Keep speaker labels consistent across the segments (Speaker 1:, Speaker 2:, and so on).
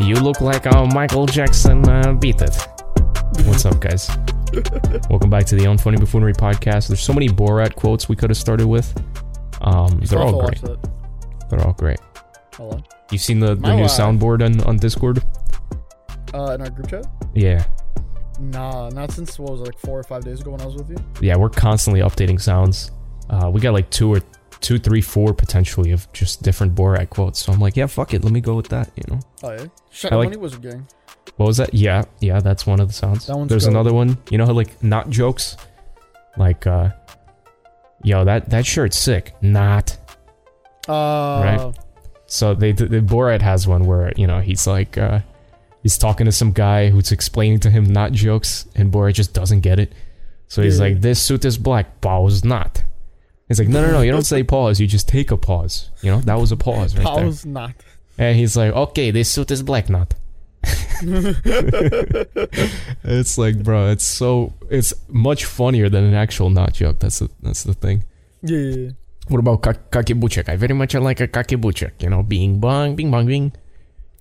Speaker 1: You look like uh, Michael Jackson. Uh, beat it. What's up, guys? Welcome back to the Unfunny Buffoonery podcast. There's so many Borat quotes we could have started with. Um, they're all great.
Speaker 2: Watch that.
Speaker 1: They're all great.
Speaker 2: Hold on.
Speaker 1: You've seen the, the
Speaker 2: My
Speaker 1: new
Speaker 2: wife.
Speaker 1: soundboard on, on Discord?
Speaker 2: Uh, in our group chat?
Speaker 1: Yeah.
Speaker 2: Nah, not since what was it, like four or five days ago when I was with you.
Speaker 1: Yeah, we're constantly updating sounds. Uh, we got like two or two, three, four potentially of just different Borat quotes. So I'm like, yeah, fuck it. Let me go with that, you know?
Speaker 2: Oh yeah. Shut
Speaker 1: I like-
Speaker 2: Money Wizard Gang.
Speaker 1: What was that? Yeah, yeah, that's one of the sounds.
Speaker 2: That one's
Speaker 1: There's
Speaker 2: dope.
Speaker 1: another one. You know how like not jokes? Like uh yo, that that shirt's sick. Not.
Speaker 2: Uh,
Speaker 1: So they the Borat has one where, you know, he's like uh he's talking to some guy who's explaining to him not jokes and Borat just doesn't get it. So he's
Speaker 2: Yeah.
Speaker 1: like this suit is black, pause not. It's like no no no, you don't say pause, you just take a pause. You know? That was a pause right there.
Speaker 2: Pause not.
Speaker 1: And he's like, okay, this suit is black knot. it's like, bro, it's so it's much funnier than an actual knot joke. That's the that's the thing.
Speaker 2: Yeah, yeah, yeah.
Speaker 1: What about kak- kakibuchek? I very much like a kakibuchek. You know, bing bong, bing bong, bing.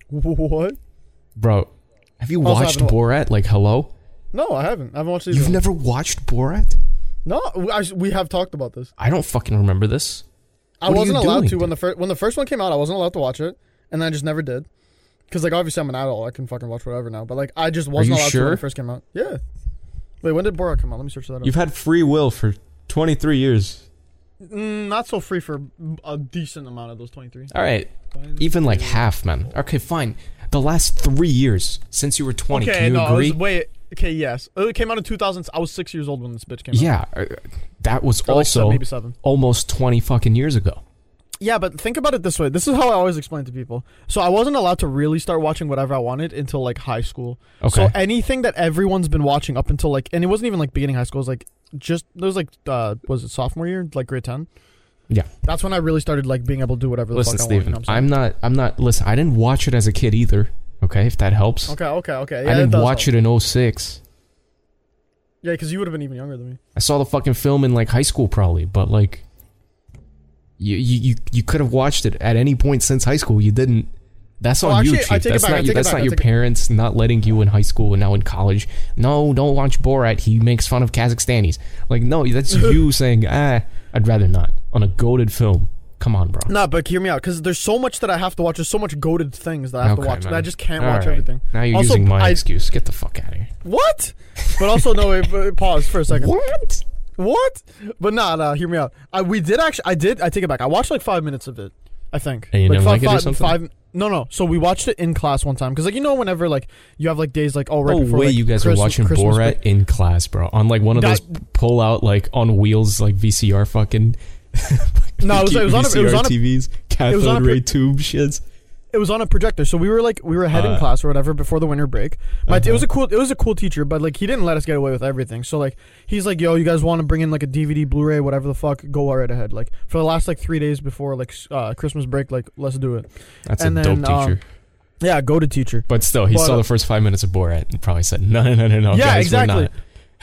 Speaker 2: What?
Speaker 1: Bro, have you
Speaker 2: Also, I
Speaker 1: watched
Speaker 2: haven't wa-
Speaker 1: Borat? Like, hello,
Speaker 2: No, I haven't. I haven't watched these.
Speaker 1: you've
Speaker 2: ones.
Speaker 1: never watched Borat?
Speaker 2: no, I, we have talked about this.
Speaker 1: I don't fucking remember this.
Speaker 2: I
Speaker 1: What are you
Speaker 2: wasn't allowed
Speaker 1: doing,
Speaker 2: to when the first when the first one came out. I wasn't allowed to watch it, and I just never did. Cause like obviously I'm an adult, I can fucking watch whatever now. But like I just wasn't
Speaker 1: you
Speaker 2: allowed to when
Speaker 1: sure?
Speaker 2: it first came out. Yeah. Wait, when did Borat come out? Let me search that up.
Speaker 1: You've had free will for 23 years.
Speaker 2: Mm, not so free for a decent amount of those 23.
Speaker 1: All right, even like half, man. Okay, fine. The last three years since you were 20,
Speaker 2: Okay,
Speaker 1: can you
Speaker 2: no, I was-
Speaker 1: agree?
Speaker 2: wait. Okay, yes. Uh, It came out in 2000. I was six years old when this bitch came out.
Speaker 1: Yeah, uh, that was
Speaker 2: Or like
Speaker 1: also
Speaker 2: seven, maybe seven.
Speaker 1: almost 20 fucking years ago.
Speaker 2: Yeah, but think about it this way. This is how I always explain to people. So I wasn't allowed to really start watching whatever I wanted until like high school. So
Speaker 1: Okay.
Speaker 2: anything that everyone's been watching up until like, and it wasn't even like beginning high school. It was like just it was like uh, was it sophomore year, like grade 10.
Speaker 1: Yeah.
Speaker 2: That's when I really started like being able to do whatever the
Speaker 1: Listen,
Speaker 2: fuck I
Speaker 1: Steven,
Speaker 2: wanted. you know what
Speaker 1: I'm not, I'm not, listen, I didn't watch it as a kid either. Okay, if that helps.
Speaker 2: saying? okay, okay, okay. Yeah,
Speaker 1: I didn't watch it in 06.
Speaker 2: Yeah, because you would have been even younger than me.
Speaker 1: I saw the fucking film in like high school probably, but like, you, you, you, you could have watched it at any point since high school. You didn't. That's
Speaker 2: Oh,
Speaker 1: on
Speaker 2: actually,
Speaker 1: YouTube.
Speaker 2: I take it
Speaker 1: that's
Speaker 2: back, I
Speaker 1: not, you-
Speaker 2: take it
Speaker 1: that's
Speaker 2: back,
Speaker 1: not
Speaker 2: I
Speaker 1: your
Speaker 2: take it-
Speaker 1: parents not letting you in high school and now in college. No, don't watch Borat. He makes fun of Kazakhstanis. Like, no, that's you saying, ah, I'd rather not on a goaded film. Come on, bro.
Speaker 2: No, but hear me out, because there's so much that I have to watch. There's so much goaded things that I have
Speaker 1: Okay,
Speaker 2: to watch
Speaker 1: man.
Speaker 2: that I just can't
Speaker 1: All
Speaker 2: watch
Speaker 1: right.
Speaker 2: everything.
Speaker 1: Now you're
Speaker 2: Also,
Speaker 1: using my
Speaker 2: I-
Speaker 1: excuse. Get the fuck out of here.
Speaker 2: What? But also, no, wait, but pause for a second.
Speaker 1: What?
Speaker 2: What? But nah, nah, hear me out. I, we did actually, I did, I take it back. I watched like five minutes of it, I think.
Speaker 1: And you
Speaker 2: like
Speaker 1: didn't like
Speaker 2: five,
Speaker 1: it or
Speaker 2: five-
Speaker 1: something?
Speaker 2: five- no, no. So we watched it in class one time, because like you know, whenever like you have like days like oh right
Speaker 1: No
Speaker 2: before
Speaker 1: way
Speaker 2: like,
Speaker 1: you guys
Speaker 2: Christ-
Speaker 1: were watching
Speaker 2: Christmas
Speaker 1: Borat
Speaker 2: break-
Speaker 1: in class, bro. On like one of
Speaker 2: That-
Speaker 1: those pull out like on wheels like VCR fucking
Speaker 2: No, it was- it was on a- it
Speaker 1: VCR
Speaker 2: was on a-
Speaker 1: TVs, cathode
Speaker 2: was on a pr-
Speaker 1: ray tube shits.
Speaker 2: It was on a projector, so we were like we were ahead in
Speaker 1: Uh, Uh-huh.
Speaker 2: class or whatever before the winter break. But it was a cool it was a cool teacher, but like he didn't let us get away with everything. So like he's like, "Yo, you guys want to bring in like a DVD, Blu-ray, whatever the fuck, go right ahead." Like for the last like three days before like s- uh, Christmas break, like let's do it.
Speaker 1: That's
Speaker 2: and
Speaker 1: a
Speaker 2: then,
Speaker 1: dope teacher.
Speaker 2: um, Yeah, go to teacher.
Speaker 1: but still, he
Speaker 2: but,
Speaker 1: saw
Speaker 2: uh,
Speaker 1: the first five minutes of Borat and probably said, "No, no, no, no, no."
Speaker 2: Yeah,
Speaker 1: guys, we're
Speaker 2: exactly.
Speaker 1: not."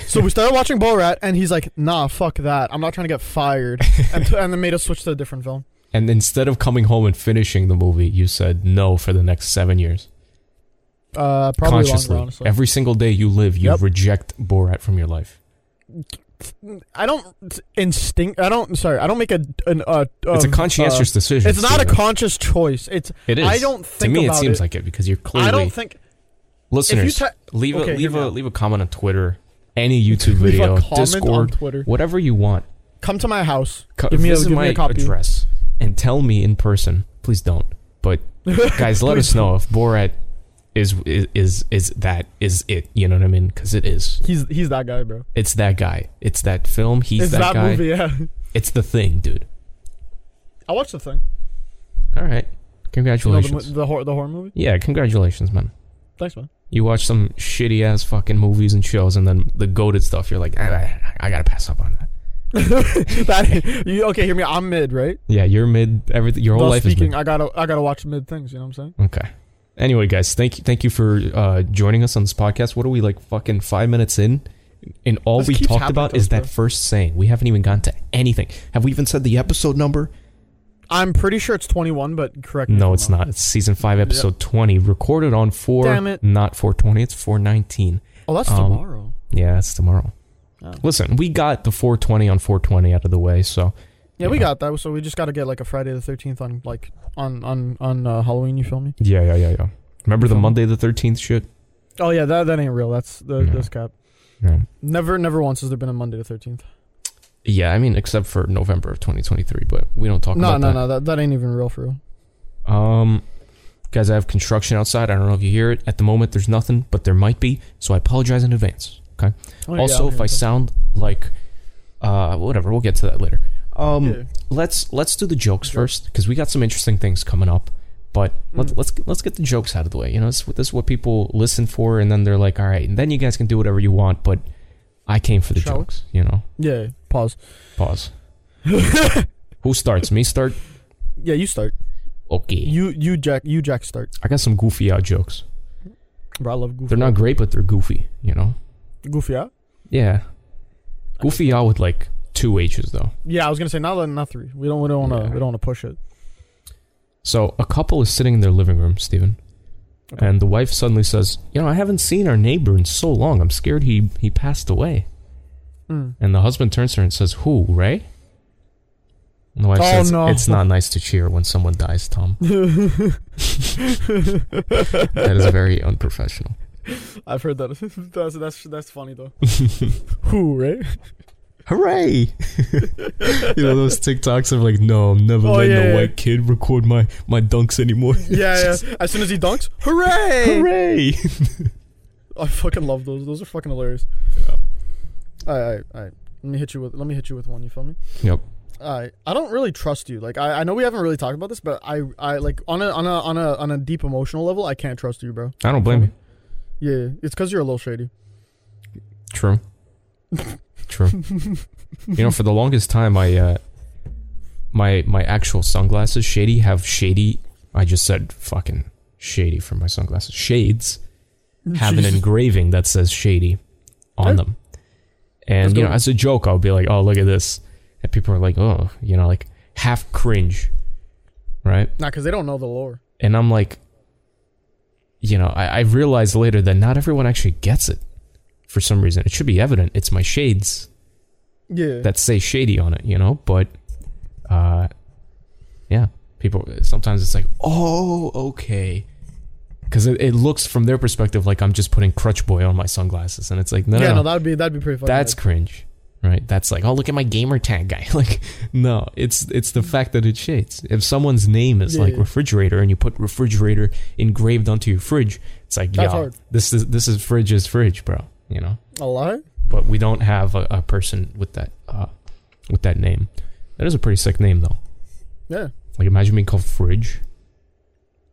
Speaker 2: So we started watching Borat, and he's like, "Nah, fuck that. I'm not trying to get fired." And, t- and then made us switch to a different film.
Speaker 1: And instead of coming home and finishing the movie, you said no for the next seven years.
Speaker 2: Uh, probably
Speaker 1: Consciously,
Speaker 2: longer, honestly.
Speaker 1: every single day you live, you
Speaker 2: Yep.
Speaker 1: reject Borat from your life.
Speaker 2: I don't instinct. I don't. Sorry, I don't make a an uh,
Speaker 1: It's a
Speaker 2: um, uh,
Speaker 1: conscientious decision.
Speaker 2: It's not a
Speaker 1: Steven.
Speaker 2: conscious choice. It's
Speaker 1: It is.
Speaker 2: I don't
Speaker 1: to
Speaker 2: think
Speaker 1: me, it
Speaker 2: about
Speaker 1: seems
Speaker 2: it.
Speaker 1: like it because you're clearly
Speaker 2: I don't think
Speaker 1: listeners
Speaker 2: ta-
Speaker 1: leave
Speaker 2: Okay,
Speaker 1: a
Speaker 2: hear
Speaker 1: leave
Speaker 2: me
Speaker 1: a
Speaker 2: out.
Speaker 1: leave a comment on Twitter, any YouTube
Speaker 2: Leave a
Speaker 1: video,
Speaker 2: comment on
Speaker 1: Discord,
Speaker 2: Twitter.
Speaker 1: whatever you want.
Speaker 2: come to my house.
Speaker 1: Co-
Speaker 2: give me a,
Speaker 1: visit
Speaker 2: give
Speaker 1: my
Speaker 2: me a copy.
Speaker 1: address and tell me in person. Please don't. But guys, let us know if Borat is is is, is that is it. You know what I mean? Because it is.
Speaker 2: He's he's that guy, bro.
Speaker 1: It's that guy. It's that film. He's
Speaker 2: it's
Speaker 1: that,
Speaker 2: that,
Speaker 1: guy.
Speaker 2: movie. Yeah,
Speaker 1: It's the thing, dude.
Speaker 2: I watched the thing.
Speaker 1: All right.
Speaker 2: You know, the,
Speaker 1: Congratulations.
Speaker 2: mo- the horror the horror movie.
Speaker 1: yeah, congratulations, man.
Speaker 2: Thanks, man.
Speaker 1: You watch some shitty ass fucking movies and shows, and then the goaded stuff. You're like, "Ah, I, I gotta pass up on that.
Speaker 2: that, you, okay, hear me. out. I'm mid, right?
Speaker 1: Yeah, you're mid. Everything. Your whole
Speaker 2: Thus
Speaker 1: life
Speaker 2: speaking,
Speaker 1: is
Speaker 2: I gotta I gotta watch mid things. You know what I'm saying?
Speaker 1: mid. Okay. Anyway, guys, thank you, thank you for uh, joining us on this podcast. What are we like? Fucking five minutes in, and all
Speaker 2: This
Speaker 1: we
Speaker 2: keeps
Speaker 1: talked
Speaker 2: happening
Speaker 1: about
Speaker 2: to
Speaker 1: is
Speaker 2: us, bro.
Speaker 1: that first saying. We haven't even gotten to anything. Have we even said the episode number?
Speaker 2: I'm pretty sure it's 21, but correct. me
Speaker 1: No,
Speaker 2: if I'm
Speaker 1: it's
Speaker 2: wrong.
Speaker 1: not. It's season five, episode twenty, recorded on four.
Speaker 2: Damn it.
Speaker 1: Not four twenty. It's four nineteen.
Speaker 2: Oh, that's
Speaker 1: Um,
Speaker 2: tomorrow.
Speaker 1: Yeah, that's tomorrow.
Speaker 2: Oh.
Speaker 1: Listen, we got the four twenty on four twenty out of the way, so
Speaker 2: Yeah, we
Speaker 1: yeah.
Speaker 2: got that. So we just got to get like a Friday the 13th on like on on on uh, Halloween. You feel me?
Speaker 1: yeah, yeah, yeah, yeah. Remember the
Speaker 2: Cool.
Speaker 1: Monday the thirteenth shit?
Speaker 2: Oh yeah, that that ain't real. That's the
Speaker 1: No.
Speaker 2: this cap.
Speaker 1: Yeah.
Speaker 2: Never never once has there been a Monday the 13th.
Speaker 1: Yeah, I mean, except for November of twenty twenty three, but we don't talk
Speaker 2: No,
Speaker 1: about
Speaker 2: no,
Speaker 1: that.
Speaker 2: no. That that ain't even real for real.
Speaker 1: Um, guys, I have construction outside. I don't know if you hear it at the moment. There's nothing, but there might be. So I apologize in advance. Okay.
Speaker 2: Oh, yeah,
Speaker 1: also,
Speaker 2: I'm
Speaker 1: if I
Speaker 2: here with that.
Speaker 1: sound like, uh, whatever, we'll get to that later. Um,
Speaker 2: Yeah.
Speaker 1: let's let's do the jokes
Speaker 2: Jokes.
Speaker 1: first because we got some interesting things coming up. But let's
Speaker 2: Mm.
Speaker 1: let's let's get the jokes out of the way. You know, this, this is what people listen for, and then they're like, all right, and then you guys can do whatever you want. But I came for the
Speaker 2: Shall we?
Speaker 1: jokes. You know,
Speaker 2: yeah, pause.
Speaker 1: pause. Who starts? Me start.
Speaker 2: Yeah, you start.
Speaker 1: Okay.
Speaker 2: You you Jack you Jack start.
Speaker 1: I got some goofy out jokes.
Speaker 2: Bro, I love Goofy.
Speaker 1: They're not great, but they're goofy. You know.
Speaker 2: Goofy out.
Speaker 1: Yeah. Goofy out with like two H's though.
Speaker 2: Yeah, I was gonna say not not three. We don't we don't wanna
Speaker 1: Yeah.
Speaker 2: we don't wanna push it.
Speaker 1: So a couple is sitting in their living room, Stephen,
Speaker 2: Okay.
Speaker 1: and the wife suddenly says, "You know, I haven't seen our neighbor in so long. I'm scared he he passed away."
Speaker 2: Mm.
Speaker 1: And the husband turns to her and says, "Who, Ray?" And the wife
Speaker 2: Oh,
Speaker 1: says,
Speaker 2: no.
Speaker 1: "It's not nice to cheer when someone dies, Tom. that is very unprofessional."
Speaker 2: I've heard that. that's that's that's funny though. Who right?
Speaker 1: Hooray! you know those TikToks of like, no, I'm never
Speaker 2: Oh,
Speaker 1: letting
Speaker 2: yeah,
Speaker 1: a
Speaker 2: yeah.
Speaker 1: white kid record my my dunks anymore.
Speaker 2: Yeah, yeah. As soon as he dunks, hooray!
Speaker 1: Hooray!
Speaker 2: I fucking love those. Those are fucking hilarious. All right, all right, all right. Let me hit you with. Let me hit you with one. You feel me?
Speaker 1: Yep.
Speaker 2: All right. I don't really trust you. Like I, I know we haven't really talked about this, but I, I like on a on a on a on a deep emotional level, I can't trust you, bro.
Speaker 1: I don't blame you.
Speaker 2: Yeah, it's because you're a little shady.
Speaker 1: True. True. you know, for the longest time, I uh, my my actual sunglasses, shady, have shady. I just said fucking shady for my sunglasses. Shades have an
Speaker 2: Jesus.
Speaker 1: engraving that says shady on
Speaker 2: Okay.
Speaker 1: them, and
Speaker 2: That's
Speaker 1: you know,
Speaker 2: dope.
Speaker 1: as a joke, I would be like, "Oh, look at this," and people are like, "Oh," you know, like half cringe, right?
Speaker 2: Nah, because they don't know the lore.
Speaker 1: And I'm like, you know, I, I realized later that not everyone actually gets it for some reason. It should be evident. It's my shades
Speaker 2: Yeah.
Speaker 1: that say shady on it, you know. But, uh, yeah, people sometimes it's like, oh, okay, because it, it looks from their perspective like I'm just putting crutch boy on my sunglasses, and it's like, no,
Speaker 2: yeah.
Speaker 1: no,
Speaker 2: No,
Speaker 1: no,
Speaker 2: that'd be that'd be pretty funny.
Speaker 1: that's cringe, right? That's like, oh, look at my gamer tag guy. like, no, it's it's the fact that it shades. If someone's name is
Speaker 2: Yeah,
Speaker 1: like
Speaker 2: yeah.
Speaker 1: refrigerator, and you put refrigerator engraved onto your fridge, it's like,
Speaker 2: That's
Speaker 1: yeah,
Speaker 2: hard.
Speaker 1: this is this is fridge is fridge, bro. You know
Speaker 2: a lie.
Speaker 1: but we don't have a, a person with that uh, with that name. That is a pretty sick name though.
Speaker 2: Yeah,
Speaker 1: Like imagine being called Fridge,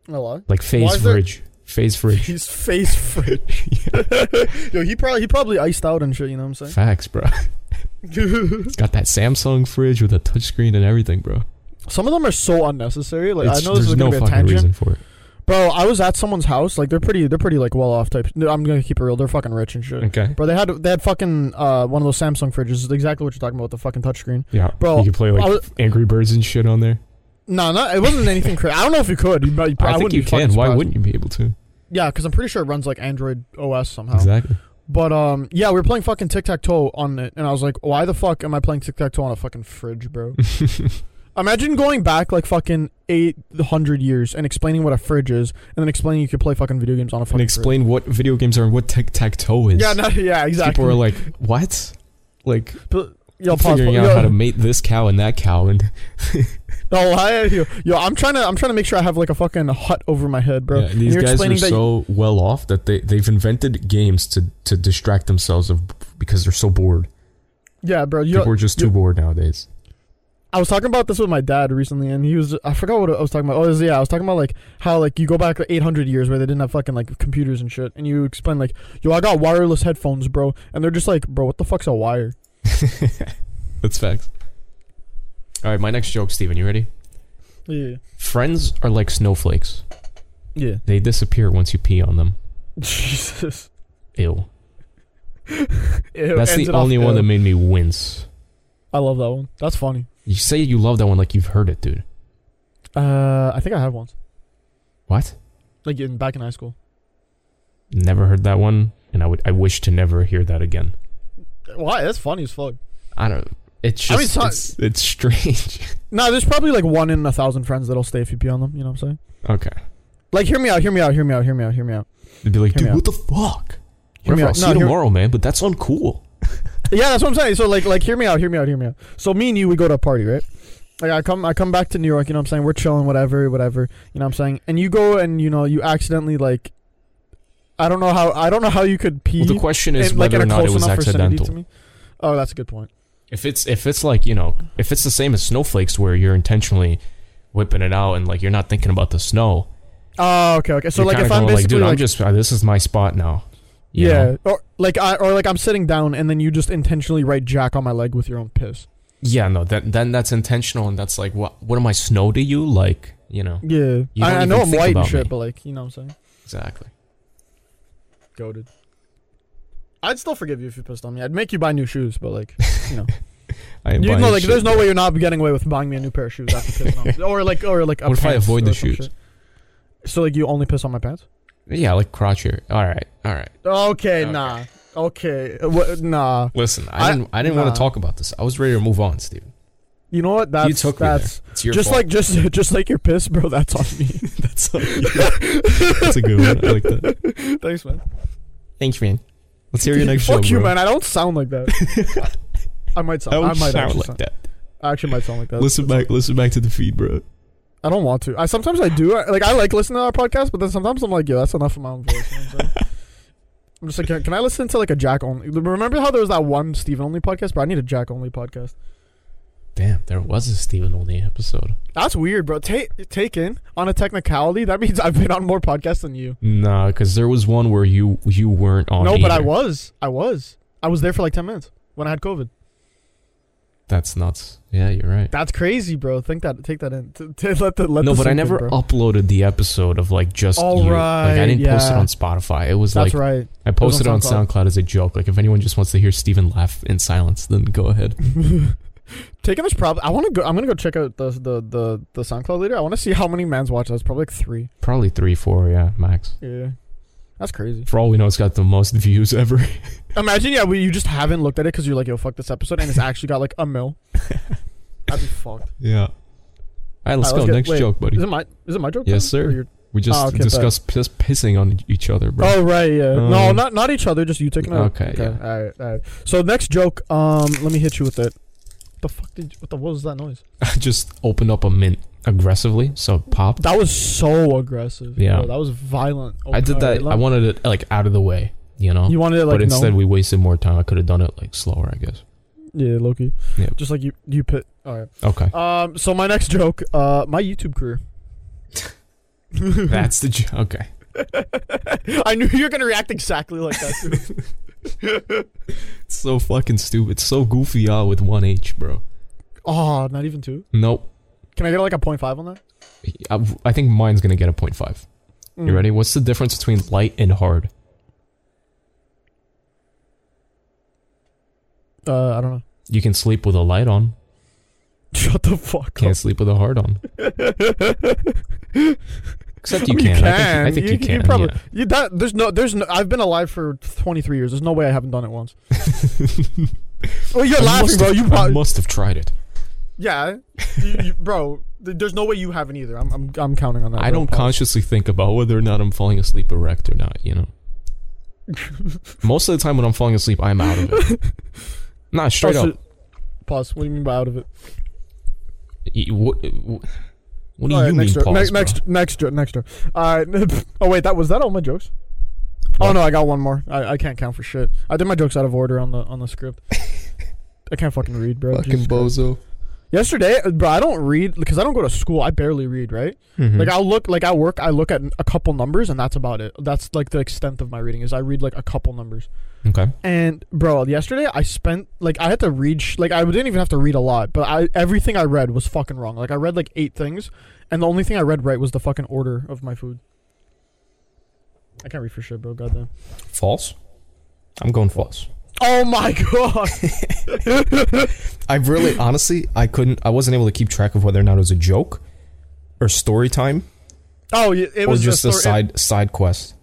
Speaker 2: a lie.
Speaker 1: like Phase
Speaker 2: is there-
Speaker 1: Fridge, Phase Fridge.
Speaker 2: His face fridge. Yo, he probably he probably iced out and shit. You know what I'm saying?
Speaker 1: Facts, bro. It's got that Samsung fridge with a touchscreen and everything, bro.
Speaker 2: Some of them are so unnecessary. Like
Speaker 1: It's-
Speaker 2: I know this
Speaker 1: there's
Speaker 2: is
Speaker 1: no
Speaker 2: gonna be a
Speaker 1: fucking
Speaker 2: tangent.
Speaker 1: reason for it.
Speaker 2: Bro, I was at someone's house. Like they're pretty, they're pretty like well off type. No, I'm gonna keep it real. They're fucking rich and shit.
Speaker 1: Okay.
Speaker 2: Bro, they had they had fucking uh, one of those Samsung fridges. It's exactly what you're talking about. The fucking touchscreen.
Speaker 1: Yeah,
Speaker 2: Bro,
Speaker 1: You can play like
Speaker 2: I was-
Speaker 1: Angry Birds and shit on there.
Speaker 2: No, no, it wasn't anything crazy. I don't know if you could. You, but you,
Speaker 1: I,
Speaker 2: wouldn't
Speaker 1: think
Speaker 2: be
Speaker 1: you
Speaker 2: fucking
Speaker 1: can. Why
Speaker 2: surprised.
Speaker 1: wouldn't you be able to?
Speaker 2: Yeah, because I'm pretty sure it runs like Android OS somehow.
Speaker 1: Exactly.
Speaker 2: But um, yeah, we were playing fucking tic tac toe on it, and I was like, why the fuck am I playing tic tac toe on a fucking fridge, bro? Imagine going back like fucking eight hundred years and explaining what a fridge is, and then explaining you could play fucking video games on a fucking.
Speaker 1: and explain what video games are and what tic tac toe is.
Speaker 2: Fridge. Yeah, no, yeah, exactly.
Speaker 1: People are like, what? Like
Speaker 2: But- yo, pause,
Speaker 1: figuring
Speaker 2: pause,
Speaker 1: out
Speaker 2: yo,
Speaker 1: how to mate this cow and that cow and
Speaker 2: No, I, yo, yo, I'm trying to, I'm trying to make sure I have like a fucking hut over my head, bro.
Speaker 1: Yeah,
Speaker 2: And
Speaker 1: these
Speaker 2: you're
Speaker 1: guys are
Speaker 2: explaining that
Speaker 1: so well off that they, they've invented games to, to distract themselves of because they're so bored.
Speaker 2: yeah, bro.
Speaker 1: People
Speaker 2: Yo,
Speaker 1: are just
Speaker 2: yo-
Speaker 1: too bored nowadays.
Speaker 2: I was talking about this with my dad recently, and he was, I forgot what I was talking about. Oh, it was- yeah, I was talking about like how like you go back 800 years where they didn't have fucking like computers and shit, and you explain like, yo, I got wireless headphones, bro, and they're just like, bro, what the fuck's a wire?
Speaker 1: That's facts. All right, my next joke, Steven. You ready?
Speaker 2: Yeah,
Speaker 1: Friends are like snowflakes.
Speaker 2: yeah.
Speaker 1: They disappear once you pee on them.
Speaker 2: Jesus.
Speaker 1: Ew.
Speaker 2: Ew,
Speaker 1: That's
Speaker 2: ends
Speaker 1: the
Speaker 2: it off,
Speaker 1: only one
Speaker 2: ew.
Speaker 1: that made me wince.
Speaker 2: I love that one. That's funny.
Speaker 1: You say you love that one like you've heard it, dude.
Speaker 2: Uh, I think I have once.
Speaker 1: What?
Speaker 2: Like in back in high school.
Speaker 1: Never heard that one, and I would I wish to never hear that again.
Speaker 2: Why? That's funny as fuck.
Speaker 1: I don't. It's
Speaker 2: How many
Speaker 1: just
Speaker 2: ti-
Speaker 1: it's, it's strange.
Speaker 2: Nah, there's probably like one in a thousand friends that'll stay if you pee on them. You know what I'm saying?
Speaker 1: okay,
Speaker 2: Like, hear me out. Hear me out. Hear me out. Hear me out. Hear me out.
Speaker 1: they'd be like,
Speaker 2: Hear me
Speaker 1: dude,
Speaker 2: out.
Speaker 1: what the fuck?
Speaker 2: Hear
Speaker 1: Whatever,
Speaker 2: me
Speaker 1: I'll
Speaker 2: out.
Speaker 1: see
Speaker 2: No,
Speaker 1: you
Speaker 2: hear-
Speaker 1: tomorrow, man. But that's uncool.
Speaker 2: Yeah, that's what I'm saying. So like like hear me out, hear me out, hear me out. So me and you would go to a party, right? Like I come I come back to New York, you know what I'm saying? We're chilling, whatever, whatever. You know what I'm saying? And you go and you know, you accidentally like I don't know how I don't know how you could pee
Speaker 1: Well, the question is
Speaker 2: in, like
Speaker 1: whether
Speaker 2: in
Speaker 1: or
Speaker 2: a
Speaker 1: not it
Speaker 2: close
Speaker 1: was
Speaker 2: enough vicinity to
Speaker 1: accidental.
Speaker 2: me. Oh, that's a good point.
Speaker 1: If it's if it's like you know if it's the same as snowflakes where you're intentionally whipping it out and like you're not thinking about the snow.
Speaker 2: Oh, okay, okay. So
Speaker 1: you're
Speaker 2: like
Speaker 1: kinda
Speaker 2: if I'm
Speaker 1: going like,
Speaker 2: basically
Speaker 1: dude,
Speaker 2: like,
Speaker 1: I'm just uh, this is my spot now. you
Speaker 2: yeah,
Speaker 1: know?
Speaker 2: or like I or like I'm sitting down and then you just intentionally write Jack on my leg with your own piss.
Speaker 1: Yeah, no, that then that's intentional, and that's like, what what am I snow to you? Like, you know,
Speaker 2: Yeah,
Speaker 1: You don't
Speaker 2: I, I know
Speaker 1: even
Speaker 2: I'm
Speaker 1: think
Speaker 2: white and
Speaker 1: about
Speaker 2: shit,
Speaker 1: me.
Speaker 2: but like you know what I'm saying.
Speaker 1: exactly.
Speaker 2: Goaded. I'd still forgive you if you pissed on me. I'd make you buy new shoes, but like
Speaker 1: I
Speaker 2: You know, like, there's no way you're not getting away with buying me a new pair of shoes after pissing on, or like, or like. a
Speaker 1: What if I
Speaker 2: pants
Speaker 1: avoid the
Speaker 2: or some
Speaker 1: shoes?
Speaker 2: shit. So like, you only piss on my pants?
Speaker 1: Yeah, like crotch area. All right, all right.
Speaker 2: Okay,
Speaker 1: Okay.
Speaker 2: nah. Okay, uh, what, nah.
Speaker 1: Listen, I,
Speaker 2: I-
Speaker 1: didn't I didn't want
Speaker 2: nah.
Speaker 1: to talk about this. I was ready to move on, Steven.
Speaker 2: You know what? That's
Speaker 1: took me there.
Speaker 2: that's
Speaker 1: It's your
Speaker 2: just
Speaker 1: fault.
Speaker 2: like just just like your piss, bro. That's on me.
Speaker 1: that's that's a good one. I like that.
Speaker 2: Thanks, man.
Speaker 1: Thanks, man. Let's hear your next show,
Speaker 2: Fuck you,
Speaker 1: bro.
Speaker 2: man. I don't sound like that. I might sound.
Speaker 1: I
Speaker 2: I,
Speaker 1: would
Speaker 2: might
Speaker 1: sound
Speaker 2: actually
Speaker 1: like
Speaker 2: sound,
Speaker 1: that.
Speaker 2: I actually might sound like that.
Speaker 1: listen back, listen back to the feed, bro.
Speaker 2: I don't want to. I sometimes I do. I, like I like listening to our podcast, but then sometimes I'm like, yo, that's enough of my own voice. You know what I'm, saying? I'm just like, can, can I listen to like a Jack only? Remember how there was that one Steven only podcast, bro? I need a Jack only podcast.
Speaker 1: Damn, there was a Steven only episode.
Speaker 2: That's weird, bro. Take taken on a technicality. That means I've been on more podcasts than you.
Speaker 1: Nah, because there was one where you you weren't on.
Speaker 2: no, but I
Speaker 1: either.
Speaker 2: was. I was. I was there for like ten minutes when I had COVID.
Speaker 1: That's nuts. Yeah, you're right.
Speaker 2: That's crazy, bro. Think that. Take that in. T- t- let the let.
Speaker 1: no,
Speaker 2: this
Speaker 1: but I
Speaker 2: sink in,
Speaker 1: never
Speaker 2: bro.
Speaker 1: uploaded the episode of like just
Speaker 2: All
Speaker 1: you. like I
Speaker 2: right,
Speaker 1: didn't post it
Speaker 2: yeah.
Speaker 1: on Spotify. It was
Speaker 2: That's
Speaker 1: like
Speaker 2: right.
Speaker 1: I posted it on
Speaker 2: on
Speaker 1: SoundCloud.
Speaker 2: SoundCloud.
Speaker 1: as a joke. Like if anyone just wants to hear Steven laugh in silence, then go ahead.
Speaker 2: Taking this problem, I want to go. I'm gonna go check out the the the, the SoundCloud later. I want to see how many man's watch. That's probably like three.
Speaker 1: Probably three, four, yeah, max.
Speaker 2: Yeah, that's crazy.
Speaker 1: For all we know, it's got the most views ever.
Speaker 2: Imagine, yeah, we, you just haven't looked at it because you're like, yo, fuck this episode, and it's actually got like a mil. I'd be fucked.
Speaker 1: yeah. All right, let's
Speaker 2: All
Speaker 1: go.
Speaker 2: right, let's get-
Speaker 1: Next
Speaker 2: wait,
Speaker 1: joke, buddy.
Speaker 2: Is it my is it my joke?
Speaker 1: Yes,
Speaker 2: time?
Speaker 1: sir.
Speaker 2: Or your-
Speaker 1: We just
Speaker 2: Oh, okay,
Speaker 1: discussed piss, pissing on each other, bro.
Speaker 2: Oh right, yeah. no,
Speaker 1: Um,
Speaker 2: not not each other. Just you taking it.
Speaker 1: okay, yeah.
Speaker 2: All right. All right. So next joke. Um, let me hit you with it. The fuck did? You, what the? What was that noise?
Speaker 1: I just opened up a mint aggressively, so it popped.
Speaker 2: That was so aggressive.
Speaker 1: Yeah.
Speaker 2: bro. that was violent.
Speaker 1: I did
Speaker 2: Alright,
Speaker 1: that. I
Speaker 2: let-
Speaker 1: wanted it like out of the way, you know.
Speaker 2: You wanted it like
Speaker 1: but instead,
Speaker 2: no.
Speaker 1: we wasted more time. I could have done it like slower, I guess.
Speaker 2: Yeah, Loki.
Speaker 1: Yeah.
Speaker 2: Just like you, you pit. All right.
Speaker 1: Okay,
Speaker 2: Um. So my next joke. Uh, my YouTube career.
Speaker 1: that's the joke. Okay,
Speaker 2: I knew you were gonna react exactly like that. Too.
Speaker 1: it's so fucking stupid. It's so goofy, y'all, with one H, bro.
Speaker 2: oh, not even two.
Speaker 1: Nope.
Speaker 2: Can I get like a point five on that?
Speaker 1: I, I think mine's gonna get a point five. You
Speaker 2: Mm.
Speaker 1: ready? What's the difference between light and hard?
Speaker 2: Uh, I don't know.
Speaker 1: You can sleep with a light on.
Speaker 2: Shut the fuck
Speaker 1: Can't sleep with a hard on.
Speaker 2: up.
Speaker 1: Except you
Speaker 2: I mean,
Speaker 1: can. I think, I think you, can.
Speaker 2: probably
Speaker 1: yeah.
Speaker 2: you that there's no there's no I've been alive for 23 years. There's no way I haven't done it once. well, you're
Speaker 1: I
Speaker 2: laughing,
Speaker 1: must
Speaker 2: bro.
Speaker 1: have-
Speaker 2: You
Speaker 1: I
Speaker 2: probably
Speaker 1: must have tried it.
Speaker 2: yeah, you, you, bro. th- There's no way you haven't either. I'm I'm, I'm counting on that.
Speaker 1: I
Speaker 2: bro.
Speaker 1: don't
Speaker 2: Pause.
Speaker 1: consciously think about whether or not I'm falling asleep erect or not, you know. Most of the time when I'm falling asleep, I'm out of it. Nah, straight
Speaker 2: Pause
Speaker 1: up.
Speaker 2: it. Pause. What do you mean by out of it?
Speaker 1: Y- What, what, what do
Speaker 2: All right,
Speaker 1: you
Speaker 2: Uh, next
Speaker 1: mean,
Speaker 2: joke.
Speaker 1: pause,
Speaker 2: next,
Speaker 1: bro?
Speaker 2: next next joke. Next joke. All right. oh wait, that was that all my jokes. Oh no, I got one more. I, I can't count for shit. I did my jokes out of order on the on the script. I can't fucking read, bro. Jesus Christ.
Speaker 1: bozo.
Speaker 2: Yesterday, uh, bro, I don't read because I don't go to school. I barely read, right?
Speaker 1: Mm-hmm.
Speaker 2: Like I'll look, like at work, I look at a couple numbers, and that's about it. That's like the extent of my reading is I read like a couple numbers.
Speaker 1: okay.
Speaker 2: And bro, yesterday I spent like I had to read, sh- like I didn't even have to read a lot, but I everything I read was fucking wrong. Like I read like eight things, and the only thing I read right was the fucking order of my food. I can't read for shit, bro. Goddamn.
Speaker 1: False? I'm going false.
Speaker 2: Oh my god.
Speaker 1: I really, honestly, I couldn't, I wasn't able to keep track of whether or not it was a joke or story time,
Speaker 2: Oh, y- it
Speaker 1: or
Speaker 2: was
Speaker 1: just
Speaker 2: a
Speaker 1: a
Speaker 2: story-
Speaker 1: side side quest?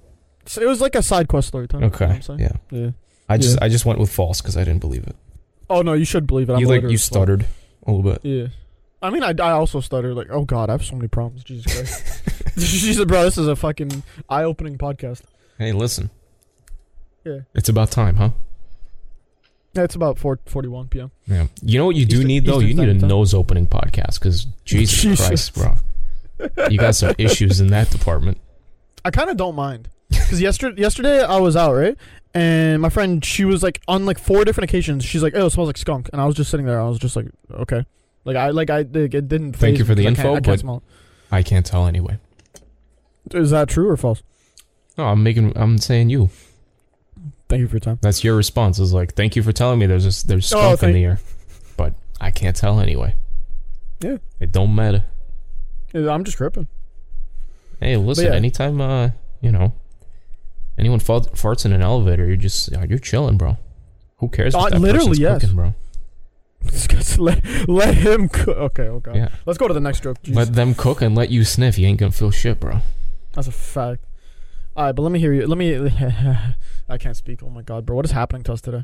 Speaker 2: It, it was like a side quest story time. you know what
Speaker 1: Okay,
Speaker 2: I'm saying?
Speaker 1: yeah.
Speaker 2: Yeah.
Speaker 1: I just
Speaker 2: Yeah.
Speaker 1: I just went with false because I didn't believe it.
Speaker 2: Oh no, you should believe it. I'm
Speaker 1: you like
Speaker 2: illiterate
Speaker 1: you
Speaker 2: as fuck.
Speaker 1: stuttered a little bit.
Speaker 2: Yeah. I mean, I, I also stutter. Like, oh god, I have so many problems. Jesus Christ. Jesus, bro, this is a fucking eye-opening podcast.
Speaker 1: Hey, listen.
Speaker 2: Yeah.
Speaker 1: It's about time, huh?
Speaker 2: Yeah, it's about 4, 41 p.m.
Speaker 1: Yeah. You know what you do
Speaker 2: Eastern-
Speaker 1: need though?
Speaker 2: Eastern
Speaker 1: you need a
Speaker 2: Standard Time.
Speaker 1: nose opening podcast because Jesus,
Speaker 2: Jesus.
Speaker 1: Christ, bro, you got some issues in that department.
Speaker 2: I kind of don't mind because yesterday, yesterday I was out right, and my friend she was like on like four different occasions. She's like, "Oh, it smells like skunk," and I was just sitting there. I was just like, "Okay." Like I like I like, it didn't.
Speaker 1: Thank
Speaker 2: faze
Speaker 1: you for
Speaker 2: me
Speaker 1: the
Speaker 2: 'cause I can't-
Speaker 1: info,
Speaker 2: I can't
Speaker 1: but-
Speaker 2: smell
Speaker 1: I can't tell anyway.
Speaker 2: it. is that true or false?
Speaker 1: No, I'm making. I'm saying you.
Speaker 2: Thank you for your time.
Speaker 1: That's your response. Is like, thank you for telling me. There's this, there's
Speaker 2: Oh,
Speaker 1: skunk in
Speaker 2: thank-
Speaker 1: the air, but I can't tell anyway.
Speaker 2: Yeah.
Speaker 1: It don't matter.
Speaker 2: Yeah, I'm just gripping.
Speaker 1: Hey, listen.
Speaker 2: yeah.
Speaker 1: Anytime, uh, you know, anyone farts, farts in an elevator, you're just uh, you're chilling, bro. Who cares?
Speaker 2: Uh,
Speaker 1: What that
Speaker 2: literally,
Speaker 1: person's
Speaker 2: yes.
Speaker 1: cooking, bro.
Speaker 2: let, let him. Co- okay, okay.
Speaker 1: Yeah.
Speaker 2: Let's go to the next joke. Jeez.
Speaker 1: Let them cook and let you sniff. You ain't gonna feel shit, bro.
Speaker 2: That's a fact. All right, but let me hear you. Let me. I can't speak. Oh my god, bro, what is happening to us today?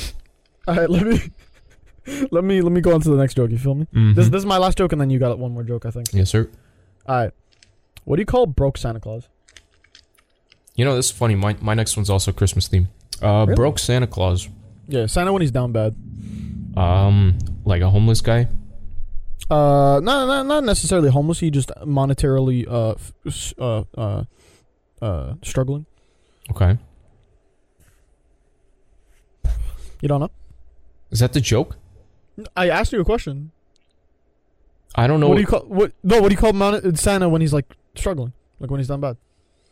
Speaker 2: All right, let me. Let me let me go on to the next joke. You feel me? Mm-hmm. This,
Speaker 1: Mhm.
Speaker 2: this is my last joke, and then you got one more joke, I think.
Speaker 1: yes, sir.
Speaker 2: All right. What do you call broke Santa Claus?
Speaker 1: You know, this is funny. My, my next one's also Christmas theme. Uh,
Speaker 2: Really?
Speaker 1: broke Santa Claus.
Speaker 2: Yeah, Santa when he's down bad.
Speaker 1: Um, like a homeless guy.
Speaker 2: Uh, no, no, not necessarily homeless. He just monetarily uh, f- s- uh, uh, uh, struggling.
Speaker 1: Okay,
Speaker 2: You don't know?
Speaker 1: is that the joke?
Speaker 2: I asked you a question.
Speaker 1: I don't know.
Speaker 2: What do you call what? No, what do you call mon- Santa when he's like struggling, like when he's down bad?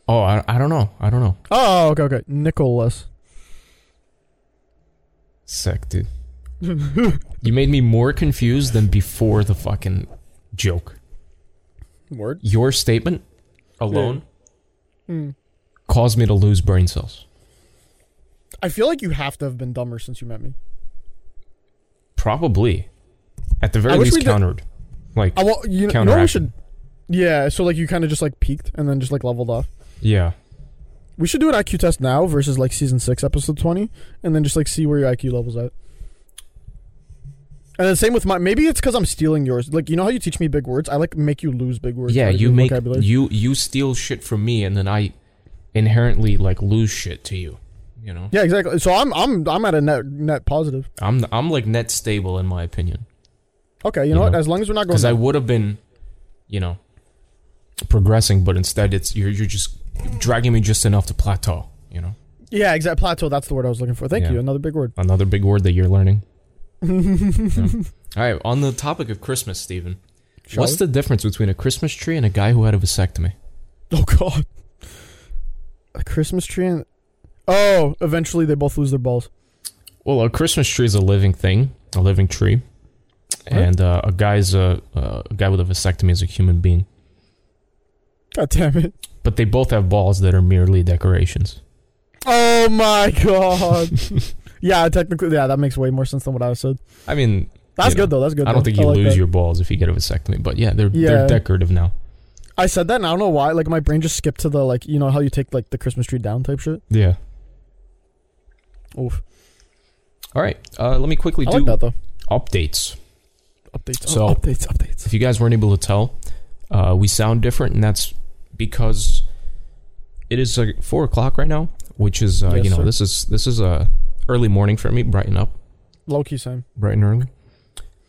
Speaker 1: oh, I, I don't know. I don't know.
Speaker 2: Oh, okay, okay. Nicholas.
Speaker 1: Sick, dude. You made me more confused than before the fucking joke.
Speaker 2: Word.
Speaker 1: Your statement alone
Speaker 2: Mm.
Speaker 1: caused me to lose brain cells.
Speaker 2: I feel like you have to have been dumber since you met me.
Speaker 1: Probably, at the very
Speaker 2: I wish
Speaker 1: least,
Speaker 2: we did-
Speaker 1: countered. Like,
Speaker 2: I well, you know, you know what we should.
Speaker 1: counteraction.
Speaker 2: Yeah, so like you kind of just like peaked and then just like leveled off.
Speaker 1: yeah,
Speaker 2: We should do an IQ test now versus like season six, episode twenty, and then just like see where your IQ levels at. And then same with my. Maybe it's because I'm stealing yours. Like you know how you teach me big words. I like make you lose big words.
Speaker 1: yeah.
Speaker 2: like,
Speaker 1: You
Speaker 2: your
Speaker 1: make
Speaker 2: vocabulary.
Speaker 1: you you steal shit from me, and then I inherently like lose shit to you. You know.
Speaker 2: Yeah, exactly. So I'm I'm I'm at a net net positive.
Speaker 1: I'm I'm like net stable in my opinion
Speaker 2: Okay, you,
Speaker 1: You
Speaker 2: know, what?
Speaker 1: know,
Speaker 2: As long as we're not going.
Speaker 1: because I would have been, you know, progressing, but instead it's you're you're just dragging me just enough to plateau. You know,
Speaker 2: yeah, exact plateau. That's the word I was looking for. Thank
Speaker 1: Yeah.
Speaker 2: you. Another big word.
Speaker 1: another big word that you're learning. Yeah. All right, on the topic of Christmas, Stephen,
Speaker 2: Shall
Speaker 1: what's the
Speaker 2: we?
Speaker 1: difference between a Christmas tree and a guy who had a vasectomy?
Speaker 2: Oh God. A Christmas tree and oh, eventually they both lose their balls.
Speaker 1: Well, a Christmas tree is a living thing, a living tree, and uh, a guy's a, uh, a guy with a vasectomy is a human being,
Speaker 2: God damn it!
Speaker 1: but they both have balls that are merely decorations.
Speaker 2: Oh my God. yeah, technically, yeah, that makes way more sense than what I said.
Speaker 1: I mean,
Speaker 2: That's
Speaker 1: You know,
Speaker 2: good though. That's good.
Speaker 1: I don't
Speaker 2: though.
Speaker 1: think you
Speaker 2: like
Speaker 1: lose
Speaker 2: that.
Speaker 1: your balls if you get a vasectomy, but yeah, they're
Speaker 2: Yeah.
Speaker 1: they're decorative now.
Speaker 2: I said that, and I don't know why. Like my brain just skipped to the like, you know how you take like the Christmas tree down type shit.
Speaker 1: Yeah.
Speaker 2: Oof.
Speaker 1: All right. Uh, let me quickly
Speaker 2: I
Speaker 1: do
Speaker 2: like that though.
Speaker 1: updates.
Speaker 2: Updates.
Speaker 1: So-
Speaker 2: oh, updates. Updates.
Speaker 1: If you guys weren't able to tell, uh, we sound different, and that's because it is like four o'clock right now, which is uh,
Speaker 2: Yes,
Speaker 1: you know
Speaker 2: sir.
Speaker 1: this is this is a early morning for me. Brighten up,
Speaker 2: Low key same.
Speaker 1: bright and early.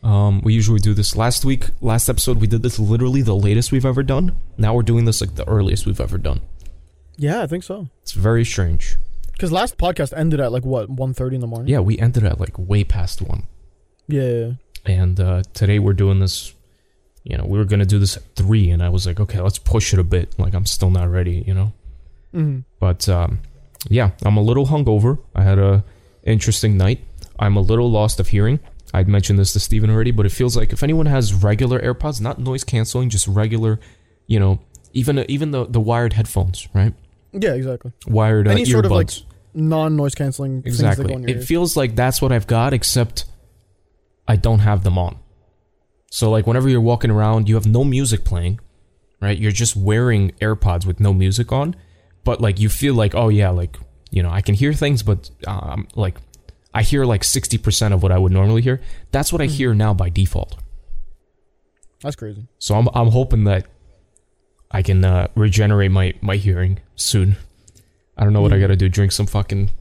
Speaker 1: Um, we usually do this last week, last episode. We did this literally the latest we've ever done. Now we're doing this like the earliest we've ever done.
Speaker 2: Yeah, I think so.
Speaker 1: It's very strange.
Speaker 2: Because last podcast ended at like what 1.30 in the morning.
Speaker 1: Yeah, we ended at like way past one.
Speaker 2: Yeah. yeah, yeah.
Speaker 1: and uh, today we're doing this you know we were gonna do this at three and i was like okay let's push it a bit like i'm still not ready you know
Speaker 2: Mm-hmm.
Speaker 1: but um, yeah i'm a little hungover i had a interesting night i'm a little lost of hearing i'd mentioned this to steven already but it feels like if anyone has regular airpods not noise canceling just regular you know even even the, the wired headphones right
Speaker 2: Yeah, exactly.
Speaker 1: wired uh,
Speaker 2: Any
Speaker 1: earbuds
Speaker 2: sort of, like, Non-noise canceling things that go
Speaker 1: Exactly.
Speaker 2: in your
Speaker 1: It
Speaker 2: ears.
Speaker 1: feels like that's what I've got, except I don't have them on. So like whenever you're walking around, you have no music playing, right? You're just wearing AirPods with no music on, but like you feel like, oh yeah, like you know, I can hear things, but um, like I hear like sixty percent of what I would normally hear. That's what I
Speaker 2: Hmm.
Speaker 1: hear now by default.
Speaker 2: That's crazy.
Speaker 1: So I'm I'm hoping that I can uh, regenerate my my hearing soon. I don't know what I
Speaker 2: Mhm.
Speaker 1: gotta do. Drink some fucking,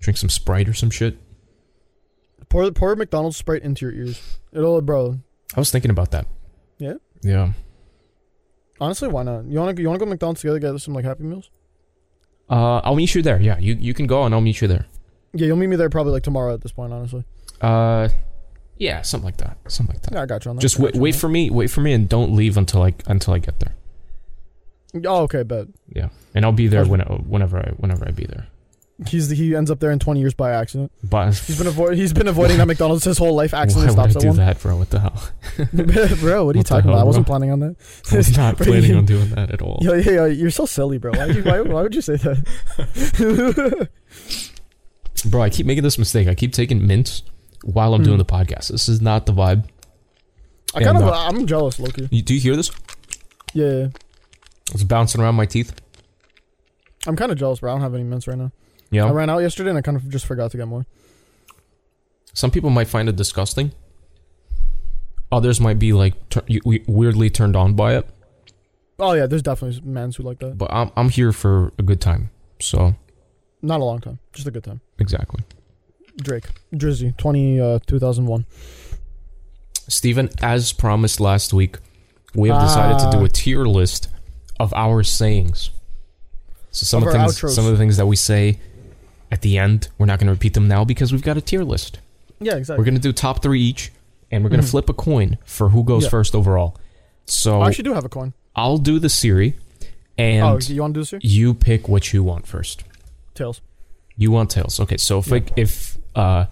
Speaker 1: drink some Sprite or some shit.
Speaker 2: Pour pour McDonald's Sprite into your ears. It'll, bro.
Speaker 1: I was thinking about that.
Speaker 2: Yeah?
Speaker 1: Yeah.
Speaker 2: Honestly, why not? You wanna you wanna go to McDonald's together, get some like Happy Meals?
Speaker 1: Uh, I'll meet you there. Yeah, you you can go and I'll meet you there.
Speaker 2: Yeah, you'll meet me there probably like tomorrow at this point. Honestly,
Speaker 1: Uh, yeah, something like that. Something like that.
Speaker 2: yeah, I got you on that.
Speaker 1: Just
Speaker 2: I got
Speaker 1: wait,
Speaker 2: you on
Speaker 1: wait
Speaker 2: that.
Speaker 1: for me. Wait for me, and don't leave until I until I get there.
Speaker 2: Oh, okay, bet.
Speaker 1: And I'll be there
Speaker 2: Okay.
Speaker 1: when, whenever I whenever I be there.
Speaker 2: He's he ends up there in 20 years by accident.
Speaker 1: But
Speaker 2: He's been avoid he's been avoiding that McDonald's his whole life.
Speaker 1: why
Speaker 2: Accidentally
Speaker 1: would I
Speaker 2: stops at
Speaker 1: do
Speaker 2: one.
Speaker 1: that, bro? What the hell?
Speaker 2: bro, what are you
Speaker 1: What the
Speaker 2: talking
Speaker 1: hell,
Speaker 2: about? I wasn't
Speaker 1: bro?
Speaker 2: planning on that.
Speaker 1: I was not
Speaker 2: Bro,
Speaker 1: planning
Speaker 2: you-
Speaker 1: on doing that at all.
Speaker 2: Yo, yo, yo, you're so silly, bro. Why, you, why, why would you say that?
Speaker 1: Bro, I keep making this mistake. I keep taking mints while I'm
Speaker 2: Hmm.
Speaker 1: doing the podcast. This is not the vibe.
Speaker 2: I kind of
Speaker 1: And, uh,
Speaker 2: I'm jealous, Loki.
Speaker 1: You, do you hear this?
Speaker 2: Yeah, yeah, yeah.
Speaker 1: It's bouncing around my teeth.
Speaker 2: I'm kind of jealous, bro. I don't have any mints right now.
Speaker 1: Yeah.
Speaker 2: I ran out yesterday and I kind of just forgot to get more.
Speaker 1: Some people might find it disgusting. Others might be like tur- you- we- weirdly turned on by it.
Speaker 2: Oh yeah, there's definitely mans who like that.
Speaker 1: But I'm I'm here for a good time. So
Speaker 2: Not a long time, just a good time.
Speaker 1: exactly.
Speaker 2: Drake, Drizzy, 20, uh, 2001.
Speaker 1: Steven, as promised last week, we have decided to do
Speaker 2: Ah.
Speaker 1: a tier list of our sayings. So some
Speaker 2: Of
Speaker 1: of,
Speaker 2: our
Speaker 1: things,
Speaker 2: outros.
Speaker 1: some of the things that we say at the end, we're not going to repeat them now because we've got a tier list.
Speaker 2: Yeah, exactly.
Speaker 1: We're going to do top three each, and we're going to
Speaker 2: Mhm.
Speaker 1: flip a coin for who goes
Speaker 2: Yeah.
Speaker 1: first overall. So
Speaker 2: I actually do have a coin.
Speaker 1: I'll do the Siri, and
Speaker 2: oh, you want to do this here?
Speaker 1: you pick what you want first.
Speaker 2: Tails.
Speaker 1: You want tails, okay? So if it, if uh,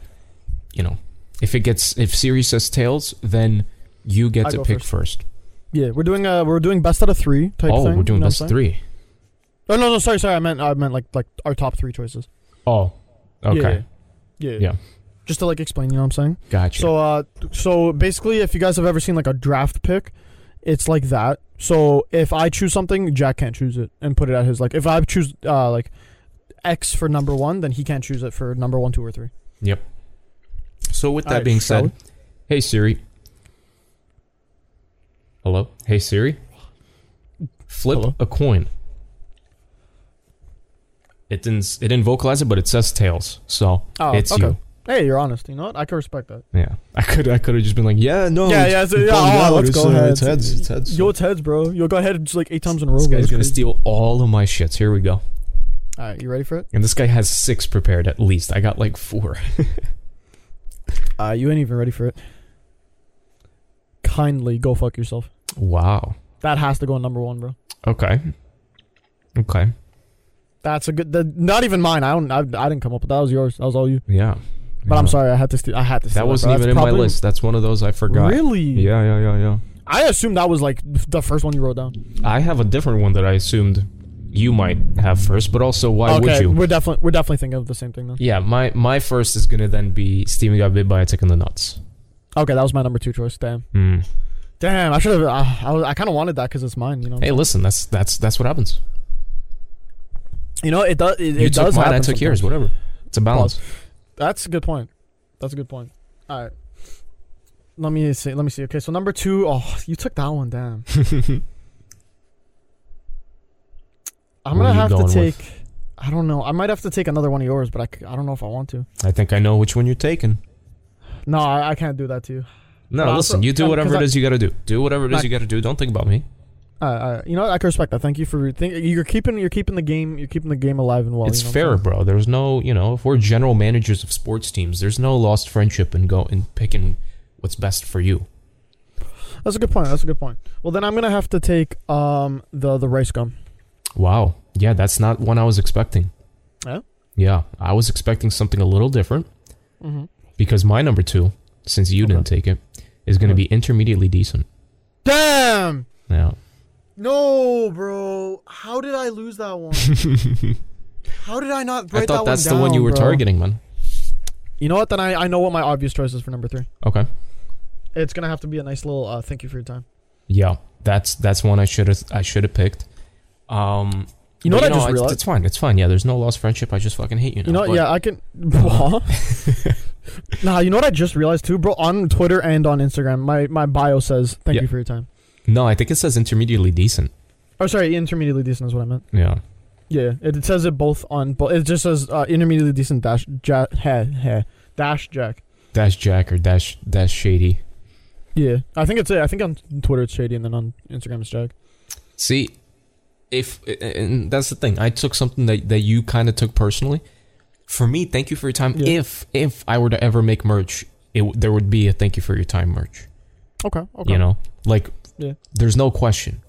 Speaker 1: you know, if it gets if Siri says tails, then you get
Speaker 2: I
Speaker 1: to
Speaker 2: go
Speaker 1: pick
Speaker 2: first.
Speaker 1: first.
Speaker 2: Yeah, we're doing uh, we're doing best out of three type
Speaker 1: oh,
Speaker 2: thing.
Speaker 1: we're doing
Speaker 2: you know
Speaker 1: best
Speaker 2: what I'm
Speaker 1: of
Speaker 2: saying?
Speaker 1: three.
Speaker 2: Oh no, no, sorry, sorry. I meant I meant like like our top three choices.
Speaker 1: Oh,
Speaker 2: Yeah,
Speaker 1: okay,
Speaker 2: Yeah. yeah.
Speaker 1: Yeah.
Speaker 2: Just to like explain, you know what I'm saying?
Speaker 1: gotcha.
Speaker 2: So uh so basically if you guys have ever seen like a draft pick, it's like that. So if I choose something, Jack can't choose it and put it at his like if I choose uh like X for number one, then he can't choose it for number one, two, or three.
Speaker 1: So with that
Speaker 2: Alright,
Speaker 1: being
Speaker 2: shall
Speaker 1: said, hey Siri. Hello? Hey Siri. Flip
Speaker 2: Hello?
Speaker 1: a coin. It didn't s- it didn't vocalize it, but it says tails. So
Speaker 2: Oh,
Speaker 1: it's
Speaker 2: okay.
Speaker 1: you.
Speaker 2: Hey, you're honest. You know what? I can respect that.
Speaker 1: Yeah. I could I could have just been like, yeah, no.
Speaker 2: yeah,
Speaker 1: it's-
Speaker 2: yeah, so,
Speaker 1: it
Speaker 2: yeah.
Speaker 1: bummed
Speaker 2: Oh,
Speaker 1: out,
Speaker 2: let's
Speaker 1: it's,
Speaker 2: go
Speaker 1: uh,
Speaker 2: ahead.
Speaker 1: It's heads, it's heads.
Speaker 2: Yo, it's heads, bro. Yo, go ahead just like eight times in a row.
Speaker 1: this
Speaker 2: bro.
Speaker 1: guy's
Speaker 2: It's
Speaker 1: gonna
Speaker 2: crazy.
Speaker 1: steal all of my shits. Here we go.
Speaker 2: All right, you ready for it?
Speaker 1: And this guy has six prepared at least. I got like four.
Speaker 2: Uh, you ain't even ready for it. Kindly go fuck yourself.
Speaker 1: Wow.
Speaker 2: That has to go in number one, bro.
Speaker 1: Okay. Okay.
Speaker 2: That's a good. That, not even mine. I don't. I, I didn't come up with that. That Was yours? That was all you.
Speaker 1: Yeah.
Speaker 2: But I'm
Speaker 1: Yeah.
Speaker 2: sorry. I had to. Steal, I had to. steal
Speaker 1: That
Speaker 2: bro.
Speaker 1: wasn't
Speaker 2: That's
Speaker 1: even in my
Speaker 2: probably-
Speaker 1: list. That's one of those I forgot.
Speaker 2: Really?
Speaker 1: Yeah, yeah, yeah, yeah.
Speaker 2: I assumed that was like the first one you wrote down.
Speaker 1: I have a different one that I assumed you might have first, but also why
Speaker 2: okay,
Speaker 1: would you?
Speaker 2: we're definitely we're definitely thinking of the same thing then.
Speaker 1: yeah, my my first is gonna then be Steven got bit by a tick in the nuts.
Speaker 2: Okay, that was my number two choice. Damn.
Speaker 1: Hmm.
Speaker 2: Damn. I should have. Uh, I was, I kind of wanted that because it's mine. You know.
Speaker 1: Hey, listen, that's that's that's what happens.
Speaker 2: You know it does. It,
Speaker 1: you
Speaker 2: it
Speaker 1: took
Speaker 2: does
Speaker 1: mine, I
Speaker 2: happen.
Speaker 1: took yours.
Speaker 2: sometimes.
Speaker 1: Whatever. It's a balance.
Speaker 2: That's a good point. That's a good point. All right. Let me see. Let me see. Okay, so number two. Oh, you took that one. Damn. I'm
Speaker 1: What
Speaker 2: gonna
Speaker 1: are you
Speaker 2: have to
Speaker 1: going
Speaker 2: take.
Speaker 1: with?
Speaker 2: I don't know. I might have to take another one of yours, but I, c- I don't know if I want to.
Speaker 1: I think I know which one you're taking.
Speaker 2: No, I, I can't do that to you.
Speaker 1: No,
Speaker 2: But also-
Speaker 1: listen, you do
Speaker 2: um, 'cause
Speaker 1: whatever it
Speaker 2: I-
Speaker 1: is you gotta do. Do whatever it is
Speaker 2: Right.
Speaker 1: you gotta do. Don't think about me.
Speaker 2: Uh, uh, you know, what? I can respect that. Thank you for think, you're keeping you're keeping the game you're keeping the game alive and well.
Speaker 1: it's
Speaker 2: you know what I'm
Speaker 1: fair,
Speaker 2: saying?
Speaker 1: bro. There's no, you know, if we're general managers of sports teams, there's no lost friendship in go in picking what's best for you.
Speaker 2: That's a good point. That's a good point. Well, then I'm gonna have to take um the the rice gum.
Speaker 1: Wow. Yeah, that's not one I was expecting.
Speaker 2: Yeah?
Speaker 1: Yeah, I was expecting something a little different
Speaker 2: Mm-hmm.
Speaker 1: because my number two, since you
Speaker 2: Okay.
Speaker 1: didn't take it, is going to be intermediately decent.
Speaker 2: Damn.
Speaker 1: Yeah.
Speaker 2: No, bro. How did I lose that one? How did I not
Speaker 1: I thought that's the one you were targeting, man.
Speaker 2: You know what? Then I, I know what my obvious choice is for number three.
Speaker 1: Okay.
Speaker 2: It's gonna have to be a nice little uh, thank you for your time.
Speaker 1: Yeah. That's that's one I should have I should have picked. Um,
Speaker 2: You know
Speaker 1: but
Speaker 2: what I just
Speaker 1: it's-
Speaker 2: realized?
Speaker 1: It's fine. It's fine. Yeah, there's no lost friendship. I just fucking hate you now.
Speaker 2: You know,
Speaker 1: but-
Speaker 2: yeah, I can. Huh? nah, you know what I just realized too, bro. On Twitter and on Instagram, my my bio says thank
Speaker 1: Yeah.
Speaker 2: you for your time.
Speaker 1: No, I think it says intermediately decent.
Speaker 2: Oh, sorry, intermediately decent is what I meant.
Speaker 1: Yeah.
Speaker 2: Yeah, yeah. it, it says it both on. Bo- it just says uh, intermediately decent dash ja- ha, ha, dash jack.
Speaker 1: Dash Jack or Dash Dash Shady.
Speaker 2: Yeah, I think it's it. I think on Twitter it's shady, and then on Instagram it's jack.
Speaker 1: See, if and that's the thing. I took something that, that you kind of took personally. For me, thank you for your time.
Speaker 2: Yeah.
Speaker 1: If if I were to ever make merch, it w- there would be a thank you for your time merch.
Speaker 2: Okay, okay.
Speaker 1: You know, like
Speaker 2: Yeah.
Speaker 1: there's no question.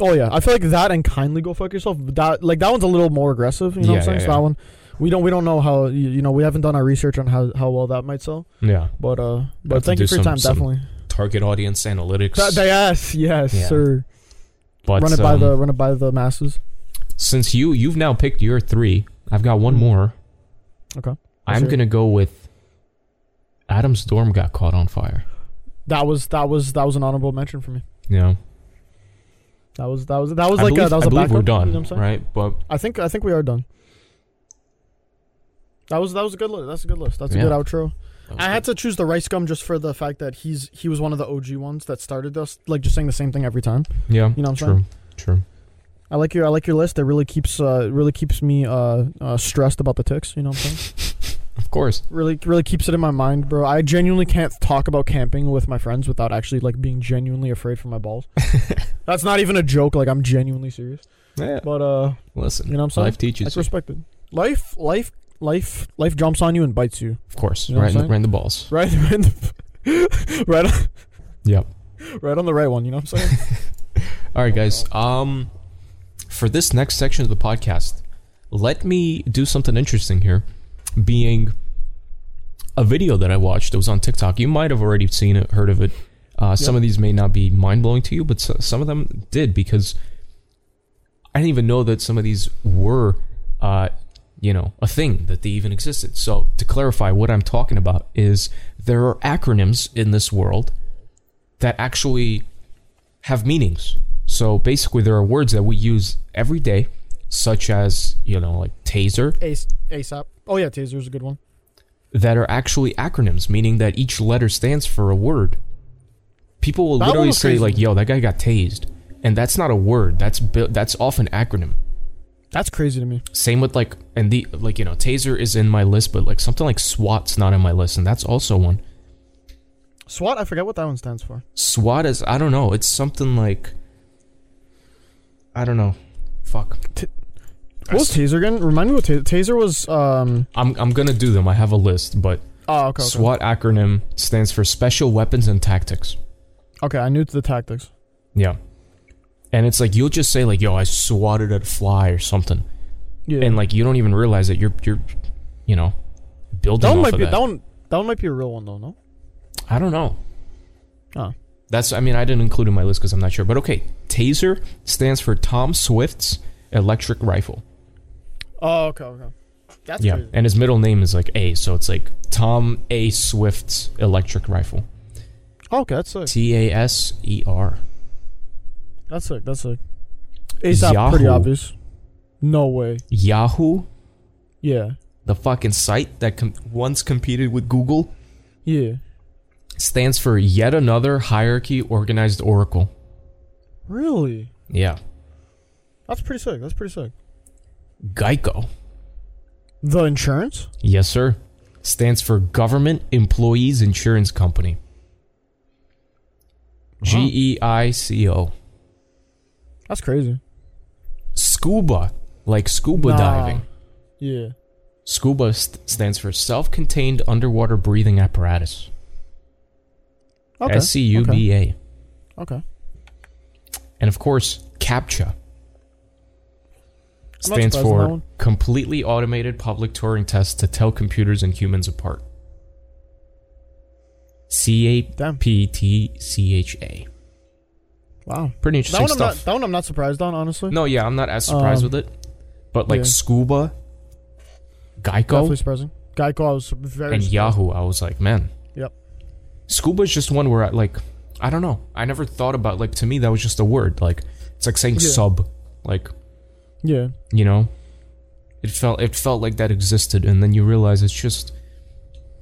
Speaker 2: Oh yeah, I feel like that and kindly go fuck yourself. That like that one's a little more aggressive. You know
Speaker 1: Yeah,
Speaker 2: what I'm saying?
Speaker 1: yeah,
Speaker 2: So
Speaker 1: yeah.
Speaker 2: that one, we don't we don't know how you, you know we haven't done our research on how, how well that might sell.
Speaker 1: Yeah.
Speaker 2: But uh,
Speaker 1: Have
Speaker 2: but
Speaker 1: to
Speaker 2: thank
Speaker 1: do
Speaker 2: you for your
Speaker 1: some-
Speaker 2: time.
Speaker 1: some
Speaker 2: definitely.
Speaker 1: Target audience analytics.
Speaker 2: Th- th- yes, yes,
Speaker 1: Yeah.
Speaker 2: sir.
Speaker 1: but
Speaker 2: run it by
Speaker 1: um,
Speaker 2: the run it by the masses.
Speaker 1: since you you've now picked your three, I've got one
Speaker 2: Mhm.
Speaker 1: more.
Speaker 2: Okay. Let's
Speaker 1: I'm
Speaker 2: hear it.
Speaker 1: gonna go with. Adam's dorm got caught on fire.
Speaker 2: That was that was that was an honorable mention for me.
Speaker 1: Yeah,
Speaker 2: That was that was that was
Speaker 1: I
Speaker 2: like
Speaker 1: believe,
Speaker 2: a, that was
Speaker 1: I
Speaker 2: a
Speaker 1: believe
Speaker 2: backup.
Speaker 1: we're
Speaker 2: You
Speaker 1: done,
Speaker 2: know what I'm saying?
Speaker 1: right? But
Speaker 2: I think I think we are done. That was that was a good list. That's a good list. That's a
Speaker 1: Yeah.
Speaker 2: good outro.
Speaker 1: that was
Speaker 2: I had to choose the rice gum just for the fact that he's he was one of the OG ones that started us like just saying the same thing every time.
Speaker 1: good. yeah,
Speaker 2: You know what I'm
Speaker 1: true,
Speaker 2: saying?
Speaker 1: true.
Speaker 2: I like your I like your list. It really keeps uh really keeps me uh, uh stressed about the ticks. You know what I'm saying?
Speaker 1: Of course.
Speaker 2: really really keeps it in my mind, bro. I genuinely can't talk about camping with my friends without actually like being genuinely afraid for my balls. That's not even a joke. Like I'm genuinely serious.
Speaker 1: Yeah.
Speaker 2: But uh,
Speaker 1: Listen,
Speaker 2: you know what I'm saying?
Speaker 1: life teaches.
Speaker 2: That's
Speaker 1: you.
Speaker 2: respected. Life, life, life, life jumps on you and bites you.
Speaker 1: Of course,
Speaker 2: You know what
Speaker 1: right,
Speaker 2: I'm
Speaker 1: in the,
Speaker 2: saying?
Speaker 1: right in the balls.
Speaker 2: Right, right, in the- right, on,
Speaker 1: Yep.
Speaker 2: right on the right one. You know what I'm saying?
Speaker 1: All right, guys. Um, for this next section of the podcast, let me do something interesting here, being a video that I watched that was on TikTok. You might have already seen it, heard of it. Uh, Some
Speaker 2: Yeah.
Speaker 1: of these may not be mind blowing to you, but so, some of them did because I didn't even know that some of these were, uh, you know, a thing that they even existed. So to clarify, what I'm talking about is there are acronyms in this world that actually have meanings. So basically, there are words that we use every day, such as, you know, like taser,
Speaker 2: Ace, ASAP. Oh yeah, taser's a good one.
Speaker 1: that are actually acronyms, meaning that each letter stands for a word. People will
Speaker 2: That one
Speaker 1: literally
Speaker 2: was
Speaker 1: say,
Speaker 2: crazy.
Speaker 1: like, yo, that guy got tased. And that's not a word. That's bu- that's off an acronym.
Speaker 2: That's crazy to me.
Speaker 1: Same with like and the like you know taser is in my list, but like something like SWAT's not in my list, and that's also one.
Speaker 2: SWAT. I forget what that one stands for.
Speaker 1: SWAT is I don't know. It's something like I don't know. Fuck.
Speaker 2: What was taser again? Remind me what taser, taser was. Um.
Speaker 1: I'm I'm gonna do them. I have a list, but
Speaker 2: Oh, okay. Okay.
Speaker 1: SWAT acronym stands for Special Weapons and Tactics.
Speaker 2: okay I knew the tactics.
Speaker 1: Yeah. And it's like you'll just say like, "Yo, I swatted at a fly" or something,
Speaker 2: Yeah.
Speaker 1: and like you don't even realize that you're you're, you know, building
Speaker 2: that one
Speaker 1: off
Speaker 2: might
Speaker 1: of
Speaker 2: be
Speaker 1: that.
Speaker 2: that one. That one might be a real one though. No.
Speaker 1: I don't know.
Speaker 2: Oh.
Speaker 1: That's I mean I didn't include it in my list because I'm not sure, but okay. Taser stands for Tom Swift's electric rifle.
Speaker 2: Oh, okay. Okay. That's
Speaker 1: yeah,
Speaker 2: crazy.
Speaker 1: and his middle name is like A, so it's like Tom A Swift's electric rifle.
Speaker 2: Oh, Okay, that's sick.
Speaker 1: T A S E R.
Speaker 2: That's sick. That's sick. ASAP, pretty
Speaker 1: Yahoo.
Speaker 2: obvious. No way.
Speaker 1: Yahoo
Speaker 2: Yeah.
Speaker 1: the fucking site that com- once competed with Google
Speaker 2: Yeah.
Speaker 1: stands for yet another hierarchy organized oracle.
Speaker 2: Really?
Speaker 1: Yeah.
Speaker 2: That's pretty sick. That's pretty sick.
Speaker 1: Geico.
Speaker 2: The insurance?
Speaker 1: Yes, sir. Stands for Government Employees Insurance Company. G E I C O.
Speaker 2: That's crazy.
Speaker 1: Scuba, like scuba
Speaker 2: Nah.
Speaker 1: diving.
Speaker 2: Yeah.
Speaker 1: Scuba st- stands for Self Contained Underwater Breathing Apparatus.
Speaker 2: Okay.
Speaker 1: S C U B A.
Speaker 2: Okay. okay.
Speaker 1: And of course, CAPTCHA.
Speaker 2: I'm not
Speaker 1: stands
Speaker 2: surprised on that
Speaker 1: for
Speaker 2: one.
Speaker 1: completely automated public Turing test to tell computers and humans apart. C A
Speaker 2: Damn.
Speaker 1: P T C H A.
Speaker 2: Wow.
Speaker 1: Pretty
Speaker 2: That
Speaker 1: interesting
Speaker 2: one, I'm not,
Speaker 1: stuff.
Speaker 2: that one I'm not surprised on, honestly.
Speaker 1: No, yeah, I'm not as surprised
Speaker 2: Um,
Speaker 1: with it, but like
Speaker 2: yeah.
Speaker 1: Scuba,
Speaker 2: Definitely
Speaker 1: Geico,
Speaker 2: surprising. Geico, I was very
Speaker 1: and
Speaker 2: surprised.
Speaker 1: Yahoo, I was like, man.
Speaker 2: Yep.
Speaker 1: Scuba is just one where I like. I don't know. I never thought about like to me that was just a word. Like it's like saying
Speaker 2: Yeah.
Speaker 1: sub. Like
Speaker 2: Yeah.
Speaker 1: you know, it felt it felt like that existed, and then you realize it's just,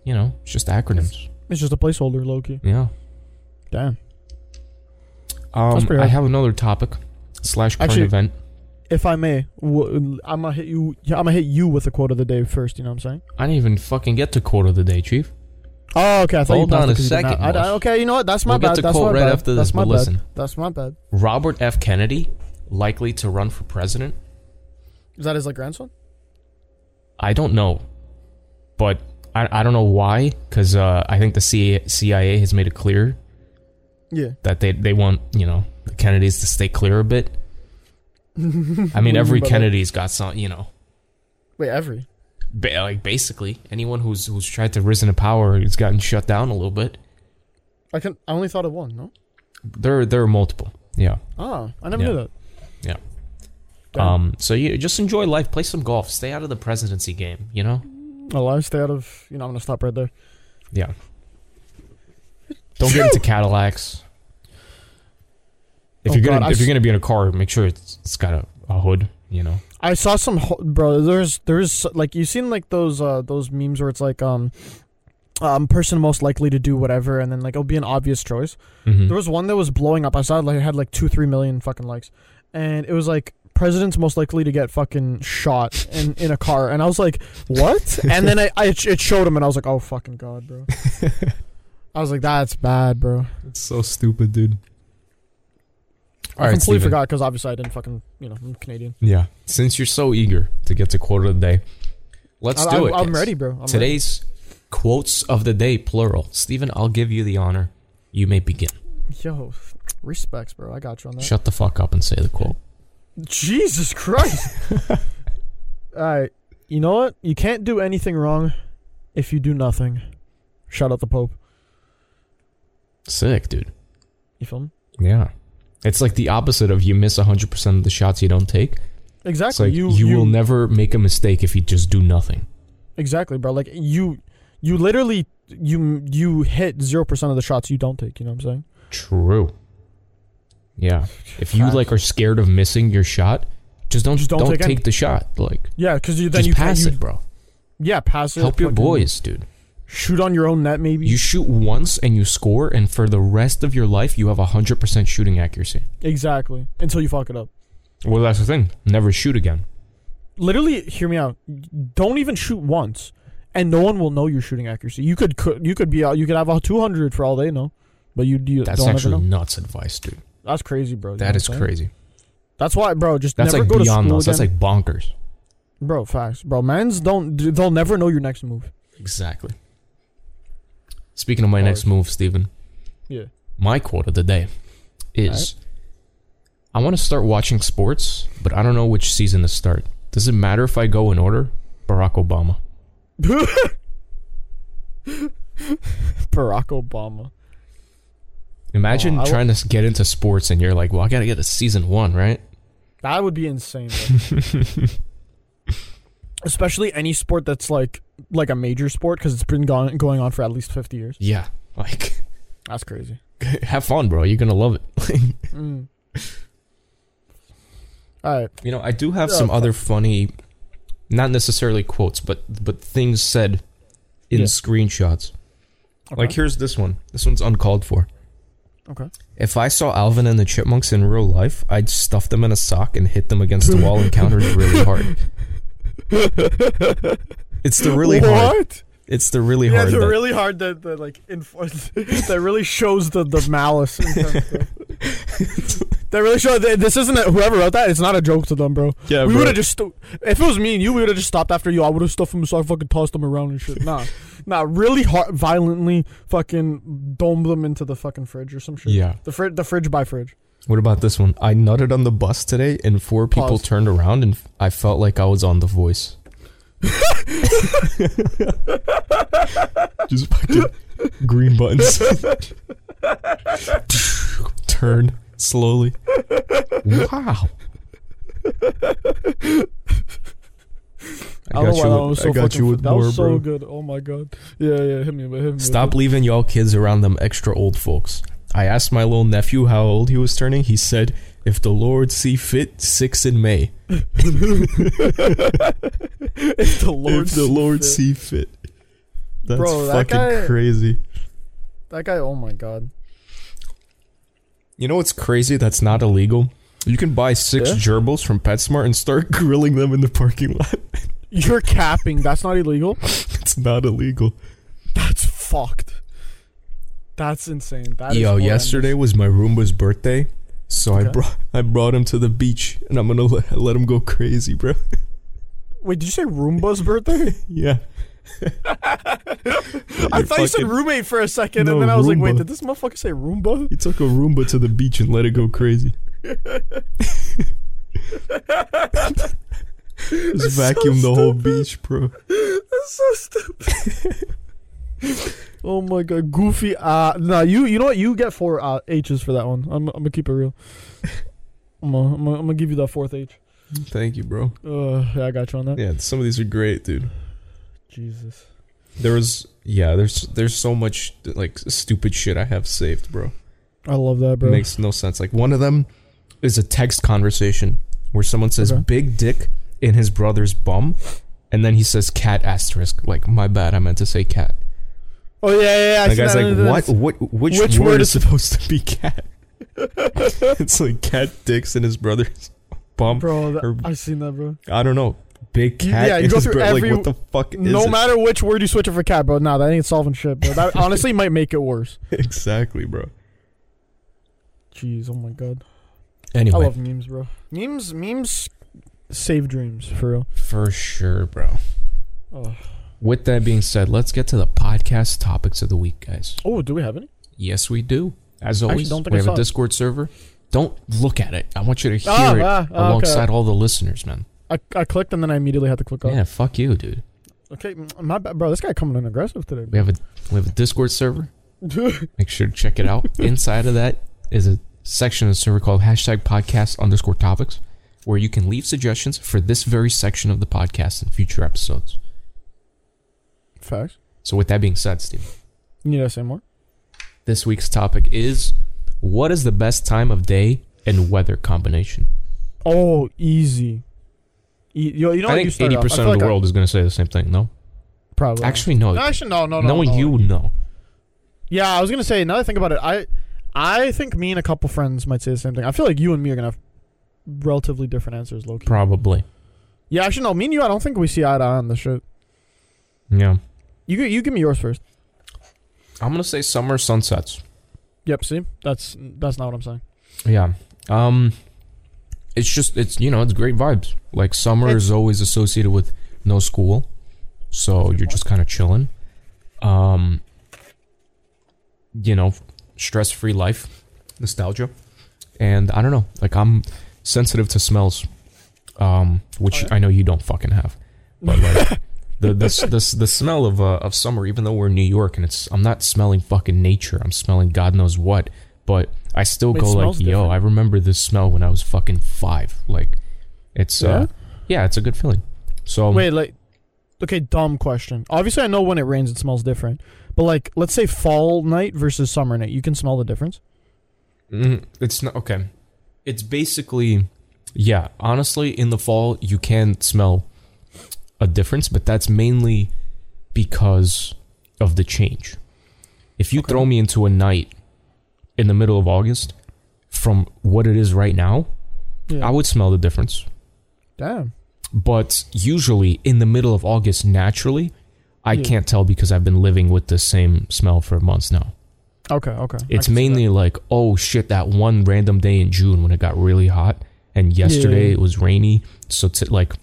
Speaker 1: you know, it's just acronyms.
Speaker 2: It's just a placeholder, Loki.
Speaker 1: Yeah.
Speaker 2: Damn.
Speaker 1: Um,
Speaker 2: pretty
Speaker 1: I
Speaker 2: hard.
Speaker 1: have another topic slash current
Speaker 2: Actually-
Speaker 1: event.
Speaker 2: If I may, w- I'm gonna hit you. Yeah, I'm gonna hit you with the quote of the day first. You know what I'm saying?
Speaker 1: I didn't even fucking get to quote of the day, chief.
Speaker 2: Oh, okay. I thought
Speaker 3: Hold
Speaker 2: you passed
Speaker 3: on
Speaker 2: it
Speaker 3: a
Speaker 2: 'cause you did
Speaker 3: second,
Speaker 2: not- I- I-
Speaker 3: Wash.
Speaker 2: okay, you know what? That's my
Speaker 3: we'll
Speaker 2: bad.
Speaker 3: get the
Speaker 2: That's
Speaker 3: quote
Speaker 2: my
Speaker 3: right
Speaker 2: bad.
Speaker 3: after
Speaker 2: That's
Speaker 3: this,
Speaker 2: my
Speaker 3: but
Speaker 2: bad.
Speaker 3: listen.
Speaker 2: That's my bad.
Speaker 1: Robert F. Kennedy likely to run for president.
Speaker 2: Is that his like grandson?
Speaker 1: I don't know, but I, I don't know why because uh, I think the CIA, CIA has made it clear
Speaker 2: Yeah.
Speaker 1: that they they want you know the Kennedys to stay clear a bit. I mean,
Speaker 2: do you
Speaker 1: every
Speaker 2: mean by that?
Speaker 1: Kennedy's got some you know
Speaker 2: Wait, every.
Speaker 1: ba- like basically anyone who's who's tried to risen to power has gotten shut down a little bit.
Speaker 2: I can. I only thought of one. No.
Speaker 1: There there are multiple. Yeah.
Speaker 2: Ah, I never
Speaker 1: Yeah.
Speaker 2: knew that.
Speaker 1: Yeah.
Speaker 2: Damn.
Speaker 1: Um. So you just enjoy life, play some golf, stay out of the presidency game. You know.
Speaker 2: Well, I stay out of. You know, I'm gonna stop right there.
Speaker 1: Yeah. Don't get into Cadillacs. If
Speaker 2: Oh,
Speaker 1: you're gonna
Speaker 2: God, I
Speaker 1: if you're
Speaker 2: s-
Speaker 1: gonna be in a car, make sure it's it's got a, a hood. You know.
Speaker 2: I saw some ho- bro. There's there's like you seen like those uh those memes where it's like um um person most likely to do whatever and then like it'll be an obvious choice.
Speaker 1: Mhm.
Speaker 2: There was one that was blowing up. I saw it, like it had like two three million fucking likes, and it was like president's most likely to get fucking shot in in a car. And I was like, what? and then I, I it showed him, and I was like, oh fucking god, bro. I was like, that's bad, bro.
Speaker 1: It's so stupid, dude. All
Speaker 2: I
Speaker 1: right,
Speaker 2: completely
Speaker 1: Steven.
Speaker 2: forgot because obviously I didn't fucking you know I'm Canadian.
Speaker 1: Yeah. Since you're so eager to get to quote of the day, let's
Speaker 2: I,
Speaker 1: do
Speaker 2: I,
Speaker 1: it.
Speaker 2: I'm
Speaker 1: guys.
Speaker 2: ready, bro. I'm ready.
Speaker 1: Today's quotes of the day, plural. Steven, I'll give you the honor. You may begin.
Speaker 2: Yo, respects, bro. I got you on that.
Speaker 1: Shut the fuck up and say the quote.
Speaker 2: Jesus Christ. All right. You know what? You can't do anything wrong if you do nothing. Shout out the Pope.
Speaker 1: Sick, dude.
Speaker 2: You feel me?
Speaker 1: Yeah. It's like the opposite of you miss 100% of the shots you don't take. It's
Speaker 2: Exactly.
Speaker 1: like
Speaker 2: you,
Speaker 1: you, will never make a mistake if you just do nothing.
Speaker 2: Exactly, bro. Like you you literally you you hit 0% of the shots you don't take, you know what I'm saying?
Speaker 1: True. Yeah. If you
Speaker 2: Facts.
Speaker 1: like are scared of missing your shot, just don't
Speaker 2: Just
Speaker 1: don't,
Speaker 2: don't take
Speaker 1: take,
Speaker 2: any.
Speaker 1: the shot. Like
Speaker 2: Yeah, cuz you then
Speaker 1: just
Speaker 2: you can't-
Speaker 1: pass
Speaker 2: you-
Speaker 1: it, bro.
Speaker 2: Yeah, pass it.
Speaker 1: Help your
Speaker 2: fucking
Speaker 1: boys, dude.
Speaker 2: Shoot on your own net maybe.
Speaker 1: You shoot once and you score, and for the rest of your life, you have 100% shooting accuracy.
Speaker 2: exactly. Until you fuck it up.
Speaker 1: Well, that's the thing. Never shoot again.
Speaker 2: literally hear me out don't even shoot once and no one will know your shooting accuracy you could cou- you could be out you could have a 200 for all they know but you, you
Speaker 1: That's
Speaker 2: don't ever
Speaker 1: actually
Speaker 2: know
Speaker 1: nuts advice, dude.
Speaker 2: that's crazy bro you know
Speaker 1: That
Speaker 2: what
Speaker 1: is
Speaker 2: I'm saying?
Speaker 1: crazy.
Speaker 2: that's why bro just
Speaker 1: That's
Speaker 2: never
Speaker 1: like
Speaker 2: go to
Speaker 1: beyond
Speaker 2: school
Speaker 1: those. That's
Speaker 2: again.
Speaker 1: like bonkers.
Speaker 2: bro facts bro mans don't d- they'll never know your next move
Speaker 1: Exactly. Speaking of my
Speaker 2: Bars.
Speaker 1: next move, Steven,
Speaker 2: yeah
Speaker 1: my quote of the day is I want to start watching sports, but I don't know which season to start. Does it matter if I go in order? Barack Obama.
Speaker 2: barack obama
Speaker 1: Imagine
Speaker 2: Oh, I wa-
Speaker 1: trying to get into sports and you're like, well, I got to get a season one, right?
Speaker 2: that would be insane bro. especially any sport that's like like a major sport because it's been gone, going on for at least 50 years
Speaker 1: Yeah. Like,
Speaker 2: that's crazy
Speaker 1: have fun, bro. You're going to love it.
Speaker 2: Mm. All right.
Speaker 1: You know, I do have
Speaker 2: Yeah,
Speaker 1: some
Speaker 2: fuck.
Speaker 1: other funny, not necessarily quotes, but but things said in
Speaker 2: Yeah.
Speaker 1: screenshots.
Speaker 2: Okay.
Speaker 1: Like here's this one. This one's uncalled for.
Speaker 2: okay.
Speaker 1: If I saw Alvin and the Chipmunks in real life, I'd stuff them in a sock and hit them against the wall and counter it really hard. It's the really hard.
Speaker 2: What?
Speaker 1: It's the really
Speaker 2: Yeah,
Speaker 1: hard.
Speaker 2: they're
Speaker 1: that-
Speaker 2: really hard. That that like enforce. that really shows the the malice. In terms of, that really shows. That this isn't a, whoever wrote that. It's not a joke to them, bro.
Speaker 1: yeah,
Speaker 2: we
Speaker 1: bro.
Speaker 2: would have just. sto- if it was me and you, we would have just stopped after you. I would have stuffed them so I fucking tossed them around and shit. Nah, nah. Really hard, violently fucking domed them into the fucking fridge or some shit.
Speaker 1: Yeah.
Speaker 2: The fridge. The fridge by fridge.
Speaker 1: What about this one? I nutted on the bus today, and four people
Speaker 2: Pause.
Speaker 1: turned around, and f- I felt like I was on The Voice. Just fucking green buttons. Turn slowly. Wow. I
Speaker 2: I don't
Speaker 1: got you.
Speaker 2: know why that
Speaker 1: with,
Speaker 2: was so
Speaker 1: I got
Speaker 2: fucking
Speaker 1: you
Speaker 2: fu-
Speaker 1: with
Speaker 2: that
Speaker 1: more,
Speaker 2: was so
Speaker 1: bro.
Speaker 2: good. Oh my god. Yeah, yeah. Hit me, with- hit me. with
Speaker 1: Stop
Speaker 2: it.
Speaker 1: leaving y'all kids around them extra old folks. I asked my little nephew how old he was turning. He said, if the Lord see fit, six in May.
Speaker 2: if the Lord,
Speaker 1: if the Lord see fit. That's
Speaker 2: Bro, that
Speaker 1: fucking
Speaker 2: guy-
Speaker 1: crazy.
Speaker 2: that guy. Oh my god.
Speaker 1: You know what's crazy that's not illegal? You can buy six
Speaker 2: Yeah?
Speaker 1: gerbils from PetSmart and start grilling them in the parking lot.
Speaker 2: You're capping. That's not illegal.
Speaker 1: It's not illegal.
Speaker 2: That's fucked. That's insane. That is
Speaker 1: Yo,
Speaker 2: horrendous.
Speaker 1: yesterday was my Roomba's birthday, so I
Speaker 2: Okay.
Speaker 1: brought I brought him to the beach, and I'm gonna let, let him go crazy, bro.
Speaker 2: Wait, did you say Roomba's birthday?
Speaker 1: yeah.
Speaker 2: I thought you said roommate for a second,
Speaker 1: No,
Speaker 2: and then I was like,
Speaker 1: Roomba.
Speaker 2: wait, did this motherfucker say Roomba?
Speaker 1: He took a Roomba to the beach and let it go crazy. Just vacuumed the whole beach, bro.
Speaker 2: That's so stupid. oh my god, goofy. Uh, nah, you you know what? You get four uh, H's for that one. I'm, I'm gonna keep it real. I'm gonna, I'm, gonna, I'm gonna give you that fourth H.
Speaker 1: Thank you, bro.
Speaker 2: Uh, yeah, I got you on that.
Speaker 1: Yeah, some of these are great, dude.
Speaker 2: Jesus.
Speaker 1: There was yeah, there's there's so much like stupid shit I have saved, bro.
Speaker 2: I love that, bro.
Speaker 1: Makes no sense. Like one of them is a text conversation where someone says
Speaker 2: Okay.
Speaker 1: big dick in his brother's bum and then he says cat asterisk. Like my bad, I meant to say cat.
Speaker 2: oh, yeah, yeah, yeah. I
Speaker 1: And the
Speaker 2: see
Speaker 1: guy's
Speaker 2: that.
Speaker 1: like,
Speaker 2: That's-
Speaker 1: what what which,
Speaker 2: Which
Speaker 1: word,
Speaker 2: word
Speaker 1: is supposed to be cat? it's like cat dicks in his brother's bum.
Speaker 2: Bro,
Speaker 1: or-
Speaker 2: that, I've seen that, bro.
Speaker 1: I don't know. Big
Speaker 2: You-
Speaker 1: cat
Speaker 2: yeah, you
Speaker 1: in
Speaker 2: go
Speaker 1: his
Speaker 2: through
Speaker 1: brother.
Speaker 2: every-
Speaker 1: like what the fuck is
Speaker 2: No
Speaker 1: it?
Speaker 2: matter which word you switch it for cat, bro. Nah, that ain't solving shit, bro. That honestly might make it worse.
Speaker 1: Exactly, bro.
Speaker 2: Jeez, oh my god.
Speaker 1: Anyway,
Speaker 2: I love memes, bro. Memes, memes save dreams, for real.
Speaker 1: for sure, bro.
Speaker 2: Oh,
Speaker 1: With that being said, let's get to the podcast topics of the week, guys.
Speaker 2: oh do we have any?
Speaker 1: Yes, we do. As always,
Speaker 2: don't think
Speaker 1: we
Speaker 2: I
Speaker 1: have a
Speaker 2: saw it.
Speaker 1: Discord server. Don't look at it. I want you to hear
Speaker 2: Ah,
Speaker 1: it
Speaker 2: ah, ah,
Speaker 1: alongside all the listeners, man.
Speaker 2: Okay. I, I clicked and then I immediately had to click off.
Speaker 1: Yeah, fuck you, dude.
Speaker 2: Okay, m- my bad, bro. This guy coming in aggressive today.
Speaker 1: We have a we have a Discord server.
Speaker 2: bro.
Speaker 1: Make sure to check it out. Inside of that is a section of the server called hashtag podcast underscore topics, where you can leave suggestions for this very section of the podcast in future episodes.
Speaker 2: Facts.
Speaker 1: So, with that being said, Steve,
Speaker 2: You need to say more?
Speaker 1: this week's topic is what is the best time of day and weather combination?
Speaker 2: Oh, easy. E- yo, you know
Speaker 1: I
Speaker 2: what? you
Speaker 1: think
Speaker 2: start
Speaker 1: eighty
Speaker 2: off. I
Speaker 1: percent
Speaker 2: feel
Speaker 1: of the
Speaker 2: like I-
Speaker 1: world is going to say the same thing. No,
Speaker 2: probably.
Speaker 1: actually, no.
Speaker 2: No, actually, no, no, no.
Speaker 1: Knowing
Speaker 2: no.
Speaker 1: you, no.
Speaker 2: Yeah, I was gonna say. Now that I think about it, I, I think me and a couple friends might say the same thing. I feel like you and me are gonna have relatively different answers, Loki.
Speaker 1: Probably.
Speaker 2: Yeah, actually, no. Me and you, I don't think we see eye to eye on this shit.
Speaker 1: Yeah.
Speaker 2: You, g- you give me yours first.
Speaker 1: I'm going to say summer sunsets.
Speaker 2: Yep. See, that's that's not what I'm saying.
Speaker 1: Yeah. Um it's just it's you know, it's great vibes. Like summer
Speaker 2: It's-
Speaker 1: is always associated with no school. So you're just kind of chilling. Um you know, stress-free life, nostalgia. And I don't know, like I'm sensitive to smells um which
Speaker 2: Oh, yeah?
Speaker 1: I know you don't fucking have. But like the the, s- the s- the smell of uh, of summer even though we're in New York and it's I'm not smelling fucking nature. I'm smelling god knows what but I still
Speaker 2: It
Speaker 1: go like,
Speaker 2: smells
Speaker 1: yo,
Speaker 2: different.
Speaker 1: I remember this smell when I was fucking five. Like, it's uh, yeah, it's a good feeling. So
Speaker 2: Wait, like, okay, dumb question. Obviously, I know when it rains, it smells different. But like, let's say fall night versus summer night, you can smell the difference.
Speaker 1: mm, it's not okay. It's basically, yeah, honestly, in the fall you can smell a difference, but that's mainly because of the change. If you
Speaker 2: Okay.
Speaker 1: throw me into a night in the middle of August from what it is right now,
Speaker 2: Yeah.
Speaker 1: I would smell the difference.
Speaker 2: Damn.
Speaker 1: but usually in the middle of August, naturally, I
Speaker 2: Yeah.
Speaker 1: can't tell because I've been living with the same smell for months now.
Speaker 2: Okay. Okay. I
Speaker 1: It's
Speaker 2: can see
Speaker 1: mainly
Speaker 2: that.
Speaker 1: like, oh shit, that one random day in June when it got really hot, and yesterday
Speaker 2: Yeah.
Speaker 1: it was rainy. So t- like,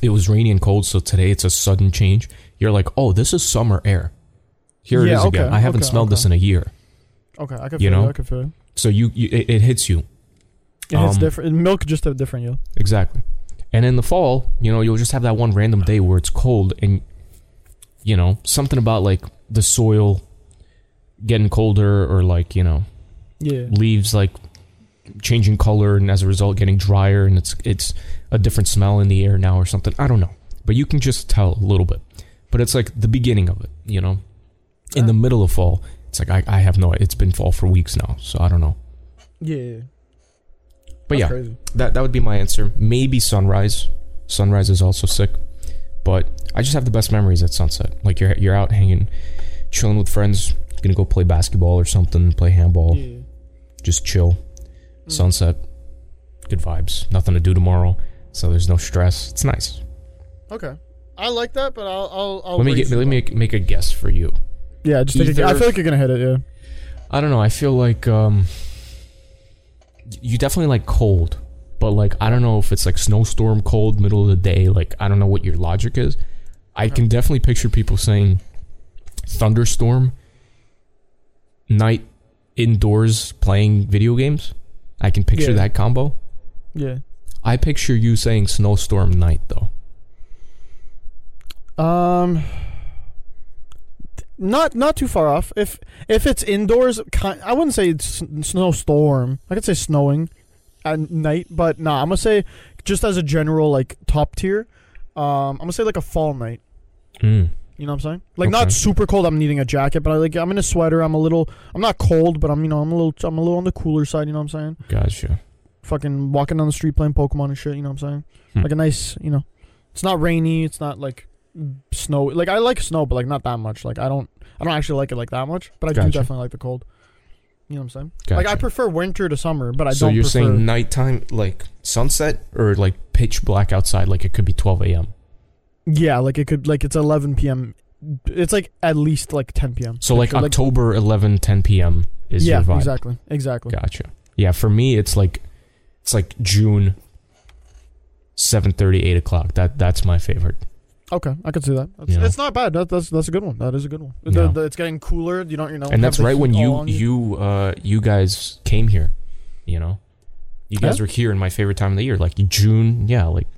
Speaker 1: it was rainy and cold. So today it's a sudden change. You're like, oh, this is summer air. Here it
Speaker 2: Yeah,
Speaker 1: is again.
Speaker 2: okay,
Speaker 1: I haven't
Speaker 2: okay,
Speaker 1: smelled this
Speaker 2: okay.
Speaker 1: in a year.
Speaker 2: Okay, I can
Speaker 1: you
Speaker 2: feel
Speaker 1: know?
Speaker 2: it. I can feel it.
Speaker 1: So you, you it, it hits you
Speaker 2: Yeah, it's
Speaker 1: Um,
Speaker 2: different. Milk just a different yo.
Speaker 1: Exactly. And in the fall, you know, you'll just have that one random day where it's cold and you know, something about like the soil getting colder or like, you know,
Speaker 2: Yeah.
Speaker 1: leaves like changing color and as a result getting drier and it's it's a different smell in the air now or something. I don't know. But you can just tell a little bit. But it's like the beginning of it, you know. In the middle of fall, It's like I, I have no. It's been fall for weeks now, so I don't know.
Speaker 2: Yeah. yeah, yeah.
Speaker 1: But
Speaker 2: That's
Speaker 1: yeah,
Speaker 2: Crazy.
Speaker 1: that that would be my answer. Maybe sunrise. Sunrise is also sick, but I just have the best memories at sunset. Like you're you're out hanging, chilling with friends, gonna go play basketball or something, play handball,
Speaker 2: Yeah.
Speaker 1: just chill.
Speaker 2: Mm.
Speaker 1: Sunset, good vibes. Nothing to do tomorrow, so there's no stress. It's nice.
Speaker 2: Okay. I like that, but I'll I'll, I'll
Speaker 1: let me
Speaker 2: raise
Speaker 1: get,
Speaker 2: you
Speaker 1: let me
Speaker 2: up.
Speaker 1: make, make a guess for you.
Speaker 2: Yeah, just take a,
Speaker 1: either-
Speaker 2: I feel like you're gonna hit it. Yeah.
Speaker 1: I don't know. I feel like um, you definitely like cold, but like I don't know if it's like snowstorm cold, middle of the day. Like I don't know what your logic is. I can definitely picture people saying thunderstorm, night indoors playing video games. I can picture
Speaker 2: Yeah.
Speaker 1: that combo.
Speaker 2: Yeah.
Speaker 1: I picture you saying snowstorm night though.
Speaker 2: Um, not not too far off. If if it's indoors, ki- I wouldn't say it's sn- snowstorm. I could say snowing at night, but nah. I'm gonna say just as a general like top tier. Um, I'm gonna say like a fall night.
Speaker 1: Mm.
Speaker 2: You know what I'm saying? Like
Speaker 1: Okay.
Speaker 2: not super cold. I'm needing a jacket, but I like I'm in a sweater. I'm a little. I'm not cold, but I'm you know I'm a little I'm a little on the cooler side. You know what I'm saying?
Speaker 1: Gotcha.
Speaker 2: Fucking walking down the street playing Pokemon and shit. You know what I'm saying?
Speaker 1: Hmm.
Speaker 2: Like a nice you know. It's not rainy. It's not like snow. Like I like snow, but like not that much. Like I don't I don't actually like it like that much. But I do
Speaker 1: Gotcha.
Speaker 2: definitely like the cold. You know what I'm saying?
Speaker 1: Gotcha.
Speaker 2: Like I prefer winter to summer, but I
Speaker 1: so
Speaker 2: don't.
Speaker 1: you're
Speaker 2: prefer,
Speaker 1: saying nighttime, like sunset, or like pitch black outside, like it could be 12 a.m.
Speaker 2: yeah, like it could like it's 11 p.m. It's like at least like 10 p.m.
Speaker 1: So like
Speaker 2: Picture,
Speaker 1: October 11, 10 p.m. is
Speaker 2: yeah,
Speaker 1: your vibe.
Speaker 2: exactly, exactly.
Speaker 1: Gotcha. Yeah, for me it's like it's like June 7:30, 8 o'clock. That that's my favorite.
Speaker 2: Okay, I could see that. That's,
Speaker 1: Yeah.
Speaker 2: It's not bad. That, that's that's a good one. That is a good one. The-
Speaker 1: Yeah.
Speaker 2: the- it's getting cooler. You don't you know.
Speaker 1: and that's
Speaker 2: have the
Speaker 1: right when
Speaker 2: heat all
Speaker 1: you
Speaker 2: on you.
Speaker 1: you uh you guys came here. You know, you guys
Speaker 2: Yeah.
Speaker 1: were here in my favorite time of the year, like June. Yeah, like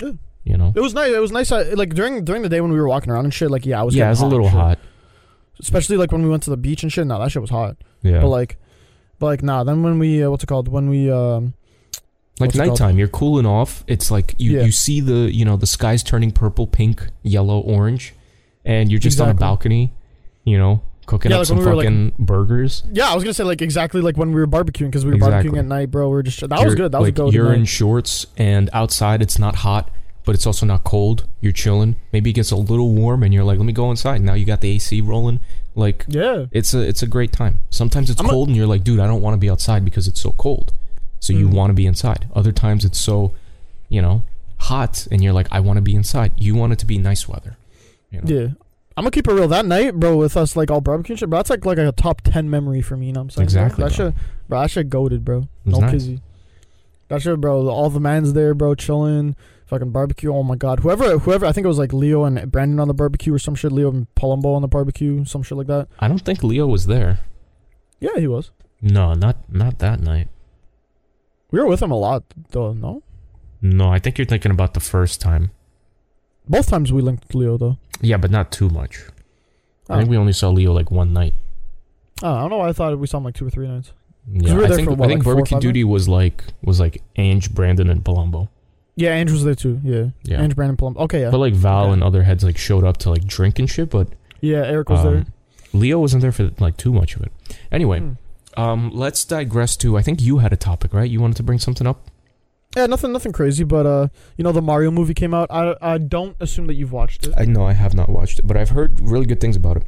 Speaker 2: Yeah.
Speaker 1: you know.
Speaker 2: It was nice. It was nice. uh, like during during the day when we were walking around and shit. Like yeah, I was.
Speaker 1: yeah,
Speaker 2: getting
Speaker 1: it was a little
Speaker 2: and shit.
Speaker 1: hot.
Speaker 2: Especially like when we went to the beach and shit. No, that shit was hot.
Speaker 1: Yeah,
Speaker 2: But
Speaker 1: like,
Speaker 2: like, but like nah. Then when we uh, what's it called? When we um what's it called?
Speaker 1: nighttime, you're cooling off. It's like you
Speaker 2: Yeah.
Speaker 1: you see the you know the sky's turning purple, pink, yellow, orange, and you're just on a
Speaker 2: Exactly.
Speaker 1: balcony, you know, cooking
Speaker 2: Yeah,
Speaker 1: up
Speaker 2: like
Speaker 1: some
Speaker 2: when we were, like,
Speaker 1: fucking burgers.
Speaker 2: yeah, I was gonna say like exactly like when we were barbecuing because we were barbecuing
Speaker 1: Exactly.
Speaker 2: at night, bro. We were just that was
Speaker 1: You're-
Speaker 2: good. That
Speaker 1: like,
Speaker 2: was a
Speaker 1: You're
Speaker 2: good.
Speaker 1: in shorts and outside it's not hot, but it's also not cold. You're chilling. Maybe it gets a little warm and you're like, let me go inside. Now you got the AC rolling. Like
Speaker 2: yeah.
Speaker 1: it's a it's a great time. Sometimes it's
Speaker 2: I'm a-
Speaker 1: cold and you're like, dude, I don't want to be outside because it's so cold. So you
Speaker 2: Mhm.
Speaker 1: want to be inside. Other times it's so, you know, hot and you're like, I want to be inside. You want it to be nice weather. You know?
Speaker 2: Yeah. I'm gonna keep it real. That night, bro, with us like all barbecue and shit, bro, that's like like a top ten memory for me. You know what I'm saying?
Speaker 1: Exactly,
Speaker 2: That
Speaker 1: bro.
Speaker 2: shit, bro. That shit goaded, bro.
Speaker 1: was
Speaker 2: No
Speaker 1: nice.
Speaker 2: kizzy. That shit, bro. All the man's there, bro, chilling, fucking barbecue. Oh my god, whoever, whoever. I think it was like Leo and Brandon on the barbecue or some shit. Leo and Palumbo on the barbecue, some shit like that.
Speaker 1: I don't think Leo was there.
Speaker 2: Yeah, he was.
Speaker 1: No, not not that night.
Speaker 2: We were with him a lot, though. No,
Speaker 1: No, I think you're thinking about the first time.
Speaker 2: both times we linked Leo though.
Speaker 1: Yeah, but not too much. I
Speaker 2: Oh.
Speaker 1: think we only saw Leo like one night.
Speaker 2: I don't know. why I thought we saw him like two or three nights.
Speaker 1: Yeah,
Speaker 2: we were
Speaker 1: I
Speaker 2: there
Speaker 1: think
Speaker 2: for what,
Speaker 1: I think
Speaker 2: like four or
Speaker 1: barbecue
Speaker 2: five
Speaker 1: duty was like was like Ange, Brandon, and Palumbo.
Speaker 2: Yeah, Andrew was there too. Yeah,
Speaker 1: Yeah,
Speaker 2: Andrew Brandon Palumbo. Okay, yeah,
Speaker 1: but like Val
Speaker 2: Okay.
Speaker 1: and other heads like showed up to like drink and shit, but
Speaker 2: yeah. Eric was
Speaker 1: um,
Speaker 2: there.
Speaker 1: Leo wasn't there for like too much of it. Anyway,
Speaker 2: Hmm.
Speaker 1: um, let's digress to I think you had a topic, right? You wanted to bring something up.
Speaker 2: Yeah, nothing, nothing crazy, but uh, you know, the Mario movie came out. I, I don't assume that you've watched it.
Speaker 1: I know I have not watched it, but I've heard really good things about it.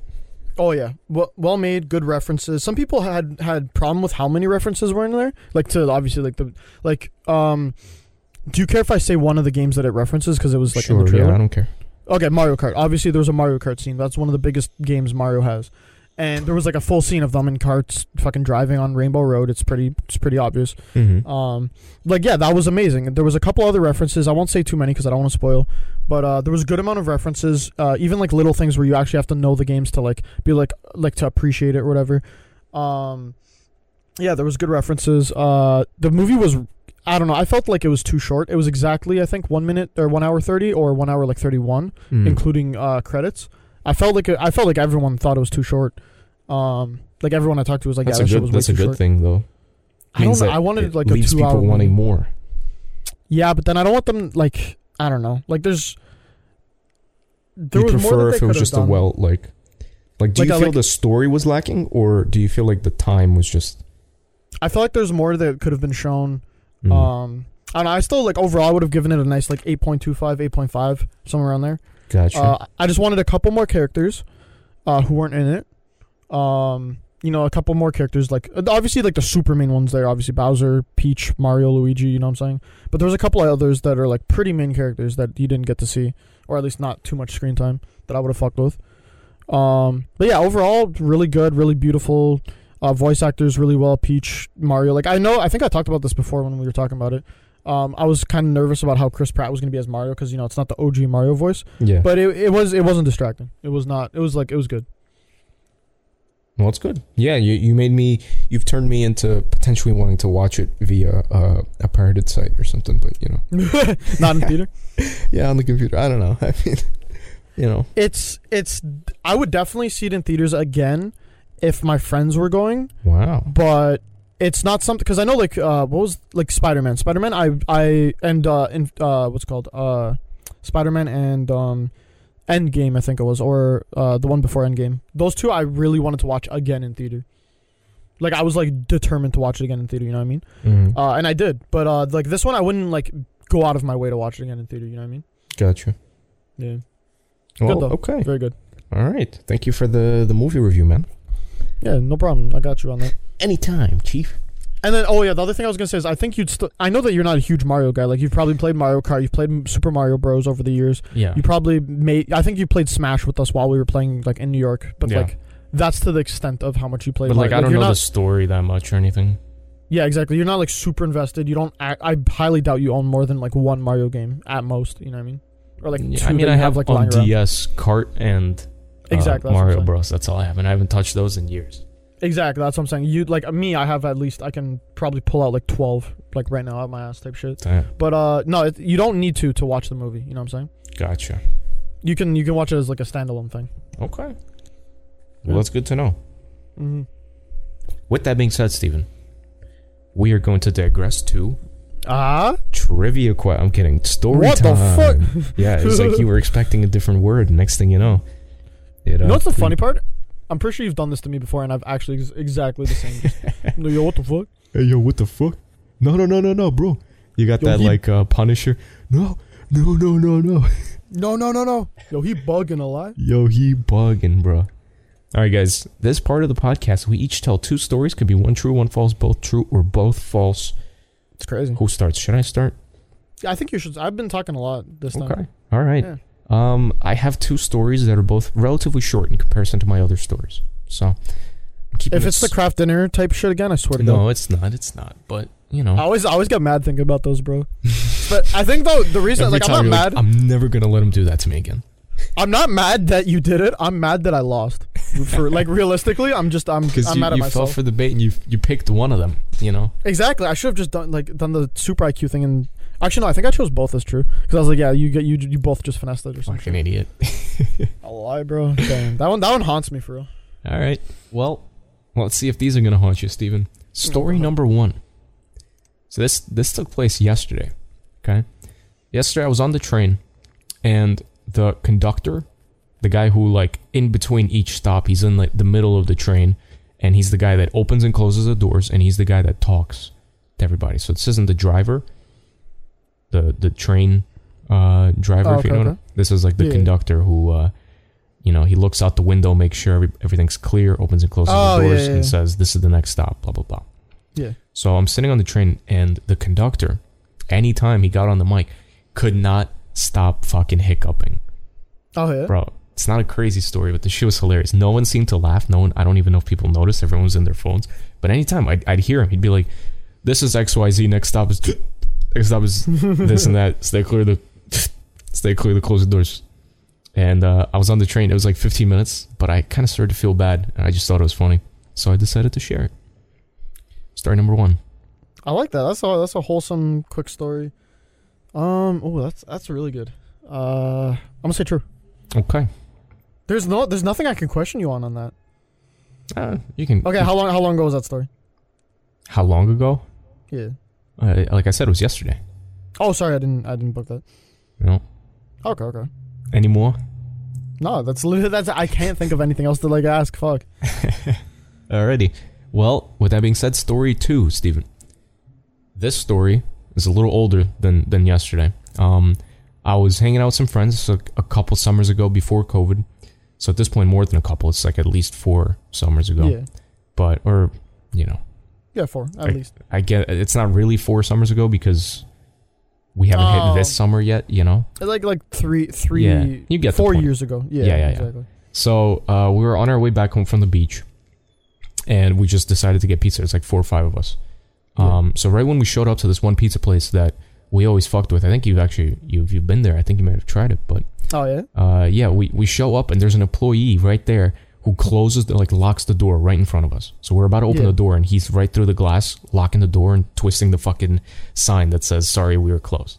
Speaker 2: Oh yeah, well, well made, good references. Some people had had problem with how many references were in there. Like to obviously like the like um, do you care if I say one of the games that it references because it was like in
Speaker 1: sure,
Speaker 2: the
Speaker 1: yeah, I
Speaker 2: trailer?
Speaker 1: don't care.
Speaker 2: Okay, Mario Kart. Obviously, there was a Mario Kart scene. That's one of the biggest games Mario has, and there was like a full scene of them in carts, fucking driving on Rainbow Road. It's pretty, it's pretty obvious.
Speaker 1: Mm-hmm.
Speaker 2: Um, like yeah, that was amazing. There was a couple other references. I won't say too many because I don't want to spoil. But uh, there was a good amount of references, uh, even like little things where you actually have to know the games to like be like like to appreciate it or whatever. Um, yeah, there was good references. Uh, the movie was. I don't know. I felt like it was too short. It was exactly, I think, one minute or one hour thirty or one hour like thirty-one,
Speaker 1: Hmm.
Speaker 2: including uh, credits. I felt like I felt like everyone thought it was too short. Um, like everyone I talked to was like,
Speaker 1: that's
Speaker 2: "Yeah,
Speaker 1: a
Speaker 2: this shit
Speaker 1: good.
Speaker 2: was
Speaker 1: That's
Speaker 2: way
Speaker 1: a
Speaker 2: too
Speaker 1: good
Speaker 2: short."
Speaker 1: thing though.
Speaker 2: I don't
Speaker 1: Means
Speaker 2: know.
Speaker 1: that
Speaker 2: I wanted,
Speaker 1: it
Speaker 2: like, a
Speaker 1: leaves
Speaker 2: two-hour
Speaker 1: people wanting
Speaker 2: movie.
Speaker 1: more.
Speaker 2: Yeah, but then I don't want them like I don't know. Like there's there
Speaker 1: you
Speaker 2: was more
Speaker 1: prefer
Speaker 2: that
Speaker 1: if
Speaker 2: they
Speaker 1: it was
Speaker 2: could've
Speaker 1: just a
Speaker 2: done.
Speaker 1: well like Like, do
Speaker 2: Like,
Speaker 1: you
Speaker 2: I
Speaker 1: feel
Speaker 2: like-
Speaker 1: the story was lacking, or do you feel like the time was just?
Speaker 2: I feel like there's more that could have been shown.
Speaker 1: Mm.
Speaker 2: Um, and I still like overall, I would have given it a nice like 8.25, 8.5, somewhere around there.
Speaker 1: gotcha.
Speaker 2: Uh, I just wanted a couple more characters uh, who weren't in it. Um, you know, a couple more characters like uh, obviously like the super main ones there, obviously Bowser, Peach, Mario, Luigi. You know what I'm saying? But there was a couple of others that are like pretty main characters that you didn't get to see, or at least not too much screen time that I would have fucked with. Um, but yeah, overall, really good, really beautiful. Uh, voice actors really well. Peach, Mario. Like I know, I think I talked about this before when we were talking about it. Um, I was kind of nervous about how Chris Pratt was gonna be as Mario because you know it's not the OG Mario voice
Speaker 1: yeah.
Speaker 2: but it, it was it wasn't distracting. It was not. It was like it was good.
Speaker 1: well, it's good. Yeah, you, you made me. You've turned me into potentially wanting to watch it via uh, a pirated site or something. But you know,
Speaker 2: not in theater.
Speaker 1: yeah, on the computer. I don't know. I mean, you know,
Speaker 2: It's it's. I would definitely see it in theaters again if my friends were going,
Speaker 1: wow.
Speaker 2: but it's not something because I know like uh what was like Spider Man. Spider Man. I I and uh in uh what's it called uh Spider Man and um. Endgame, I think it was, or uh, the one before Endgame. Those two, I really wanted to watch again in theater. Like I was like determined to watch it again in theater. You know what I mean?
Speaker 1: Mm.
Speaker 2: Uh, and I did, but uh, like this one, I wouldn't like go out of my way to watch it again in theater. You know what I mean?
Speaker 1: Gotcha.
Speaker 2: Yeah,
Speaker 1: Well,
Speaker 2: though.
Speaker 1: okay.
Speaker 2: very good.
Speaker 1: All right. Thank you for the the movie review, man.
Speaker 2: Yeah, no problem. I got you on that.
Speaker 1: Anytime, chief.
Speaker 2: And then, oh yeah, the other thing I was gonna say is, I think you'd. St- I know that you're not a huge Mario guy. Like you've probably played Mario Kart, you've played M- Super Mario Bros. over the years.
Speaker 1: Yeah.
Speaker 2: You probably made. I think you played Smash with us while we were playing like in New York, but
Speaker 1: Yeah.
Speaker 2: like that's to the extent of how much you played.
Speaker 1: But like,
Speaker 2: Mario.
Speaker 1: I don't
Speaker 2: you're
Speaker 1: know the
Speaker 2: Not,
Speaker 1: story that much or anything.
Speaker 2: yeah, exactly. You're not like super invested. You don't. Act, I highly doubt you own more than like one Mario game at most. You know what I mean? Or like
Speaker 1: Yeah,
Speaker 2: two
Speaker 1: I mean,
Speaker 2: that
Speaker 1: I
Speaker 2: you
Speaker 1: have,
Speaker 2: like
Speaker 1: on
Speaker 2: lying around.
Speaker 1: DS Kart and uh,
Speaker 2: Exactly, that's what I'm
Speaker 1: Mario
Speaker 2: saying.
Speaker 1: Bros. That's all I have, and I haven't touched those in years.
Speaker 2: Exactly, that's what I'm saying. You like uh, me, I have at least I can probably pull out like twelve like right now out my ass type shit.
Speaker 1: Damn.
Speaker 2: But uh no, it, you don't need to to watch the movie. You know what I'm saying?
Speaker 1: Gotcha.
Speaker 2: You can you can watch it as like a standalone thing.
Speaker 1: Okay. Well,
Speaker 2: Yeah.
Speaker 1: that's good to know.
Speaker 2: Mm-hmm.
Speaker 1: With that being said, Steven, we are going to digress to
Speaker 2: Ah,
Speaker 1: trivia. Que- I'm kidding. Story
Speaker 2: What the
Speaker 1: time.
Speaker 2: fuck?
Speaker 1: yeah, it's like you were expecting a different word. Next thing you know, it,
Speaker 2: you
Speaker 1: uh,
Speaker 2: know what's the
Speaker 1: flew-
Speaker 2: funny part? I'm pretty sure you've done this to me before, and I've actually ex- exactly the same. Just, no, yo, what the fuck?
Speaker 1: Hey, yo, what the fuck? No, no, no, no, no, bro. You got
Speaker 2: Yo,
Speaker 1: that
Speaker 2: he-
Speaker 1: like uh, Punisher? No, no, no, no, no.
Speaker 2: No, no, no, no. Yo, he bugging a lot.
Speaker 1: Yo, he bugging, bro. All right, guys. This part of the podcast, we each tell two stories. Could be one true, one false, both true, or both false.
Speaker 2: It's crazy.
Speaker 1: Who starts? Should I start?
Speaker 2: I think you should. I've been talking a lot this time.
Speaker 1: Okay. All right.
Speaker 2: Yeah.
Speaker 1: Um, I have two stories that are both relatively short in comparison to my other stories. So, I'm keeping
Speaker 2: If it's the
Speaker 1: it
Speaker 2: craft dinner type shit again, I swear to God.
Speaker 1: no, it's not. It's not. But you know,
Speaker 2: I always, I always get mad thinking about those, bro. But I think though the reason,
Speaker 1: every
Speaker 2: like,
Speaker 1: time
Speaker 2: I'm
Speaker 1: you're
Speaker 2: not mad.
Speaker 1: Like, I'm never gonna let him do that to me again.
Speaker 2: I'm not mad that you did it. I'm mad that I lost. For like realistically, I'm just I'm
Speaker 1: Because
Speaker 2: I'm
Speaker 1: you,
Speaker 2: mad at
Speaker 1: you fell
Speaker 2: myself.
Speaker 1: for the bait and you you picked one of them. You know.
Speaker 2: exactly. I should have just done like done the super IQ thing and actually no, I think I chose both as true because I was like, yeah, you get you you both just finessed it or something.
Speaker 1: Fucking idiot.
Speaker 2: I lie, bro. Damn, that one that one haunts me for real.
Speaker 1: All right. Well, well, let's see if these are going to haunt you, Steven. Story
Speaker 2: Mhm.
Speaker 1: number one. So this this took place yesterday. Okay. Yesterday I was on the train, and the conductor, the guy who like in between each stop, he's in like the middle of the train, and he's the guy that opens and closes the doors, and he's the guy that talks to everybody. So this isn't the driver, the the train uh, driver.
Speaker 2: Oh,
Speaker 1: if you know
Speaker 2: okay,
Speaker 1: what I-
Speaker 2: okay.
Speaker 1: this is like the
Speaker 2: Yeah.
Speaker 1: conductor who. Uh, you know, he looks out the window, makes sure every, everything's clear, opens and closes
Speaker 2: Oh,
Speaker 1: the
Speaker 2: yeah,
Speaker 1: doors,
Speaker 2: yeah, yeah.
Speaker 1: and says, "This is the next stop." Blah blah blah.
Speaker 2: Yeah.
Speaker 1: So I'm sitting on the train, and the conductor, anytime he got on the mic, could not stop fucking hiccuping,
Speaker 2: Oh yeah.
Speaker 1: bro. It's not a crazy story, but the shit was hilarious. No one seemed to laugh. No one. I don't even know if people noticed. Everyone was in their phones. But anytime I'd, I'd hear him, he'd be like, "This is X Y Z. Next stop is next stop is this and that. Stay clear of the stay clear of the closed doors. And uh, I was on the train. It was like 15 minutes, but I kind of started to feel bad, and I just thought it was funny, so I decided to share it. Story number one.
Speaker 2: I like that. That's a that's a wholesome quick story. Um. Oh, that's that's really good. Uh, I'm gonna say true.
Speaker 1: Okay.
Speaker 2: There's no there's nothing I can question you on on that.
Speaker 1: Uh, you can.
Speaker 2: Okay, how long how long ago was that story?
Speaker 1: How long ago?
Speaker 2: Yeah.
Speaker 1: Uh, like I said, it was yesterday.
Speaker 2: Oh, sorry, I didn't I didn't book that.
Speaker 1: No.
Speaker 2: Okay, okay.
Speaker 1: Any more?
Speaker 2: No, that's literally that's. I can't think of anything else to like ask. Fuck.
Speaker 1: Alrighty. Well, with that being said, story two, Stephen. This story is a little older than than yesterday. Um, I was hanging out with some friends a, a couple summers ago before COVID. So at this point, more than a couple. It's like at least four summers ago.
Speaker 2: Yeah,
Speaker 1: But or you know,
Speaker 2: yeah, four at
Speaker 1: Right.
Speaker 2: least.
Speaker 1: I get it's not really four summers ago because we haven't
Speaker 2: Oh.
Speaker 1: hit this summer yet. You know.
Speaker 2: Like like three, three,
Speaker 1: Yeah, you get the
Speaker 2: four
Speaker 1: point.
Speaker 2: years ago. Yeah,
Speaker 1: Yeah, yeah, yeah.
Speaker 2: exactly.
Speaker 1: So uh, we were on our way back home from the beach, and we just decided to get pizza. It's like four or five of us. Um, so right when we showed up to this one pizza place that we always fucked with, I think you've actually you've you've been there. I think you might have tried it, but
Speaker 2: Oh yeah.
Speaker 1: uh, yeah, we we show up and there's an employee right there who closes the, like locks the door right in front of us. So we're about to open
Speaker 2: Yeah.
Speaker 1: the door and he's right through the glass, locking the door and twisting the fucking sign that says "Sorry, we were closed."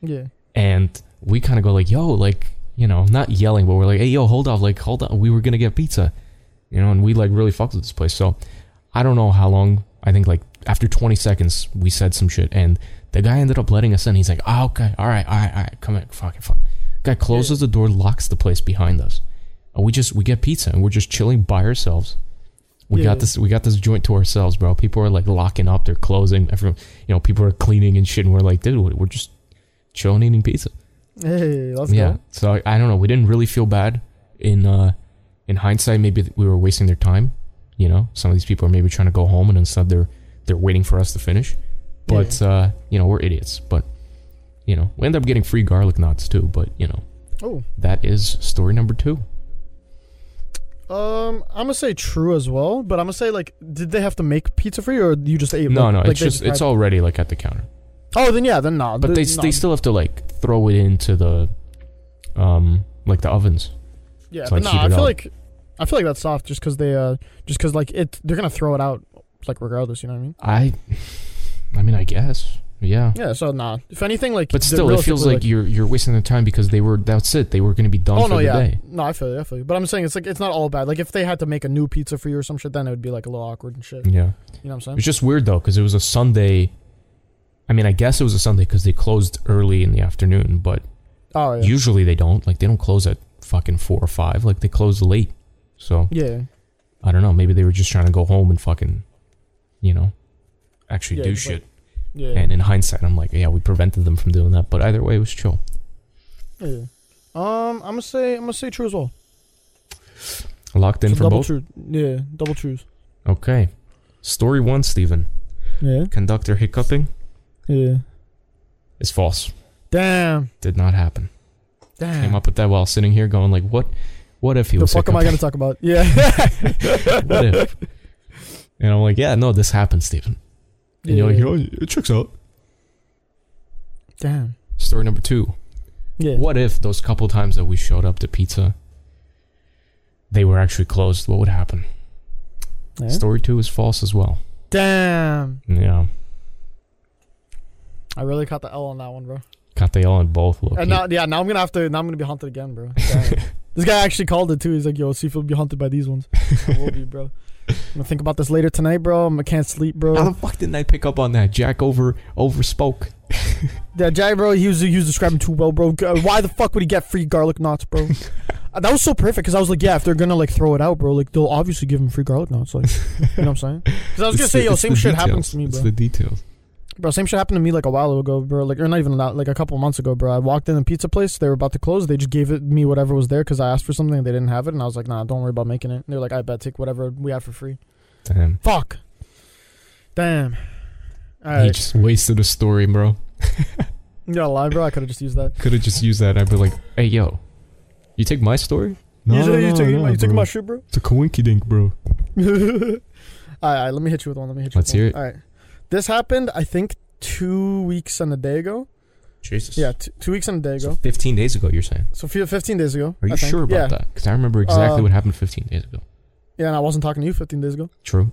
Speaker 2: Yeah.
Speaker 1: and we kind of go like, "Yo, like, you know, not yelling, but we're like, hey, yo, hold up, like, hold up, we were gonna get pizza, you know," and we like really fucked with this place. So I don't know how long. I think like after 20 seconds, we said some shit, and the guy ended up letting us in. He's like, "Oh, okay, all right, all right, all right, come in, fucking fuck." Guy closes the door, locks the place behind us, and we just we get pizza, and we're just chilling by ourselves. We
Speaker 2: Yeah.
Speaker 1: got this. We got this joint to ourselves, bro. People are like locking up. They're closing. Everyone, you know, people are cleaning and shit. And we're like, dude, we're just chilling, eating pizza
Speaker 2: Hey, let's
Speaker 1: yeah.
Speaker 2: go.
Speaker 1: So I, I don't know. We didn't really feel bad. In uh, in hindsight, maybe th- we were wasting their time. You know, some of these people are maybe trying to go home, and instead they're they're waiting for us to finish. But uh, you know, we're idiots. But you know, we end up getting free garlic knots too. But you know,
Speaker 2: Oh,
Speaker 1: that is story number two.
Speaker 2: um, I'm gonna say true as well, but I'm gonna say like, did they have to make pizza for you, or you just ate?
Speaker 1: No,
Speaker 2: like,
Speaker 1: no,
Speaker 2: like
Speaker 1: it's
Speaker 2: they
Speaker 1: just it's
Speaker 2: had-
Speaker 1: already like at the counter.
Speaker 2: Oh, then yeah, then no.
Speaker 1: But they s-
Speaker 2: no.
Speaker 1: they still have to like throw it into the um like the ovens.
Speaker 2: Yeah,
Speaker 1: to,
Speaker 2: but
Speaker 1: like,
Speaker 2: no,
Speaker 1: heat
Speaker 2: I
Speaker 1: it
Speaker 2: feel
Speaker 1: up.
Speaker 2: like I feel like that's soft just because they uh just because like it they're gonna throw it out like regardless, you know what I mean?
Speaker 1: I, I mean, I guess yeah.
Speaker 2: Yeah, so nah. If anything, like
Speaker 1: But
Speaker 2: they're
Speaker 1: still, it feels
Speaker 2: realistically,
Speaker 1: like, you're you're wasting their time because they were that's it. They were going to be done
Speaker 2: oh
Speaker 1: for
Speaker 2: no,
Speaker 1: the
Speaker 2: yeah,
Speaker 1: day.
Speaker 2: no, I feel you, I feel you. But I'm saying it's like it's not all bad. Like if they had to make a new pizza for you or some shit, then it would be like a little awkward and shit. You
Speaker 1: Yeah,
Speaker 2: know what I'm
Speaker 1: it
Speaker 2: saying?
Speaker 1: was just weird though because it was a Sunday. I mean, I guess it was a Sunday because they closed early in the afternoon, but
Speaker 2: Oh yeah,
Speaker 1: usually they don't. Like they don't close at fucking four or five. Like they close late. So
Speaker 2: yeah,
Speaker 1: I don't know. Maybe they were just trying to go home and fucking, you know, actually
Speaker 2: Yeah,
Speaker 1: do
Speaker 2: just, like,
Speaker 1: shit.
Speaker 2: yeah,
Speaker 1: And in hindsight, I'm like, yeah, we prevented them from doing that. But either way, it was chill.
Speaker 2: yeah. Um, I'm gonna say I'm gonna say true as well.
Speaker 1: Locked in
Speaker 2: So
Speaker 1: for
Speaker 2: double
Speaker 1: both.
Speaker 2: true, yeah, double trues.
Speaker 1: Okay. Story one, Stephen.
Speaker 2: Yeah,
Speaker 1: Conductor hiccuping
Speaker 2: yeah.
Speaker 1: is false.
Speaker 2: Damn,
Speaker 1: Did not happen. came
Speaker 2: damn.
Speaker 1: up with that while sitting here going like what what if he
Speaker 2: The
Speaker 1: was
Speaker 2: fuck am I gonna
Speaker 1: hiccuping?
Speaker 2: talk about? Yeah,
Speaker 1: what if and i'm like yeah no this happened stephen and you're like
Speaker 2: Yeah.
Speaker 1: you know, it checks out
Speaker 2: damn.
Speaker 1: story number two
Speaker 2: Yeah.
Speaker 1: what if those couple times that we showed up to pizza they were actually closed what would happen
Speaker 2: Yeah.
Speaker 1: story two is false as well
Speaker 2: Damn.
Speaker 1: yeah
Speaker 2: I really caught the L on that one, bro.
Speaker 1: got they all in both look
Speaker 2: And now, yeah, now I'm gonna have to. Now I'm gonna be hunted again, bro. Damn. this guy actually called it too. He's like, "Yo, see if you'll be hunted by these ones." I will be, bro. I'm gonna think about this later tonight, bro. I'm, I can't sleep,
Speaker 1: how
Speaker 2: bro.
Speaker 1: the fuck didn't i pick up on that jack over over spoke
Speaker 2: Yeah, Jai, bro. He was he was describing too well, bro. G- uh, Why the fuck would he get free garlic knots, bro? Uh, that was so perfect because I was like, yeah, if they're gonna like throw it out, bro, like they'll obviously give him free garlic knots, like you know what I'm saying? Because I was gonna say, yo, same shit happens to me,
Speaker 1: it's
Speaker 2: bro.
Speaker 1: the details
Speaker 2: Bro, same shit happened to me like a while ago, bro. Like, or not even that, like a couple months ago, bro. I walked in a pizza place. They were about to close. They just gave it me whatever was there because I asked for something. and They didn't have it, and I was like, nah, don't worry about making it. And they're like, I bet take whatever we have for free.
Speaker 1: damn
Speaker 2: Fuck. Damn. All
Speaker 1: he
Speaker 2: right.
Speaker 1: just wasted a story bro
Speaker 2: You gotta lie, bro. I could have just used that.
Speaker 1: Could have just used that. I'd be like, "Hey, yo, you take my story?
Speaker 2: you you took, you took
Speaker 1: bro.
Speaker 2: my shit, bro.
Speaker 1: It's a coinkydink, bro.
Speaker 2: all, right, all right, let me hit you with one. Let me hit you.
Speaker 1: Let's
Speaker 2: with
Speaker 1: hear
Speaker 2: one.
Speaker 1: it.
Speaker 2: All right. This happened, I think, two weeks and a day ago.
Speaker 1: Jesus.
Speaker 2: Yeah, t- two weeks and a day
Speaker 1: So
Speaker 2: ago.
Speaker 1: 15 days ago, you're saying?
Speaker 2: So fe- 15 days ago.
Speaker 1: Are you
Speaker 2: I think.
Speaker 1: sure about
Speaker 2: yeah.
Speaker 1: that? Because I remember exactly
Speaker 2: Uh,
Speaker 1: what happened 15 days ago.
Speaker 2: Yeah, and I wasn't talking to you 15 days ago.
Speaker 1: True.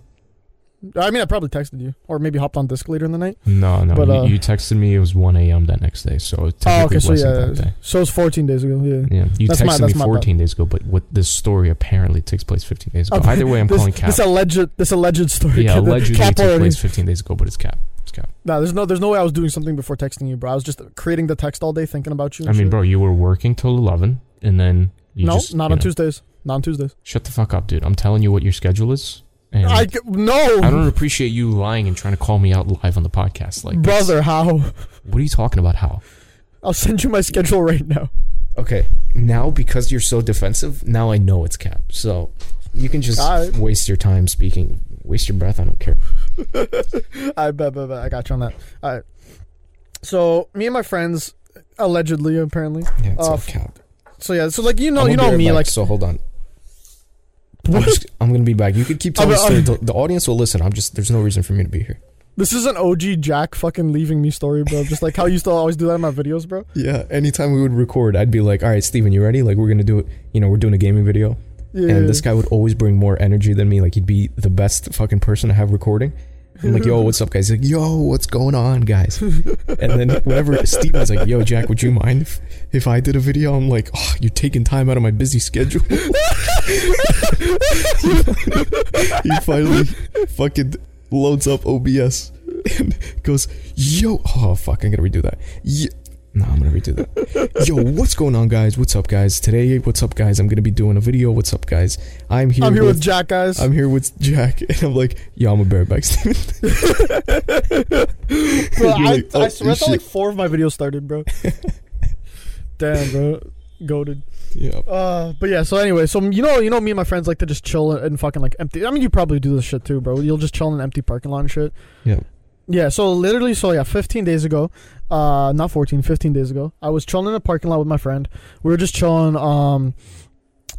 Speaker 2: I mean, I probably texted you, or maybe hopped on Disc later in the night.
Speaker 1: No, no.
Speaker 2: but,
Speaker 1: you,
Speaker 2: uh, Oh,
Speaker 1: you texted me. It was 1 a.m. that next day, so it technically
Speaker 2: so
Speaker 1: wasn't
Speaker 2: yeah.
Speaker 1: that day.
Speaker 2: So it's 14 days ago. Yeah.
Speaker 1: Yeah, you
Speaker 2: That's
Speaker 1: texted
Speaker 2: my-
Speaker 1: me
Speaker 2: that's my bad.
Speaker 1: 14 days ago, but what this story apparently takes place 15 days ago.
Speaker 2: Okay,
Speaker 1: Either way, I'm
Speaker 2: this,
Speaker 1: calling cap.
Speaker 2: This alleged, this alleged story.
Speaker 1: yeah,
Speaker 2: kid.
Speaker 1: allegedly
Speaker 2: Cap
Speaker 1: it took
Speaker 2: already-
Speaker 1: place 15 days ago, but it's cap. It's cap.
Speaker 2: Nah, there's no, there's no way I was doing something before texting you, bro. I was just creating the text all day, thinking about you.
Speaker 1: I mean, bro, you were working till 11, and then You
Speaker 2: no,
Speaker 1: just, you
Speaker 2: not on
Speaker 1: know,
Speaker 2: Tuesdays. Not on Tuesdays.
Speaker 1: Shut the fuck up, dude. I'm telling you what your schedule is. And
Speaker 2: I
Speaker 1: I,
Speaker 2: c- no,
Speaker 1: don't appreciate you lying and trying to call me out live on the podcast. Like, that's-
Speaker 2: brother. How?
Speaker 1: what are you talking about? How?
Speaker 2: I'll send you my schedule right now.
Speaker 1: Okay, now because you're so defensive, now I know it's cap. So you can just
Speaker 2: All right.
Speaker 1: waste your time speaking, waste your breath. I don't care.
Speaker 2: I bet, bet, bet. I got you on that. All right. So me and my friends, allegedly, apparently.
Speaker 1: Yeah, it's
Speaker 2: Uh,
Speaker 1: all
Speaker 2: f-
Speaker 1: cap.
Speaker 2: So yeah. So like you know,
Speaker 1: I'm
Speaker 2: you
Speaker 1: gonna be right
Speaker 2: know me.
Speaker 1: back,
Speaker 2: Like
Speaker 1: so hold on. I'm,
Speaker 2: What?
Speaker 1: just, I'm gonna be back. You could keep
Speaker 2: I'm-
Speaker 1: telling us
Speaker 2: I'm-
Speaker 1: the, the audience will listen. I'm just there's no reason for me to be here.
Speaker 2: this is an OG Jack fucking leaving me story, bro. Just like how you still always do that in my videos, bro.
Speaker 1: Yeah. Anytime we would record, I'd be like, "All right, Steven, you ready? Like we're gonna do it. You know, we're doing a gaming video."
Speaker 2: Yeah.
Speaker 1: And this guy would always bring more energy than me. Like he'd be the best fucking person to have recording. I'm like, yo, what's up, guys? He's like, yo, what's going on, guys? And then whenever Steve was like, yo, Jack, would you mind if, if I did a video? I'm like, oh, you're taking time out of my busy schedule. he finally fucking loads up OBS and goes, yo, oh, fuck, I'm going to redo that. Ye- no, I'm gonna redo that. Yo, what's going on, guys? What's up, guys? Today, what's up, guys? I'm gonna be doing a video. What's up, guys? I'm here.
Speaker 2: I'm here
Speaker 1: with
Speaker 2: with Jack, guys.
Speaker 1: I'm here with Jack, and I'm like, yo, I'm a bareback Steven.
Speaker 2: Bro,
Speaker 1: You're
Speaker 2: I,
Speaker 1: like, oh,
Speaker 2: I swear that's how
Speaker 1: shit.
Speaker 2: like four of my videos started, bro. Damn, bro, goaded.
Speaker 1: yeah.
Speaker 2: Uh, but yeah. So anyway, so you know, you know, me and my friends like to just chill and fucking like empty. I mean, you probably do this shit too, bro. You'll just chill in an empty parking lot and shit.
Speaker 1: Yeah.
Speaker 2: Yeah. So literally, so yeah, 15 days ago, uh, not 14, 15 days ago, I was chilling in a parking lot with my friend. We were just chilling. Um,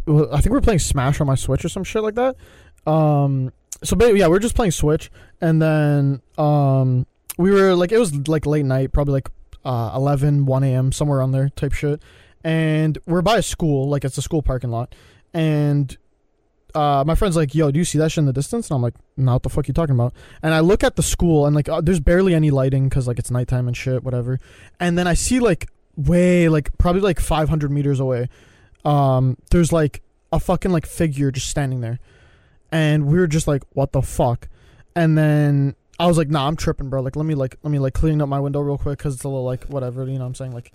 Speaker 2: well, I think we were playing Smash on my Switch or some shit like that. Um, so ba- yeah, we were just playing Switch, and then um, we were like, it was like late night, probably like uh 11, 1 a.m. somewhere around there type shit, and we're by a school, like it's a school parking lot, and. Uh, my friend's like, yo, do you see that shit in the distance? And I'm like, nah, what the fuck you talking about? and I look at the school and like uh, there's barely any lighting because like it's nighttime and shit, whatever. And then I see like way like probably like 500 meters away, um, there's like a fucking like figure just standing there, and we were just like, what the fuck? And then I was like, nah, I'm tripping, bro. Like let me like let me like clean up my window real quick because it's a little like whatever, you know what I'm saying? Like,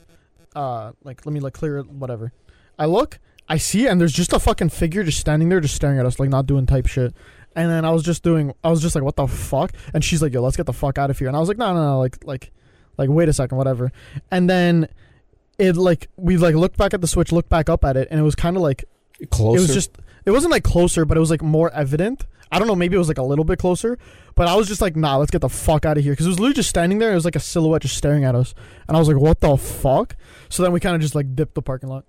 Speaker 2: uh, like let me like clear it, whatever. I look. I see, it, and there's just a fucking figure just standing there, just staring at us, like not doing type shit. And then I was just doing, I was just like, what the fuck? And she's like, yo, let's get the fuck out of here. And I was like, no, no, no, like, like, like, wait a second, whatever. And then it like we like looked back at the switch, looked back up at it, and it was kind of like
Speaker 1: Closer.
Speaker 2: it was just it wasn't like closer, but it was like more evident. I don't know, maybe it was like a little bit closer, but I was just like, nah, let's get the fuck out of here because it was literally just standing there. It was like a silhouette just staring at us, and I was like, what the fuck? So then we kind of just like dipped the parking lot.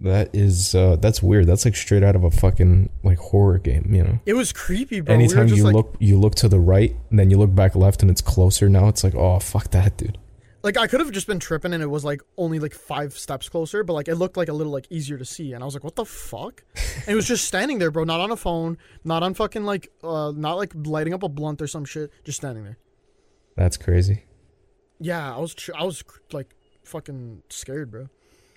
Speaker 1: that is uh, that's weird. That's like straight out of a fucking like horror game, you know.
Speaker 2: It was creepy, bro.
Speaker 1: Anytime you look you look to the right and then you look back left and it's closer now, it's like, oh fuck that dude.
Speaker 2: like I could have just been tripping and it was like only like five steps closer, but like it looked like a little like easier to see, and I was like, what the fuck? and it was just standing there, bro, not on a phone, not on fucking like uh not like lighting up a blunt or some shit, just standing there.
Speaker 1: That's crazy.
Speaker 2: Yeah, I was tr- I was cr- like fucking scared, bro.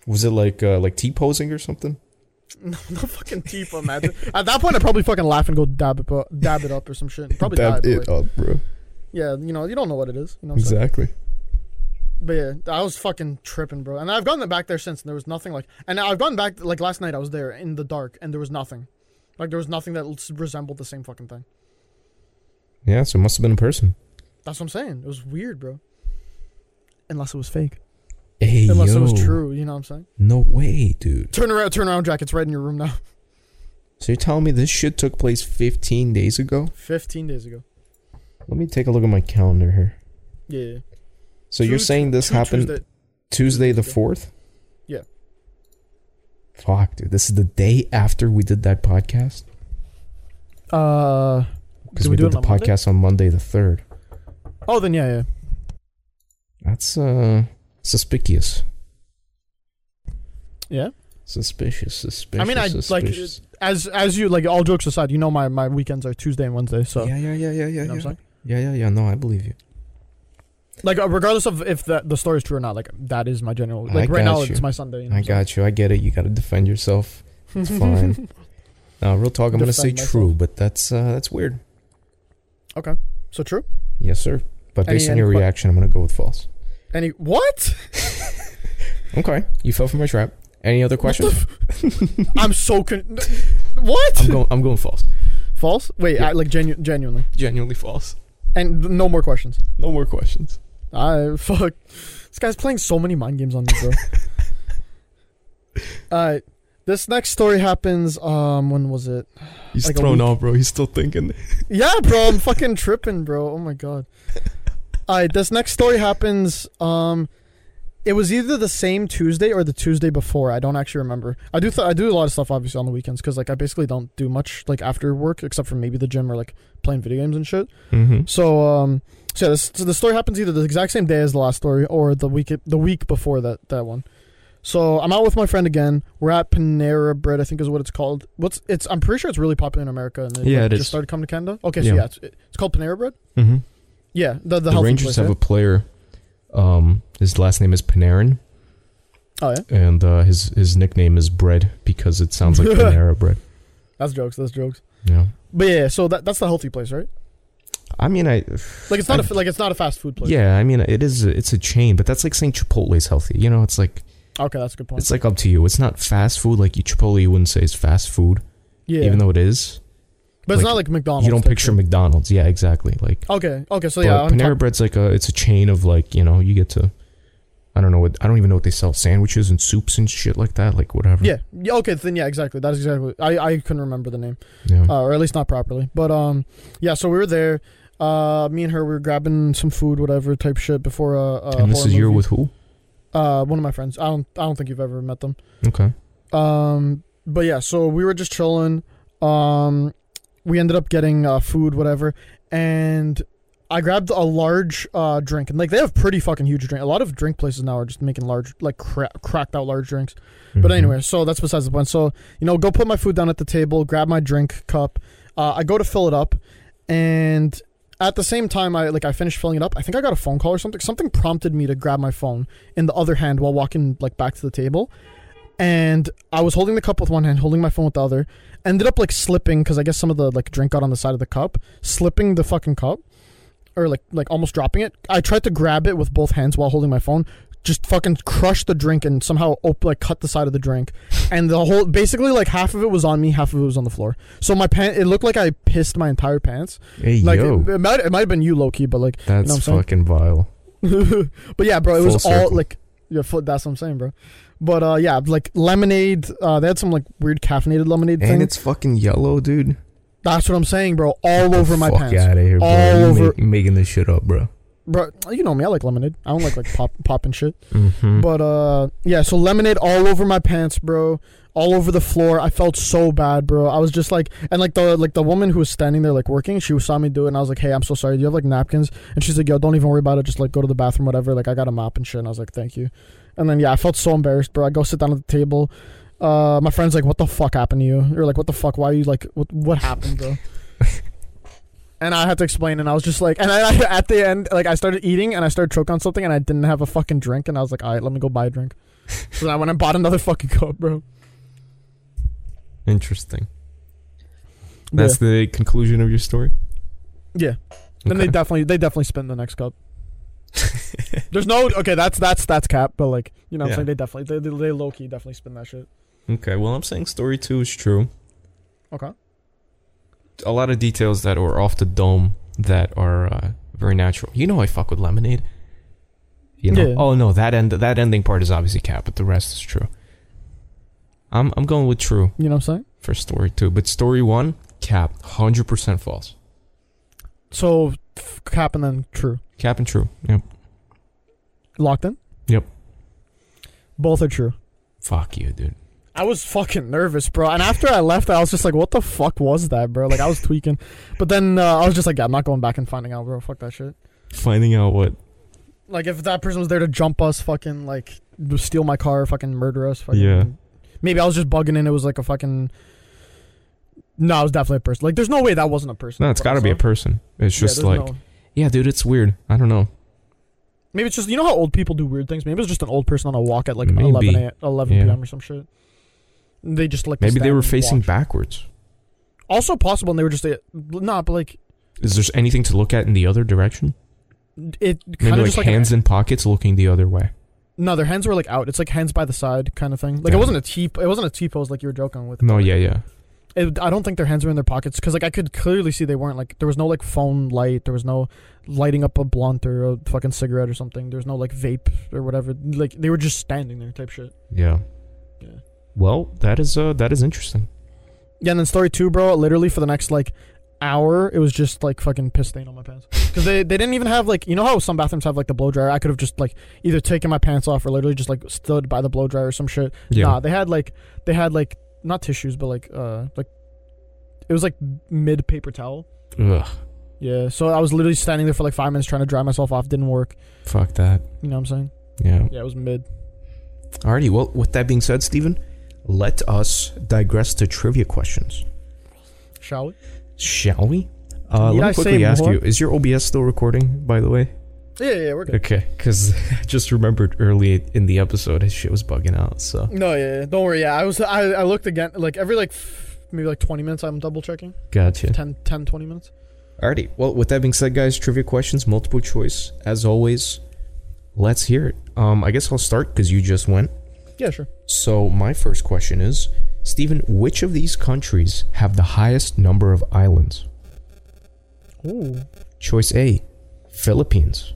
Speaker 1: Was it like uh, like T posing or something?
Speaker 2: No, no fucking teeth on that. At that point, I'd probably fucking laugh and go dab it, bu- dab it up or some shit. Probably
Speaker 1: Dab
Speaker 2: dab
Speaker 1: it up, bro.
Speaker 2: Yeah, you know, you don't know what it is. You know what I'm saying?
Speaker 1: Exactly.
Speaker 2: But yeah, I was fucking tripping, bro. And I've gone back there since, and there was nothing like. And I've gone back like last night. I was there in the dark, and there was nothing. Like there was nothing that s- resembled the same fucking thing.
Speaker 1: Yeah, so it must have been a person.
Speaker 2: That's what I'm saying. It was weird, bro. Unless it was fake.
Speaker 1: Hey,
Speaker 2: Unless it was
Speaker 1: yo.
Speaker 2: true. You know what I'm saying?
Speaker 1: No way, dude.
Speaker 2: Turn around, turn around, Jack. It's right in your room now.
Speaker 1: So you're telling me this shit took place 15 days ago?
Speaker 2: Fifteen days ago.
Speaker 1: Let me take a look at my calendar here.
Speaker 2: Yeah. yeah.
Speaker 1: So you you're
Speaker 2: Two-
Speaker 1: saying this
Speaker 2: Two
Speaker 1: happened
Speaker 2: Tuesday-
Speaker 1: Tuesday the
Speaker 2: Tuesday.
Speaker 1: 4th?
Speaker 2: Yeah.
Speaker 1: Fuck, dude. This is the day after we did that podcast.
Speaker 2: Uh.
Speaker 1: Because we,
Speaker 2: Did we do
Speaker 1: did
Speaker 2: it
Speaker 1: the
Speaker 2: on Monday?
Speaker 1: podcast on Monday the 3rd.
Speaker 2: Oh, then yeah, yeah.
Speaker 1: That's, uh, suspicious.
Speaker 2: Yeah?
Speaker 1: Suspicious, suspicious.
Speaker 2: I mean, I like
Speaker 1: suspicious.
Speaker 2: as as you like. All jokes aside, you know my my weekends are Tuesday and Wednesday. So
Speaker 1: Yeah, yeah, yeah, yeah, yeah.
Speaker 2: you know what I'm
Speaker 1: yeah.
Speaker 2: saying?
Speaker 1: yeah, yeah, yeah. No, I believe you.
Speaker 2: Like uh, regardless of if the the story is true or not, like that is my general.
Speaker 1: I
Speaker 2: Like right
Speaker 1: got
Speaker 2: now,
Speaker 1: you.
Speaker 2: it's my Sunday. You know
Speaker 1: I
Speaker 2: what I'm
Speaker 1: got you. I get it. You got to defend yourself.
Speaker 2: saying?
Speaker 1: It's fine. Now, real talk, I'm going to say
Speaker 2: Defend myself.
Speaker 1: true, but that's, uh, that's weird.
Speaker 2: So true.
Speaker 1: Yes, sir. But
Speaker 2: Any-
Speaker 1: based on your
Speaker 2: any que-
Speaker 1: reaction, I'm gonna go with false.
Speaker 2: Any what?
Speaker 1: Okay, you fell for my trap. Any other questions?
Speaker 2: I'm so con. What?
Speaker 1: I'm going. I'm going false.
Speaker 2: False? Wait,
Speaker 1: Yeah.
Speaker 2: I, like genu- genuinely.
Speaker 1: Genuinely false.
Speaker 2: And th- no more questions.
Speaker 1: No more questions.
Speaker 2: I fuck. This guy's playing so many mind games on me, bro. uh, this next story happens. Um, when was it?
Speaker 1: He's
Speaker 2: Like a
Speaker 1: thrown
Speaker 2: week.
Speaker 1: off, bro. He's still thinking.
Speaker 2: Yeah, bro, I'm fucking tripping, bro. Oh my god. Alright, this next story happens. Um, it was either the same Tuesday or the Tuesday before. I don't actually remember. I do th- I do a lot of stuff obviously on the weekends because like I basically don't do much like after work except for maybe the gym or like playing video games and shit.
Speaker 1: Mm-hmm.
Speaker 2: So um, so yeah, this, so the story happens either the exact same day as the last story or the week the week before that that one. So I'm out with my friend again. We're at Panera Bread, I think is what it's called. What's it's? I'm pretty sure it's really popular in America and then
Speaker 1: Yeah,
Speaker 2: like,
Speaker 1: it
Speaker 2: just
Speaker 1: is.
Speaker 2: started coming to Canada. Okay,
Speaker 1: Yeah.
Speaker 2: so yeah, it's, it's called Panera Bread.
Speaker 1: Mm-hmm.
Speaker 2: Yeah, the the,
Speaker 1: The,
Speaker 2: healthy
Speaker 1: Rangers
Speaker 2: place,
Speaker 1: have
Speaker 2: right?
Speaker 1: a player. Um, his last name is Panarin,
Speaker 2: Oh yeah,
Speaker 1: and uh, his his nickname is Bread because it sounds like Panera Bread.
Speaker 2: that's jokes. That's jokes.
Speaker 1: Yeah.
Speaker 2: But yeah, so that that's the healthy place, right?
Speaker 1: I mean, I
Speaker 2: Like it's not
Speaker 1: I-
Speaker 2: a like it's not a fast food place.
Speaker 1: yeah. I mean, it is. A, it's a chain, but that's like saying Chipotle's healthy. You know, it's like
Speaker 2: Okay, that's a good point.
Speaker 1: it's like up to you. It's not fast food. Like you, Chipotle, you wouldn't say it's fast food,
Speaker 2: Yeah,
Speaker 1: even though it is.
Speaker 2: but it's
Speaker 1: like,
Speaker 2: not like McDonald's.
Speaker 1: you don't
Speaker 2: type
Speaker 1: picture
Speaker 2: thing.
Speaker 1: McDonald's. Yeah, exactly. Like,
Speaker 2: Okay, okay, so
Speaker 1: but
Speaker 2: Oh, yeah, I'm
Speaker 1: Panera
Speaker 2: talk-
Speaker 1: Bread's like a. It's a chain of like you know you get to. I don't know what I don't even know what they sell sandwiches and soups and shit like that. Like whatever.
Speaker 2: yeah, yeah, okay, then yeah, exactly. That's exactly. I I couldn't remember the name.
Speaker 1: Yeah.
Speaker 2: uh, or at least not properly. But um, yeah. So we were there. Uh, me and her we were grabbing some food, whatever type shit before a. a
Speaker 1: and this
Speaker 2: horror
Speaker 1: is your
Speaker 2: movie.
Speaker 1: with who?
Speaker 2: uh one of my friends. I don't I don't think you've ever met them.
Speaker 1: Okay.
Speaker 2: Um, but yeah. So we were just chilling. Um, we ended up getting uh, food, whatever, and. I grabbed a large uh, drink, and like they have pretty fucking huge drink. A lot of drink places now are just making large, like cra- cracked out large drinks. But
Speaker 1: Mhm.
Speaker 2: anyway, so that's besides the point. So you know, go put my food down at the table, grab my drink cup. Uh, I go to fill it up, and at the same time, I like I finished filling it up. I think I got a phone call or something. Something prompted me to grab my phone in the other hand while walking like back to the table. And I was holding the cup with one hand, holding my phone with the other. Ended up like slipping because I guess some of the like drink got on the side of the cup, slipping the fucking cup, or like like almost dropping it. I tried to grab it with both hands while holding my phone, just fucking crushed the drink and somehow op- like cut the side of the drink, and the whole basically like half of it was on me, half of it was on the floor. So my pant, it looked like I pissed my entire pants.
Speaker 1: hey
Speaker 2: Like
Speaker 1: yo,
Speaker 2: it, it might it might have been you, Loki, but like
Speaker 1: that's
Speaker 2: I'm saying?
Speaker 1: fucking vile.
Speaker 2: but yeah, bro, it
Speaker 1: Full
Speaker 2: was all
Speaker 1: circle.
Speaker 2: like yeah, fu- that's what I'm saying, bro. But uh, yeah, like lemonade. Uh, they had some like weird caffeinated lemonade
Speaker 1: And
Speaker 2: thing.
Speaker 1: it's fucking yellow, dude.
Speaker 2: that's what I'm saying, bro. All over my
Speaker 1: Fuck
Speaker 2: pants,
Speaker 1: out of here, bro.
Speaker 2: All
Speaker 1: You
Speaker 2: over-
Speaker 1: make- making this shit up, bro.
Speaker 2: bro. You know me, I like lemonade. I don't like like pop pop and shit.
Speaker 1: Mm-hmm.
Speaker 2: But uh, yeah, so lemonade all over my pants, bro. All over the floor. I felt so bad, bro. I was just like, and like the like the woman who was standing there like working, she saw me do it, and I was like, hey, I'm so sorry. Do you have like napkins? And she's like, yo, don't even worry about it. Just like go to the bathroom, whatever. Like I got a mop and shit. And I was like, thank you. And then yeah, I felt so embarrassed, bro. I go sit down at the table. Uh, my friend's like, what the fuck happened to you? You're like, what the fuck? Why are you like, what what happened, bro? And I had to explain, and I was just like, and I, I- at the end, like I started eating, and I started choking on something, and I didn't have a fucking drink, and I was like, all right, let me go buy a drink. so then I went and bought another fucking cup, bro.
Speaker 1: Interesting. That's the conclusion of your story.
Speaker 2: Yeah. Then they
Speaker 1: Okay.
Speaker 2: definitely, they definitely spend the next cup. There's no okay. That's that's that's cap, but like you know, what I'm
Speaker 1: Yeah.
Speaker 2: saying they definitely, they, they, they low key definitely spend that shit.
Speaker 1: okay. Well, I'm saying story two is true.
Speaker 2: Okay.
Speaker 1: A lot of details that were off the dome that are uh, very natural. You know, I fuck with lemonade. You know.
Speaker 2: Yeah.
Speaker 1: Oh no, that end that ending part is obviously cap, but the rest is true. I'm I'm going with true
Speaker 2: You know what I'm saying?
Speaker 1: for story two, but story one cap, hundred percent false.
Speaker 2: So f- cap and then true
Speaker 1: Cap and true. Yep.
Speaker 2: locked in.
Speaker 1: Yep.
Speaker 2: Both are true.
Speaker 1: Fuck you, dude.
Speaker 2: I was fucking nervous, bro. And after I left, I was just like, "What the fuck was that, bro?" Like I was tweaking, but then uh, I was just like, yeah, "I'm not going back and finding out, bro. Fuck that shit."
Speaker 1: Finding out what
Speaker 2: Like if that person was there to jump us, fucking like steal my car, fucking murder us, fucking.
Speaker 1: Yeah.
Speaker 2: Maybe I was just bugging, and it was like a fucking. No, it was definitely a person. Like, there's no way that wasn't a person.
Speaker 1: No, it's got to be a person. It's just
Speaker 2: there's
Speaker 1: like,
Speaker 2: no-
Speaker 1: yeah, dude, it's weird. I don't know.
Speaker 2: Maybe it's just you know how old people do weird things. Maybe it's just an old person on a walk at like
Speaker 1: Maybe.
Speaker 2: 11 a, 11
Speaker 1: Yeah.
Speaker 2: p.m. or some shit. They just like to
Speaker 1: Maybe they
Speaker 2: stand
Speaker 1: were
Speaker 2: and
Speaker 1: facing
Speaker 2: watch.
Speaker 1: backwards.
Speaker 2: Also possible, and they were just like, nah, but like
Speaker 1: Is there anything to look at in the other direction?
Speaker 2: it
Speaker 1: Maybe
Speaker 2: kind of
Speaker 1: like
Speaker 2: just like an
Speaker 1: hands in pockets looking the other way.
Speaker 2: No, their hands were like out. It's like hands by the side kind of thing. Like
Speaker 1: Yeah.
Speaker 2: it wasn't a T. It wasn't a T pose like you were joking with.
Speaker 1: No, yeah, yeah.
Speaker 2: It, I don't think their hands were in their pockets because like I could clearly see they weren't like there was no like phone light. There was no lighting up a blunt or a fucking cigarette or something. There was no like vape or whatever. Like they were just standing there type shit.
Speaker 1: Yeah.
Speaker 2: Yeah.
Speaker 1: Well, that is uh that is interesting.
Speaker 2: Yeah, and then story two, bro. Literally for the next like hour, it was just like fucking piss stain on my pants because they, they didn't even have like you know how some bathrooms have like the blow dryer. I could have just like either taken my pants off or literally just like stood by the blow dryer or some shit.
Speaker 1: Yeah.
Speaker 2: Nah, they had like they had like not tissues but like uh like it was like mid paper towel.
Speaker 1: Ugh.
Speaker 2: Yeah, so I was literally standing there for like five minutes trying to dry myself off. Didn't work.
Speaker 1: Fuck that.
Speaker 2: You know what I'm saying?
Speaker 1: Yeah.
Speaker 2: Yeah, it was mid.
Speaker 1: Alrighty. Well, with that being said, Steven, let us digress to trivia questions,
Speaker 2: Shall we?
Speaker 1: shall we? Uh,
Speaker 2: Need
Speaker 1: let
Speaker 2: I
Speaker 1: me
Speaker 2: say
Speaker 1: quickly ask
Speaker 2: more?
Speaker 1: you: Is your OBS still recording? By the way.
Speaker 2: Yeah, yeah, yeah we're good.
Speaker 1: Okay, because I just remembered early in the episode his shit was bugging out. So
Speaker 2: No, yeah, yeah, don't worry. Yeah, I was I, I looked again like every like f- maybe like 20 minutes. I'm double checking.
Speaker 1: gotcha.
Speaker 2: 10, 10 20 minutes.
Speaker 1: Alrighty. Well, with that being said, guys, trivia questions, multiple choice, as always. Let's hear it. Um, I guess I'll start because you just went.
Speaker 2: Yeah, sure.
Speaker 1: So my first question is, Stephen, which of these countries have the highest number of islands?
Speaker 2: Ooh,
Speaker 1: Choice A, Philippines,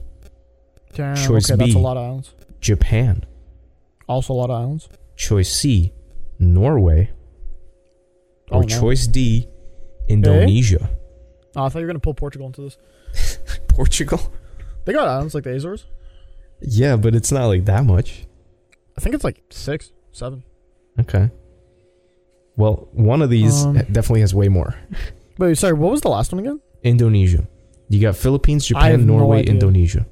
Speaker 2: damn.
Speaker 1: Choice
Speaker 2: okay, that's a
Speaker 1: B.
Speaker 2: lot of islands.
Speaker 1: Japan.
Speaker 2: Also, a lot of islands.
Speaker 1: Choice C, Norway. Or
Speaker 2: Oh, no. Eh?
Speaker 1: choice D, Indonesia.
Speaker 2: Oh, I thought you were gonna pull Portugal into this.
Speaker 1: Portugal.
Speaker 2: They got islands like the Azores.
Speaker 1: Yeah, but it's not like that much.
Speaker 2: I think it's like six, seven.
Speaker 1: Okay. Well, one of these
Speaker 2: Um,
Speaker 1: definitely has way more.
Speaker 2: Wait, sorry, what was the last one again?
Speaker 1: Indonesia. You got Philippines,
Speaker 2: I have
Speaker 1: Japan,
Speaker 2: no
Speaker 1: Norway,
Speaker 2: idea.
Speaker 1: Indonesia.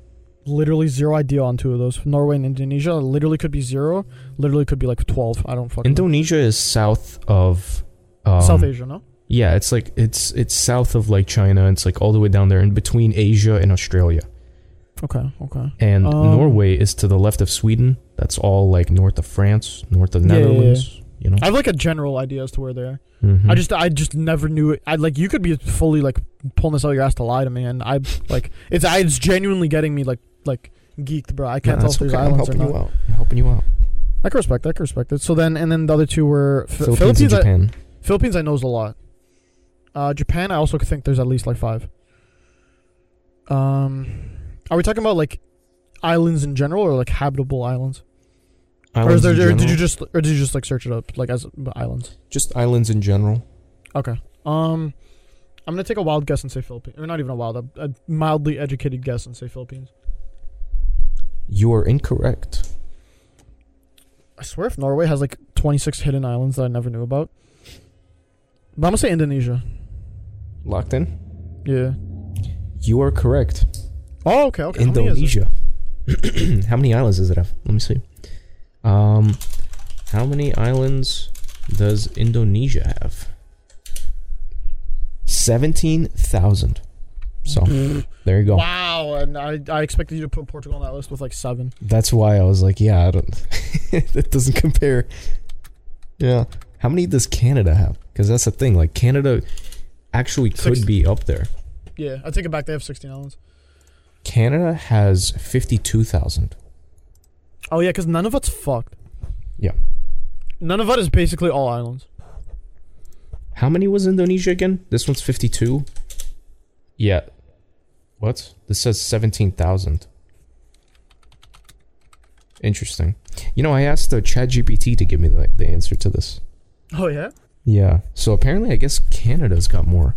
Speaker 2: Literally zero idea on two of those. Norway and Indonesia literally could be zero. Literally could be like twelve. I don't fucking. know.
Speaker 1: Indonesia is south of um,
Speaker 2: South Asia, no.
Speaker 1: Yeah, it's like it's it's south of like China. It's like all the way down there in between Asia and Australia.
Speaker 2: Okay, okay.
Speaker 1: And
Speaker 2: Um,
Speaker 1: Norway is to the left of Sweden. That's all like north of France, north of
Speaker 2: Yeah, yeah, yeah.
Speaker 1: Netherlands. You know.
Speaker 2: I have like a general idea as to where they are.
Speaker 1: Mhm.
Speaker 2: I just, I just never knew it. I like you could be fully like pulling this out your ass to lie to me, and I like it's, I, it's genuinely getting me like, like geeked, bro. I
Speaker 1: Nah,
Speaker 2: can't tell
Speaker 1: that's
Speaker 2: if these
Speaker 1: okay. I'm
Speaker 2: islands are
Speaker 1: helping
Speaker 2: not.
Speaker 1: you out. I'm helping you out.
Speaker 2: I can respect. that, I can respect it. So then, and then the other two were Ph-
Speaker 1: Philippines,
Speaker 2: Philippines.
Speaker 1: and
Speaker 2: I,
Speaker 1: Japan.
Speaker 2: Philippines, I knows a lot. Uh, Japan, I also think there's at least like five. Um, are we talking about like islands in general or like habitable islands?
Speaker 1: Islands
Speaker 2: or
Speaker 1: in
Speaker 2: is there? Or did
Speaker 1: general.
Speaker 2: you just or did you just like search it up like as islands?
Speaker 1: just islands in general?
Speaker 2: Okay. Um, I'm gonna take a wild guess and say Philippines, or not even a wild, a, a mildly educated guess and say Philippines.
Speaker 1: You are incorrect.
Speaker 2: I swear, if Norway has like 26 hidden islands that I never knew about, but I'm gonna say Indonesia.
Speaker 1: Locked in?
Speaker 2: Yeah.
Speaker 1: You are correct.
Speaker 2: Oh, okay, okay. How many is it?
Speaker 1: Indonesia. how many islands does it have? Let me see. Um, how many islands does Indonesia have? 17,000. So, there you go.
Speaker 2: Wow, and I, I expected you to put Portugal on that list with like seven.
Speaker 1: That's why I was like, yeah, I don't. it doesn't compare. Yeah. How many does Canada have? Because that's the thing. Like, Canada actually could
Speaker 2: Six-
Speaker 1: be up there.
Speaker 2: Yeah, I take it back. They have sixteen islands.
Speaker 1: Canada has 52,000.
Speaker 2: Oh yeah, because none of it's fucked.
Speaker 1: Yeah.
Speaker 2: None of it is basically all islands.
Speaker 1: How many was Indonesia again? This one's 52. Yeah. What? This says 17,000. Interesting. You know, I asked the ChatGPT to give me the, the answer to this.
Speaker 2: Oh yeah,
Speaker 1: Yeah. So apparently, I guess Canada's got more.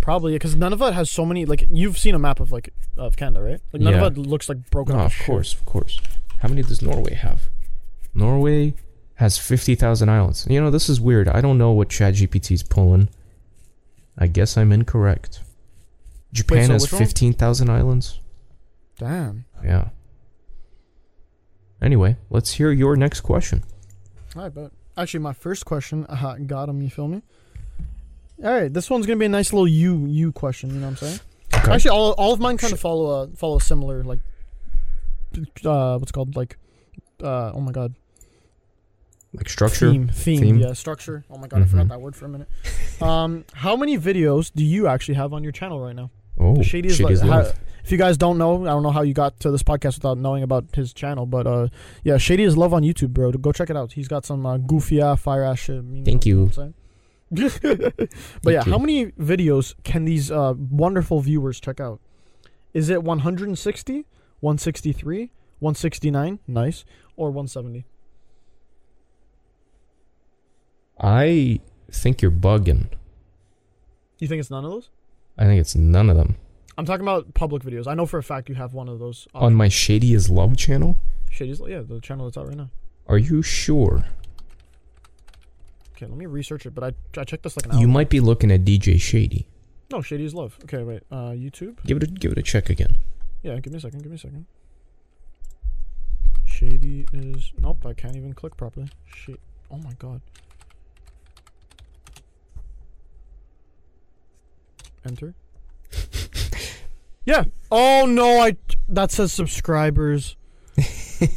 Speaker 2: probably because none of it has so many. Like you've seen a map of like of Canada, right? Like none
Speaker 1: Yeah.
Speaker 2: of it looks like broken.
Speaker 1: No,
Speaker 2: up.
Speaker 1: of course, of course. How many does Norway have? Norway has 50,000 islands. You know, this is weird. I don't know what ChatGPT's pulling. I guess I'm incorrect. Japan
Speaker 2: so
Speaker 1: has
Speaker 2: which one?
Speaker 1: 15,000 islands.
Speaker 2: Damn.
Speaker 1: Yeah. Anyway, let's hear your next question.
Speaker 2: I bet. Actually, my first question uh, got him. You feel me? All right, this one's gonna be a nice little you you question. You know what I'm saying?
Speaker 1: Okay.
Speaker 2: Actually, all, all of mine kind
Speaker 1: Shit.
Speaker 2: of follow a follow a similar like, uh, what's it called like, uh, oh my god,
Speaker 1: Like structure.
Speaker 2: theme, theme,
Speaker 1: Theme.
Speaker 2: yeah, structure. Oh my god, I
Speaker 1: Mhm.
Speaker 2: forgot that word for a minute. um, how many videos do you actually have on your channel right now?
Speaker 1: Oh,
Speaker 2: The shady is like-
Speaker 1: Life.
Speaker 2: how- If you guys don't know, I don't know how you got to this podcast without knowing about his channel, but uh, yeah, Shady is love on YouTube, bro. Go check it out. He's got some uh, goofy uh, fire ass shit. You know
Speaker 1: Thank you.
Speaker 2: what I'm saying? but yeah,
Speaker 1: you.
Speaker 2: how many videos can these uh, wonderful viewers check out? Is it 160, 163, 169? Nice. Or 170?
Speaker 1: I think you're bugging.
Speaker 2: You think it's none of those?
Speaker 1: I think it's none of them.
Speaker 2: I'm talking about public videos. I know for a fact you have one of those uh,
Speaker 1: On my Shady is Love channel?
Speaker 2: Shady's, yeah, the channel that's out right now.
Speaker 1: Are you sure?
Speaker 2: Okay, let me research it. But I, I checked this like an hour.
Speaker 1: You might be looking at DJ Shady.
Speaker 2: no, Shady's love. Okay, wait. Uh, YouTube.
Speaker 1: Give it a, give it a check again.
Speaker 2: Yeah, give me a second. Give me a second. Shady is nope. I can't even click properly. Shit. Oh my god. Enter. yeah. Oh no. I that says subscribers.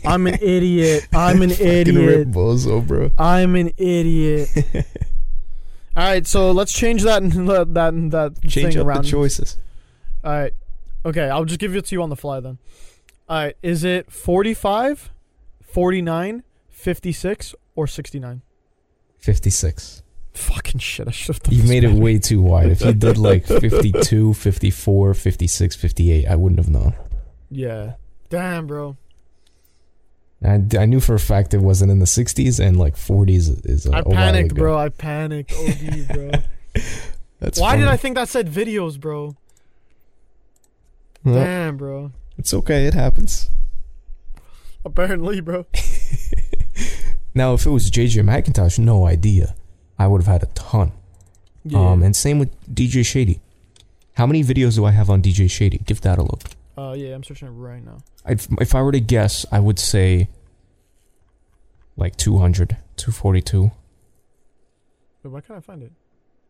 Speaker 2: I'm an idiot. I'm an idiot.
Speaker 1: Bozo, bro.
Speaker 2: I'm an idiot. All right, so let's change that and let that and that
Speaker 1: Change
Speaker 2: thing
Speaker 1: up
Speaker 2: around.
Speaker 1: the choices.
Speaker 2: All right, okay, I'll just give it to you on the fly then. All right, is it 45, 49, 56, or 69?
Speaker 1: 56.
Speaker 2: Fucking shit, I should have done
Speaker 1: You
Speaker 2: this
Speaker 1: made it
Speaker 2: better.
Speaker 1: way too wide. If you did like 52, 54, 56, 58, I wouldn't have known.
Speaker 2: Yeah. Damn, bro.
Speaker 1: I, I knew for a fact it wasn't in the 60s and like 40s is a,
Speaker 2: I
Speaker 1: a while
Speaker 2: panicked,
Speaker 1: ago.
Speaker 2: bro. I panicked. OD, bro.
Speaker 1: That's
Speaker 2: Why did
Speaker 1: funny.
Speaker 2: I think that said videos, bro?
Speaker 1: Well,
Speaker 2: Damn, bro.
Speaker 1: It's okay. It happens.
Speaker 2: Apparently, bro.
Speaker 1: Now, if it was JJ McIntosh, no idea. I would have had a ton.
Speaker 2: Yeah.
Speaker 1: Um, and same with DJ Shady. How many videos do I have on DJ Shady? Give that a look.
Speaker 2: uh, yeah, I'm searching it right now.
Speaker 1: I'd, if I were to guess, I would say like 200, 242.
Speaker 2: Wait, why can't I find it?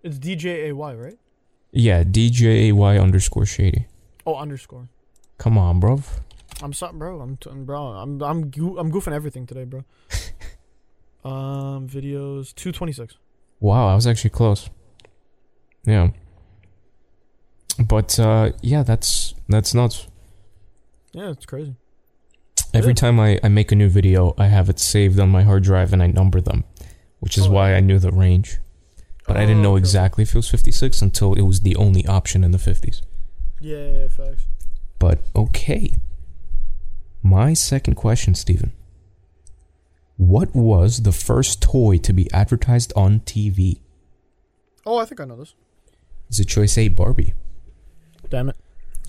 Speaker 2: It's DJAY, right?
Speaker 1: Yeah, DJAY underscore Shady.
Speaker 2: Oh, underscore.
Speaker 1: Come on, bruv.
Speaker 2: I'm sorry, bro. I'm, t- I'm bro. I'm I'm goo- I'm goofing everything today, bro. um, videos two twenty six.
Speaker 1: Wow, I was actually close. Yeah. But uh, yeah, that's that's nuts.
Speaker 2: Yeah, it's crazy.
Speaker 1: Every
Speaker 2: Yeah.
Speaker 1: time I, I make a new video, I have it saved on my hard drive and I number them, which is
Speaker 2: Oh,
Speaker 1: why I knew the range. But I didn't
Speaker 2: Oh,
Speaker 1: know
Speaker 2: okay.
Speaker 1: exactly if it was 56 until it was the only option in the 50s.
Speaker 2: Yeah, yeah, yeah, facts.
Speaker 1: But okay. My second question, Stephen. What was the first toy to be advertised on TV?
Speaker 2: Oh, I think I know this.
Speaker 1: Is it choice A, Barbie?
Speaker 2: Damn it.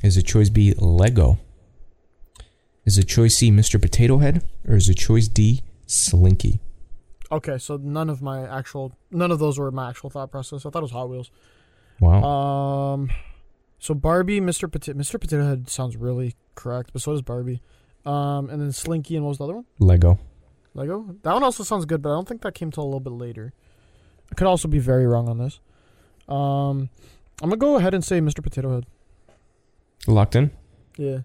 Speaker 1: Is it choice B, Lego? Is it choice C, Mr. Potato Head? Or is it choice D, Slinky?
Speaker 2: Okay, so none of my actual none of those were my actual thought process. I thought it was Hot Wheels.
Speaker 1: Wow.
Speaker 2: Um, so Barbie, Mr. Potato, Mr. Potato Head sounds really correct, but so does Barbie. Um, and then Slinky and what was the other one?
Speaker 1: Lego.
Speaker 2: Lego. oh, That one also sounds good, but I don't think that came till a little bit later. I could also be very wrong on this. Um, I'm gonna go ahead and say Mr. Potato Head.
Speaker 1: Locked in?
Speaker 2: Yeah.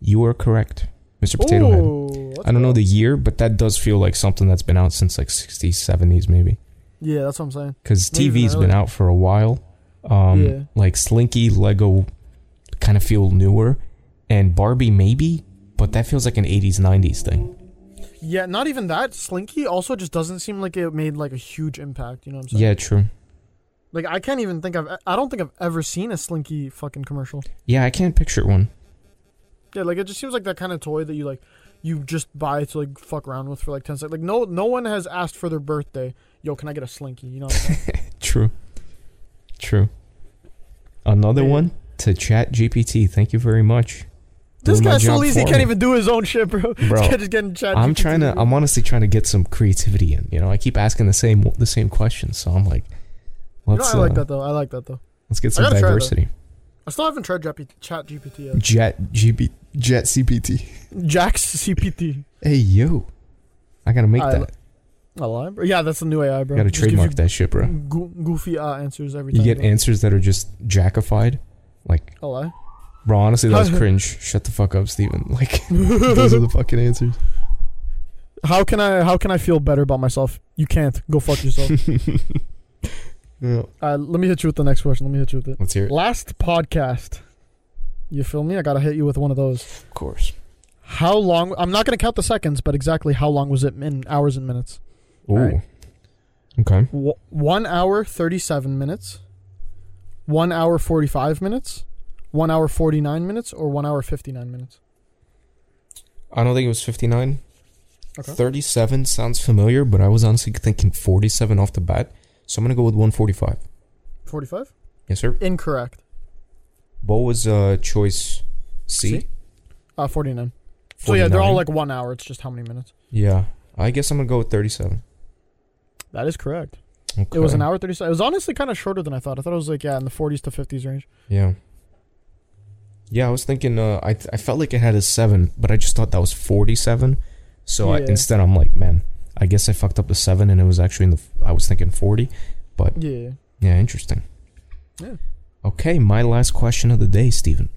Speaker 1: You are correct, Mr. Potato Head. I don't know the year, but that does feel like something that's been out since like 60s, 70s maybe.
Speaker 2: Yeah, that's what I'm saying.
Speaker 1: Because
Speaker 2: Maybe even
Speaker 1: TV's been
Speaker 2: earlier.
Speaker 1: out for a while. Um,
Speaker 2: Yeah.
Speaker 1: Like Slinky, Lego kind of feel newer. And Barbie maybe, but that feels like an 80s, 90s thing.
Speaker 2: Yeah, not even that. Slinky also just doesn't seem like it made like a huge impact. You know what I'm saying?
Speaker 1: Yeah, true.
Speaker 2: Like I can't even think I've. I don't think I've ever seen a Slinky fucking commercial.
Speaker 1: Yeah, I can't picture one.
Speaker 2: Yeah, like it just seems like that kind of toy that you like, you just buy to like fuck around with for like ten seconds. Like no, no one has asked for their birthday. Yo, can I get a Slinky? You know. What I'm saying?
Speaker 1: True. True. Another
Speaker 2: Yeah.
Speaker 1: one to Chat GPT. Thank you very much.
Speaker 2: this
Speaker 1: Doing my
Speaker 2: guy's so
Speaker 1: job
Speaker 2: lazy.
Speaker 1: for
Speaker 2: He can't
Speaker 1: me.
Speaker 2: even do his own shit, bro. This
Speaker 1: Bro,
Speaker 2: guy just getting chat.
Speaker 1: I'm
Speaker 2: GPT.
Speaker 1: trying to. I'm honestly trying to get some creativity in. You know, I keep asking the same the same questions, so I'm like,
Speaker 2: You
Speaker 1: let's
Speaker 2: know, I like
Speaker 1: uh,
Speaker 2: that though. I like that though.
Speaker 1: let's get some
Speaker 2: gotta try that.
Speaker 1: diversity.
Speaker 2: I still haven't tried Jap- Chat GPT yet.
Speaker 1: Jet GB Jet CPT.
Speaker 2: Jax CPT.
Speaker 1: Hey yo, I gotta make
Speaker 2: I
Speaker 1: that.
Speaker 2: like- A lie, bro. Yeah, that's the new AI, bro.
Speaker 1: gotta
Speaker 2: Just gives
Speaker 1: trademark that shit,
Speaker 2: you
Speaker 1: bro.
Speaker 2: goo- goofy uh, answers every
Speaker 1: You
Speaker 2: time.
Speaker 1: get
Speaker 2: bro.
Speaker 1: answers that are just jackified. Like,
Speaker 2: A lie.
Speaker 1: bro, honestly, that was cringe. Shut the fuck up, Steven. Like, those are the fucking answers.
Speaker 2: How can I? How can I feel better about myself? You can't. Go fuck yourself.
Speaker 1: Yeah.
Speaker 2: uh, let me hit you with the next question. Let me hit you with it.
Speaker 1: Let's hear it.
Speaker 2: Last podcast. You feel me? I gotta hit you with one of those.
Speaker 1: Of course.
Speaker 2: How long? I'm not gonna count the seconds, but exactly how long was it in hours and minutes?
Speaker 1: Ooh.
Speaker 2: Alright.
Speaker 1: Okay.
Speaker 2: W- one hour thirty-seven minutes, one hour forty-five minutes, one hour forty-nine minutes, or one hour fifty-nine minutes.
Speaker 1: I don't think it was 59.
Speaker 2: Okay.
Speaker 1: 37 sounds familiar, but I was honestly thinking 47 off the bat. So I'm going to go with 145.
Speaker 2: Forty-five?
Speaker 1: Yes, sir.
Speaker 2: Incorrect.
Speaker 1: What was uh, choice C?
Speaker 2: C? Uh, forty-nine. So yeah, they're
Speaker 1: 49.
Speaker 2: all like one hour. It's just how many minutes.
Speaker 1: Yeah. I guess I'm going to go with 37.
Speaker 2: That is correct.
Speaker 1: Okay.
Speaker 2: It was an hour thirty-seven. It was honestly kind of shorter than I thought. I thought it was like yeah, in the forties to fifties range.
Speaker 1: Yeah. Yeah, I was thinking, uh, I, th- I felt like it had a 7, but I just thought that was 47. So I,
Speaker 2: Yeah.
Speaker 1: instead, I'm like, man, I guess I fucked up the 7 and it was actually in the, f- I was thinking 40.
Speaker 2: Yeah.
Speaker 1: Yeah, interesting.
Speaker 2: Yeah.
Speaker 1: Okay, my last question of the day, Steven.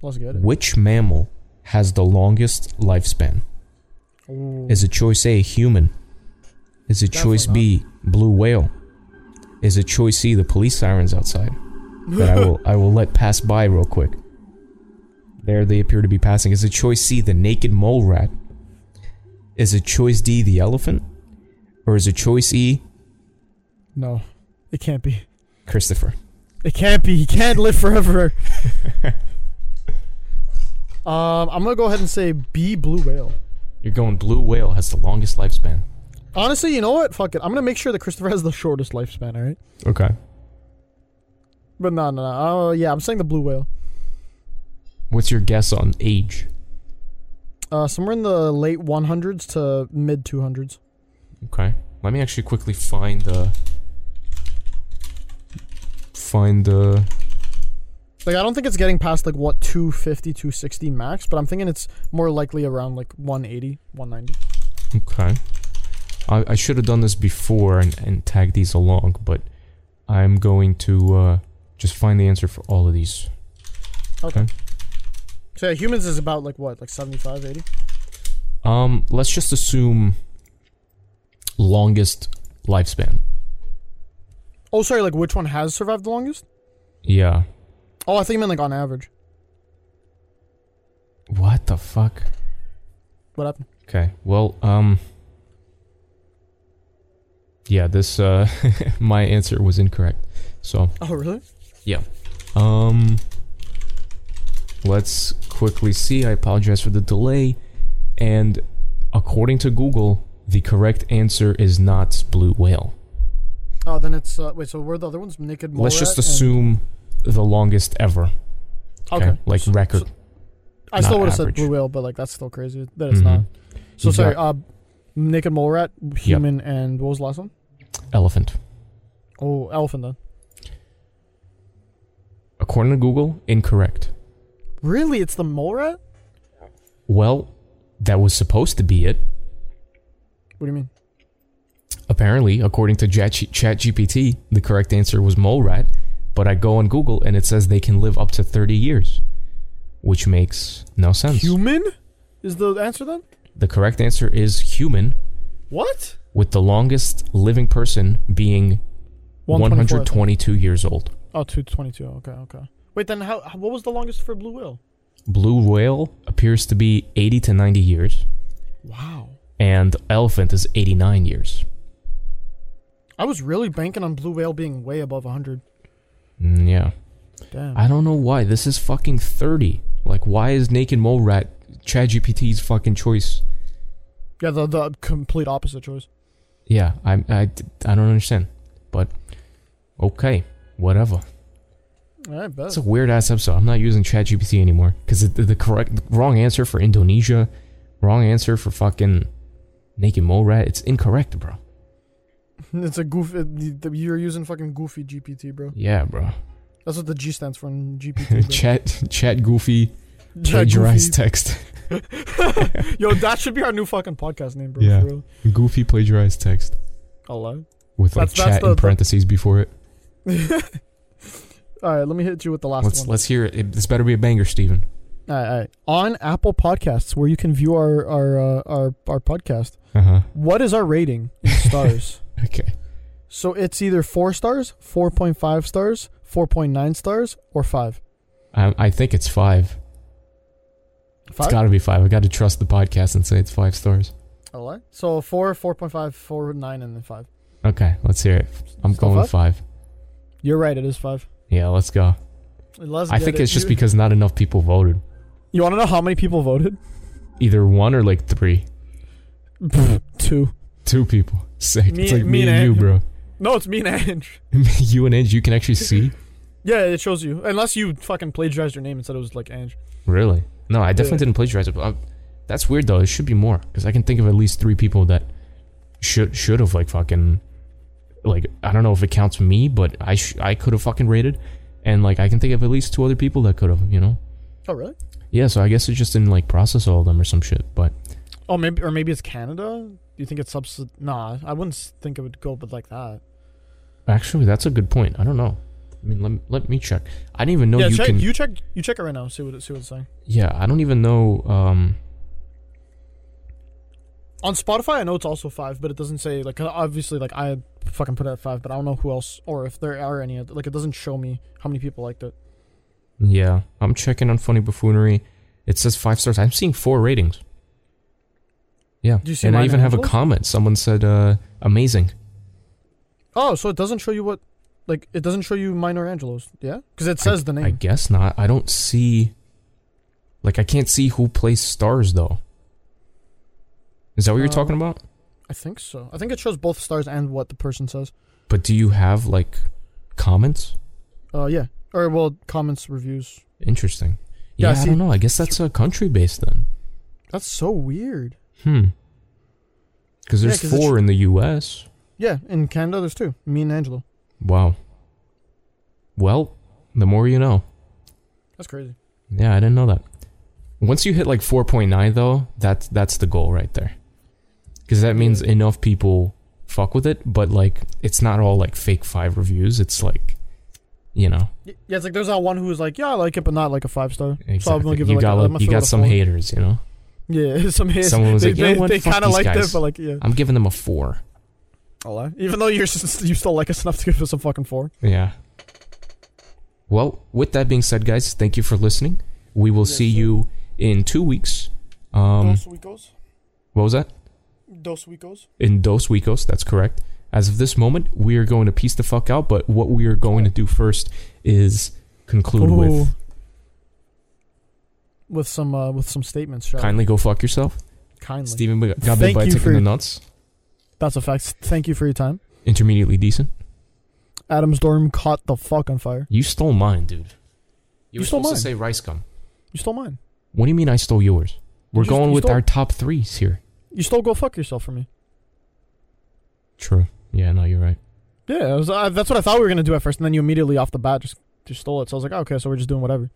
Speaker 2: Let's get it.
Speaker 1: Which mammal has the longest lifespan?
Speaker 2: Ooh.
Speaker 1: Is it choice A, human? Is it choice B, blue whale? Is it choice C, the police sirens outside? That I will I will let pass by real quick. There they appear to be passing. Is it choice C, the naked mole rat? Is it choice D, the elephant? Or is it choice E,
Speaker 2: no, it can't be.
Speaker 1: Christopher?
Speaker 2: It can't be. He can't live forever. um, I'm gonna go ahead and say B blue whale.
Speaker 1: You're going blue whale has the longest lifespan.
Speaker 2: Honestly, you know what? Fuck it. I'm gonna make sure that Christopher has the shortest lifespan. All right.
Speaker 1: Okay.
Speaker 2: But no, no, no. Oh yeah, I'm saying the blue whale.
Speaker 1: What's your guess on age?
Speaker 2: Uh, somewhere in the late 100s to mid 200s.
Speaker 1: Okay. Let me actually quickly find the find the
Speaker 2: Like I don't think it's getting past like what 250, 260 max, but I'm thinking it's more likely around like 180, 190.
Speaker 1: okay. I, I should have done this before and, and tagged these along, but I'm going to uh, just find the answer for all of these.
Speaker 2: So yeah, humans is about like what, like 75, 80.
Speaker 1: Um, let's just assume longest lifespan.
Speaker 2: Oh, sorry, like which one has survived the longest?
Speaker 1: Yeah.
Speaker 2: Oh, I think you meant like on average.
Speaker 1: What the fuck?
Speaker 2: What happened?
Speaker 1: Okay. Well, um Yeah, this uh my answer was incorrect. So,
Speaker 2: Oh, really?
Speaker 1: Um, let's quickly see. I apologize for the delay. And according to Google, the correct answer is not blue whale.
Speaker 2: Oh, then it's uh, wait. So were the other ones naked? Mole
Speaker 1: let's just
Speaker 2: rat and-
Speaker 1: assume the longest ever. Okay, like
Speaker 2: So-
Speaker 1: record.
Speaker 2: so- I still
Speaker 1: not
Speaker 2: would have said
Speaker 1: average.
Speaker 2: blue whale, but like that's still crazy that it's
Speaker 1: Mhm.
Speaker 2: not. So
Speaker 1: You
Speaker 2: sorry.
Speaker 1: got
Speaker 2: Uh, naked mole rat, human, and what was the last one?
Speaker 1: elephant.
Speaker 2: Oh, elephant then.
Speaker 1: According to Google, incorrect.
Speaker 2: Really, it's the mole rat.
Speaker 1: Well, that was supposed to be it.
Speaker 2: What do you mean?
Speaker 1: Apparently, according to Chat ChatGPT, the correct answer was mole rat. But I go on Google and it says they can live up to 30 years, which makes no sense.
Speaker 2: Human is the answer then?
Speaker 1: The correct answer is human,
Speaker 2: What?
Speaker 1: with the longest living person being
Speaker 2: 124.
Speaker 1: 122 years old.
Speaker 2: Oh, 222. Okay, okay. Wait, then how? What was the longest for blue whale?
Speaker 1: Blue whale appears to be 80 to 90 years,
Speaker 2: Wow.
Speaker 1: and elephant is 89 years.
Speaker 2: I was really banking on blue whale being way above 100.
Speaker 1: Mm, yeah.
Speaker 2: Damn.
Speaker 1: I don't know why. This is fucking 30. Like, why is Naked Mole Rat ChatGPT's fucking choice?
Speaker 2: yeah, the, the complete opposite choice.
Speaker 1: Yeah, I, I, I don't understand. But, okay, whatever.
Speaker 2: I bet.
Speaker 1: That's a weird ass episode. I'm not using ChatGPT anymore because the, the correct, wrong answer for Indonesia, wrong answer for fucking naked mole rat. It's incorrect, bro.
Speaker 2: It's a goof. it- the- You're using fucking goofy GPT, bro.
Speaker 1: Yeah, bro.
Speaker 2: That's what the G stands for in GPT.
Speaker 1: chat, chat, goofy,
Speaker 2: Bro.
Speaker 1: plagiarized text.
Speaker 2: Goofy. Yo, that should be our new fucking podcast name, bro.
Speaker 1: Yeah.
Speaker 2: For real.
Speaker 1: goofy plagiarized text
Speaker 2: Hello.
Speaker 1: with like
Speaker 2: That's- that's
Speaker 1: chat
Speaker 2: the-
Speaker 1: in
Speaker 2: the-
Speaker 1: parentheses before it.
Speaker 2: all right, let me hit you with the last
Speaker 1: Let's
Speaker 2: one.
Speaker 1: let's hear it. It- This better be a banger, Steven.
Speaker 2: All right, all right. On Apple Podcasts, where you can view our our uh, our our podcast,
Speaker 1: Uh huh.
Speaker 2: what is our rating in stars?
Speaker 1: Okay.
Speaker 2: so it's either four stars, four point five stars, four point nine stars, or five.
Speaker 1: I, I think it's five.
Speaker 2: Five.
Speaker 1: It's got to be five. I got to trust the podcast and say it's five stars.
Speaker 2: Oh, what? So four, four point five, four nine, and then five.
Speaker 1: Okay, let's hear it. I'm
Speaker 2: Still
Speaker 1: going five? five.
Speaker 2: You're right. It is five.
Speaker 1: Yeah, let's go.
Speaker 2: Let's
Speaker 1: I
Speaker 2: get
Speaker 1: think
Speaker 2: it.
Speaker 1: it's just
Speaker 2: You-
Speaker 1: because not enough people voted.
Speaker 2: You want to know how many people voted?
Speaker 1: Either one or like three.
Speaker 2: Two.
Speaker 1: Two people. Sick.
Speaker 2: Me-
Speaker 1: it's like
Speaker 2: me
Speaker 1: me,
Speaker 2: and
Speaker 1: and you,
Speaker 2: Ant.
Speaker 1: bro.
Speaker 2: No, it's me and Ange.
Speaker 1: you and Ange, you can actually see.
Speaker 2: Yeah, it shows you. Unless you fucking plagiarized your name and said it was like Ange.
Speaker 1: Really? No, I definitely
Speaker 2: Yeah.
Speaker 1: didn't plagiarize it. But I, that's weird though. It should be more because I can think of at least three people that should should have like fucking like I don't know if it counts me, but I sh- I could have fucking rated, and like I can think of at least two other people that could have. You know?
Speaker 2: Oh, really?
Speaker 1: Yeah. So I guess it just didn't like process all of them or some shit. But
Speaker 2: Oh, maybe or maybe it's Canada. Do you think it's subs? Nah, I wouldn't s- think it would go, but like that.
Speaker 1: actually, that's a good point. I don't know. I mean, let, let me check. I didn't even know
Speaker 2: yeah,
Speaker 1: you
Speaker 2: check,
Speaker 1: can.
Speaker 2: you check you check it right now. See what it, see what it's saying
Speaker 1: yeah, I don't even know. Um,
Speaker 2: on Spotify. I know it's also five, but it doesn't say like 'cause obviously like I fucking put it at five, but I don't know who else or if there are any. oth- Like it doesn't show me how many people liked it.
Speaker 1: yeah, I'm checking on Funny Buffoonery. It says five stars. I'm seeing four ratings. Yeah,
Speaker 2: Do you see
Speaker 1: and I
Speaker 2: mine
Speaker 1: even
Speaker 2: and
Speaker 1: have a
Speaker 2: Angela's?
Speaker 1: comment. Someone said, uh, "Amazing."
Speaker 2: Oh, so it doesn't show you what like it doesn't show you mine or Angelo's. Yeah, because it says the name.
Speaker 1: I guess not. I don't see. Like, I can't see who placed stars though. Is that what you're
Speaker 2: Um,
Speaker 1: talking about?
Speaker 2: I think so. I think it shows both stars and what the person says.
Speaker 1: But do you have like comments?
Speaker 2: Uh, yeah. Or well, comments, reviews.
Speaker 1: Interesting.
Speaker 2: Yeah,
Speaker 1: Yeah,
Speaker 2: I
Speaker 1: I
Speaker 2: see-
Speaker 1: don't know. I guess that's a country based then.
Speaker 2: That's so weird.
Speaker 1: Hmm. Because
Speaker 2: Yeah,
Speaker 1: there's
Speaker 2: 'cause it's-
Speaker 1: four in the U.S.
Speaker 2: Yeah, in Canada there's two. Me and Angelo.
Speaker 1: Wow. Well, the more you know.
Speaker 2: That's crazy.
Speaker 1: Yeah, I didn't know that. Once you hit like 4.9 though, that's that's the goal right there. Cuz that means enough people fuck with it, but like it's not all like fake 5 reviews. It's like you know,
Speaker 2: Y- Yeah, it's like there's that one who was like, yeah, I like it, but not like a five star. So I'm
Speaker 1: exactly.
Speaker 2: gonna give it
Speaker 1: you
Speaker 2: like
Speaker 1: got
Speaker 2: a,
Speaker 1: like,
Speaker 2: I'm gonna
Speaker 1: you
Speaker 2: fill it
Speaker 1: got
Speaker 2: a
Speaker 1: some
Speaker 2: four.
Speaker 1: haters, you know.
Speaker 2: Yeah, some hate.
Speaker 1: Someone was
Speaker 2: they,
Speaker 1: like, "You know
Speaker 2: they,
Speaker 1: what?
Speaker 2: they
Speaker 1: Fuck
Speaker 2: kind of
Speaker 1: these
Speaker 2: liked it,
Speaker 1: guys."
Speaker 2: but like, yeah.
Speaker 1: I'm giving them a 4.
Speaker 2: I'll lie. Even though you're s- you still like us enough to give us a fucking four.
Speaker 1: Yeah. Well, with that being said, guys, thank you for listening. We will
Speaker 2: Yes,
Speaker 1: see
Speaker 2: sir.
Speaker 1: you in 2 weeks. Um
Speaker 2: weekos.
Speaker 1: what was that?
Speaker 2: Dos weekos.
Speaker 1: in Dos Huicos. That's correct. As of this moment, we are going to piece the fuck out. But what we are going to do first is conclude with
Speaker 2: With. with some uh, with some statements, shall we?
Speaker 1: kindly go fuck yourself.
Speaker 2: Kindly.
Speaker 1: Steven Stephen got bit
Speaker 2: Thank
Speaker 1: by
Speaker 2: you
Speaker 1: taking
Speaker 2: for-
Speaker 1: the nuts.
Speaker 2: That's a fact. Thank you for your time.
Speaker 1: Intermediately decent.
Speaker 2: Adam's dorm caught the fuck on fire.
Speaker 1: You stole mine, dude. You,
Speaker 2: You
Speaker 1: were
Speaker 2: stole
Speaker 1: supposed
Speaker 2: mine.
Speaker 1: to say rice gum.
Speaker 2: You stole mine.
Speaker 1: What do you mean I stole yours? We're
Speaker 2: You just-
Speaker 1: going
Speaker 2: you
Speaker 1: with
Speaker 2: stole-
Speaker 1: our top threes here.
Speaker 2: You stole go fuck yourself for me.
Speaker 1: True. Yeah, no, you're right.
Speaker 2: Yeah, it was, uh, that's what I thought we were gonna do at first, and then you immediately off the bat just just stole it. So I was like, oh, okay, so we're just doing whatever.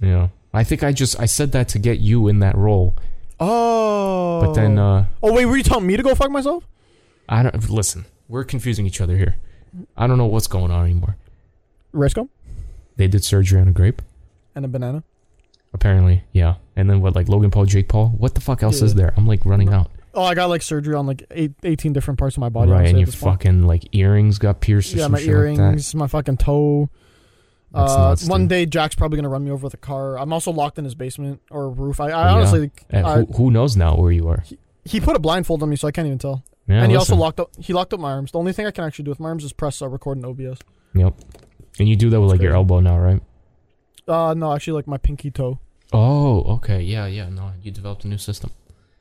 Speaker 1: Yeah. I think I just I said that to get you in that role.
Speaker 2: Oh.
Speaker 1: But then uh
Speaker 2: Oh wait, were you telling me to go fuck myself?
Speaker 1: I don't listen. We're confusing each other here. I don't know what's going on anymore.
Speaker 2: Rice gum
Speaker 1: They did surgery on a grape.
Speaker 2: and a banana.
Speaker 1: Apparently, yeah. And then what, like Logan Paul, Jake Paul? What the fuck else
Speaker 2: Yeah.
Speaker 1: is there? I'm like running out.
Speaker 2: Oh, I got like surgery on like eight, 18 different parts of my body.
Speaker 1: right,
Speaker 2: honestly,
Speaker 1: and
Speaker 2: at
Speaker 1: your
Speaker 2: this point.
Speaker 1: fucking like earrings got pierced or
Speaker 2: Yeah,
Speaker 1: some
Speaker 2: my
Speaker 1: shit like that.
Speaker 2: earrings, my fucking toe.
Speaker 1: That's
Speaker 2: uh,
Speaker 1: nuts,
Speaker 2: one
Speaker 1: dude.
Speaker 2: day Jack's probably gonna run me over with a car. I'm also locked in his basement or roof. I, I
Speaker 1: Yeah.
Speaker 2: honestly,
Speaker 1: And
Speaker 2: I,
Speaker 1: Eh, who, who knows now where you are?
Speaker 2: he put a blindfold on me, so I can't even tell.
Speaker 1: Yeah,
Speaker 2: and he also
Speaker 1: listen.
Speaker 2: locked up. He locked up my arms. The only thing I can actually do with my arms is press uh, record in OBS.
Speaker 1: And you do that with like your
Speaker 2: crazy.
Speaker 1: elbow now, right?
Speaker 2: Uh, no, actually, like my pinky toe.
Speaker 1: Oh, okay. Yeah, yeah. No, you developed a new system.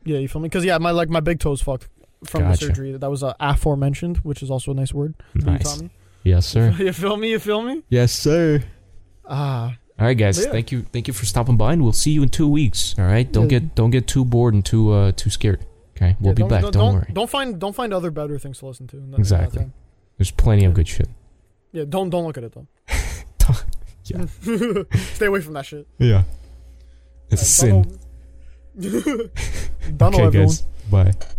Speaker 2: Yeah, you feel me? Because yeah, my like my big toe's fucked from
Speaker 1: Gotcha.
Speaker 2: the surgery. That was uh, aforementioned, which is also a nice word. that you taught
Speaker 1: Nice.
Speaker 2: me.
Speaker 1: Yes, sir.
Speaker 2: you feel me? You feel me?
Speaker 1: yes, sir.
Speaker 2: Ah,
Speaker 1: All right, guys.
Speaker 2: But yeah.
Speaker 1: Thank you. Thank you for stopping by, and we'll see you in two weeks. All right. Don't
Speaker 2: Yeah.
Speaker 1: get don't get too bored and too uh too scared. Okay, we'll
Speaker 2: yeah,
Speaker 1: be back. Don't, worry.
Speaker 2: Don't find don't find other better things to listen to. in that- in that
Speaker 1: Exactly.
Speaker 2: time.
Speaker 1: There's plenty of good shit.
Speaker 2: Yeah, don't don't look at it though.
Speaker 1: Yeah.
Speaker 2: Stay away from that shit.
Speaker 1: Yeah. It's a sin.
Speaker 2: Donald, Donald
Speaker 1: okay,
Speaker 2: everyone.
Speaker 1: guys. Bye.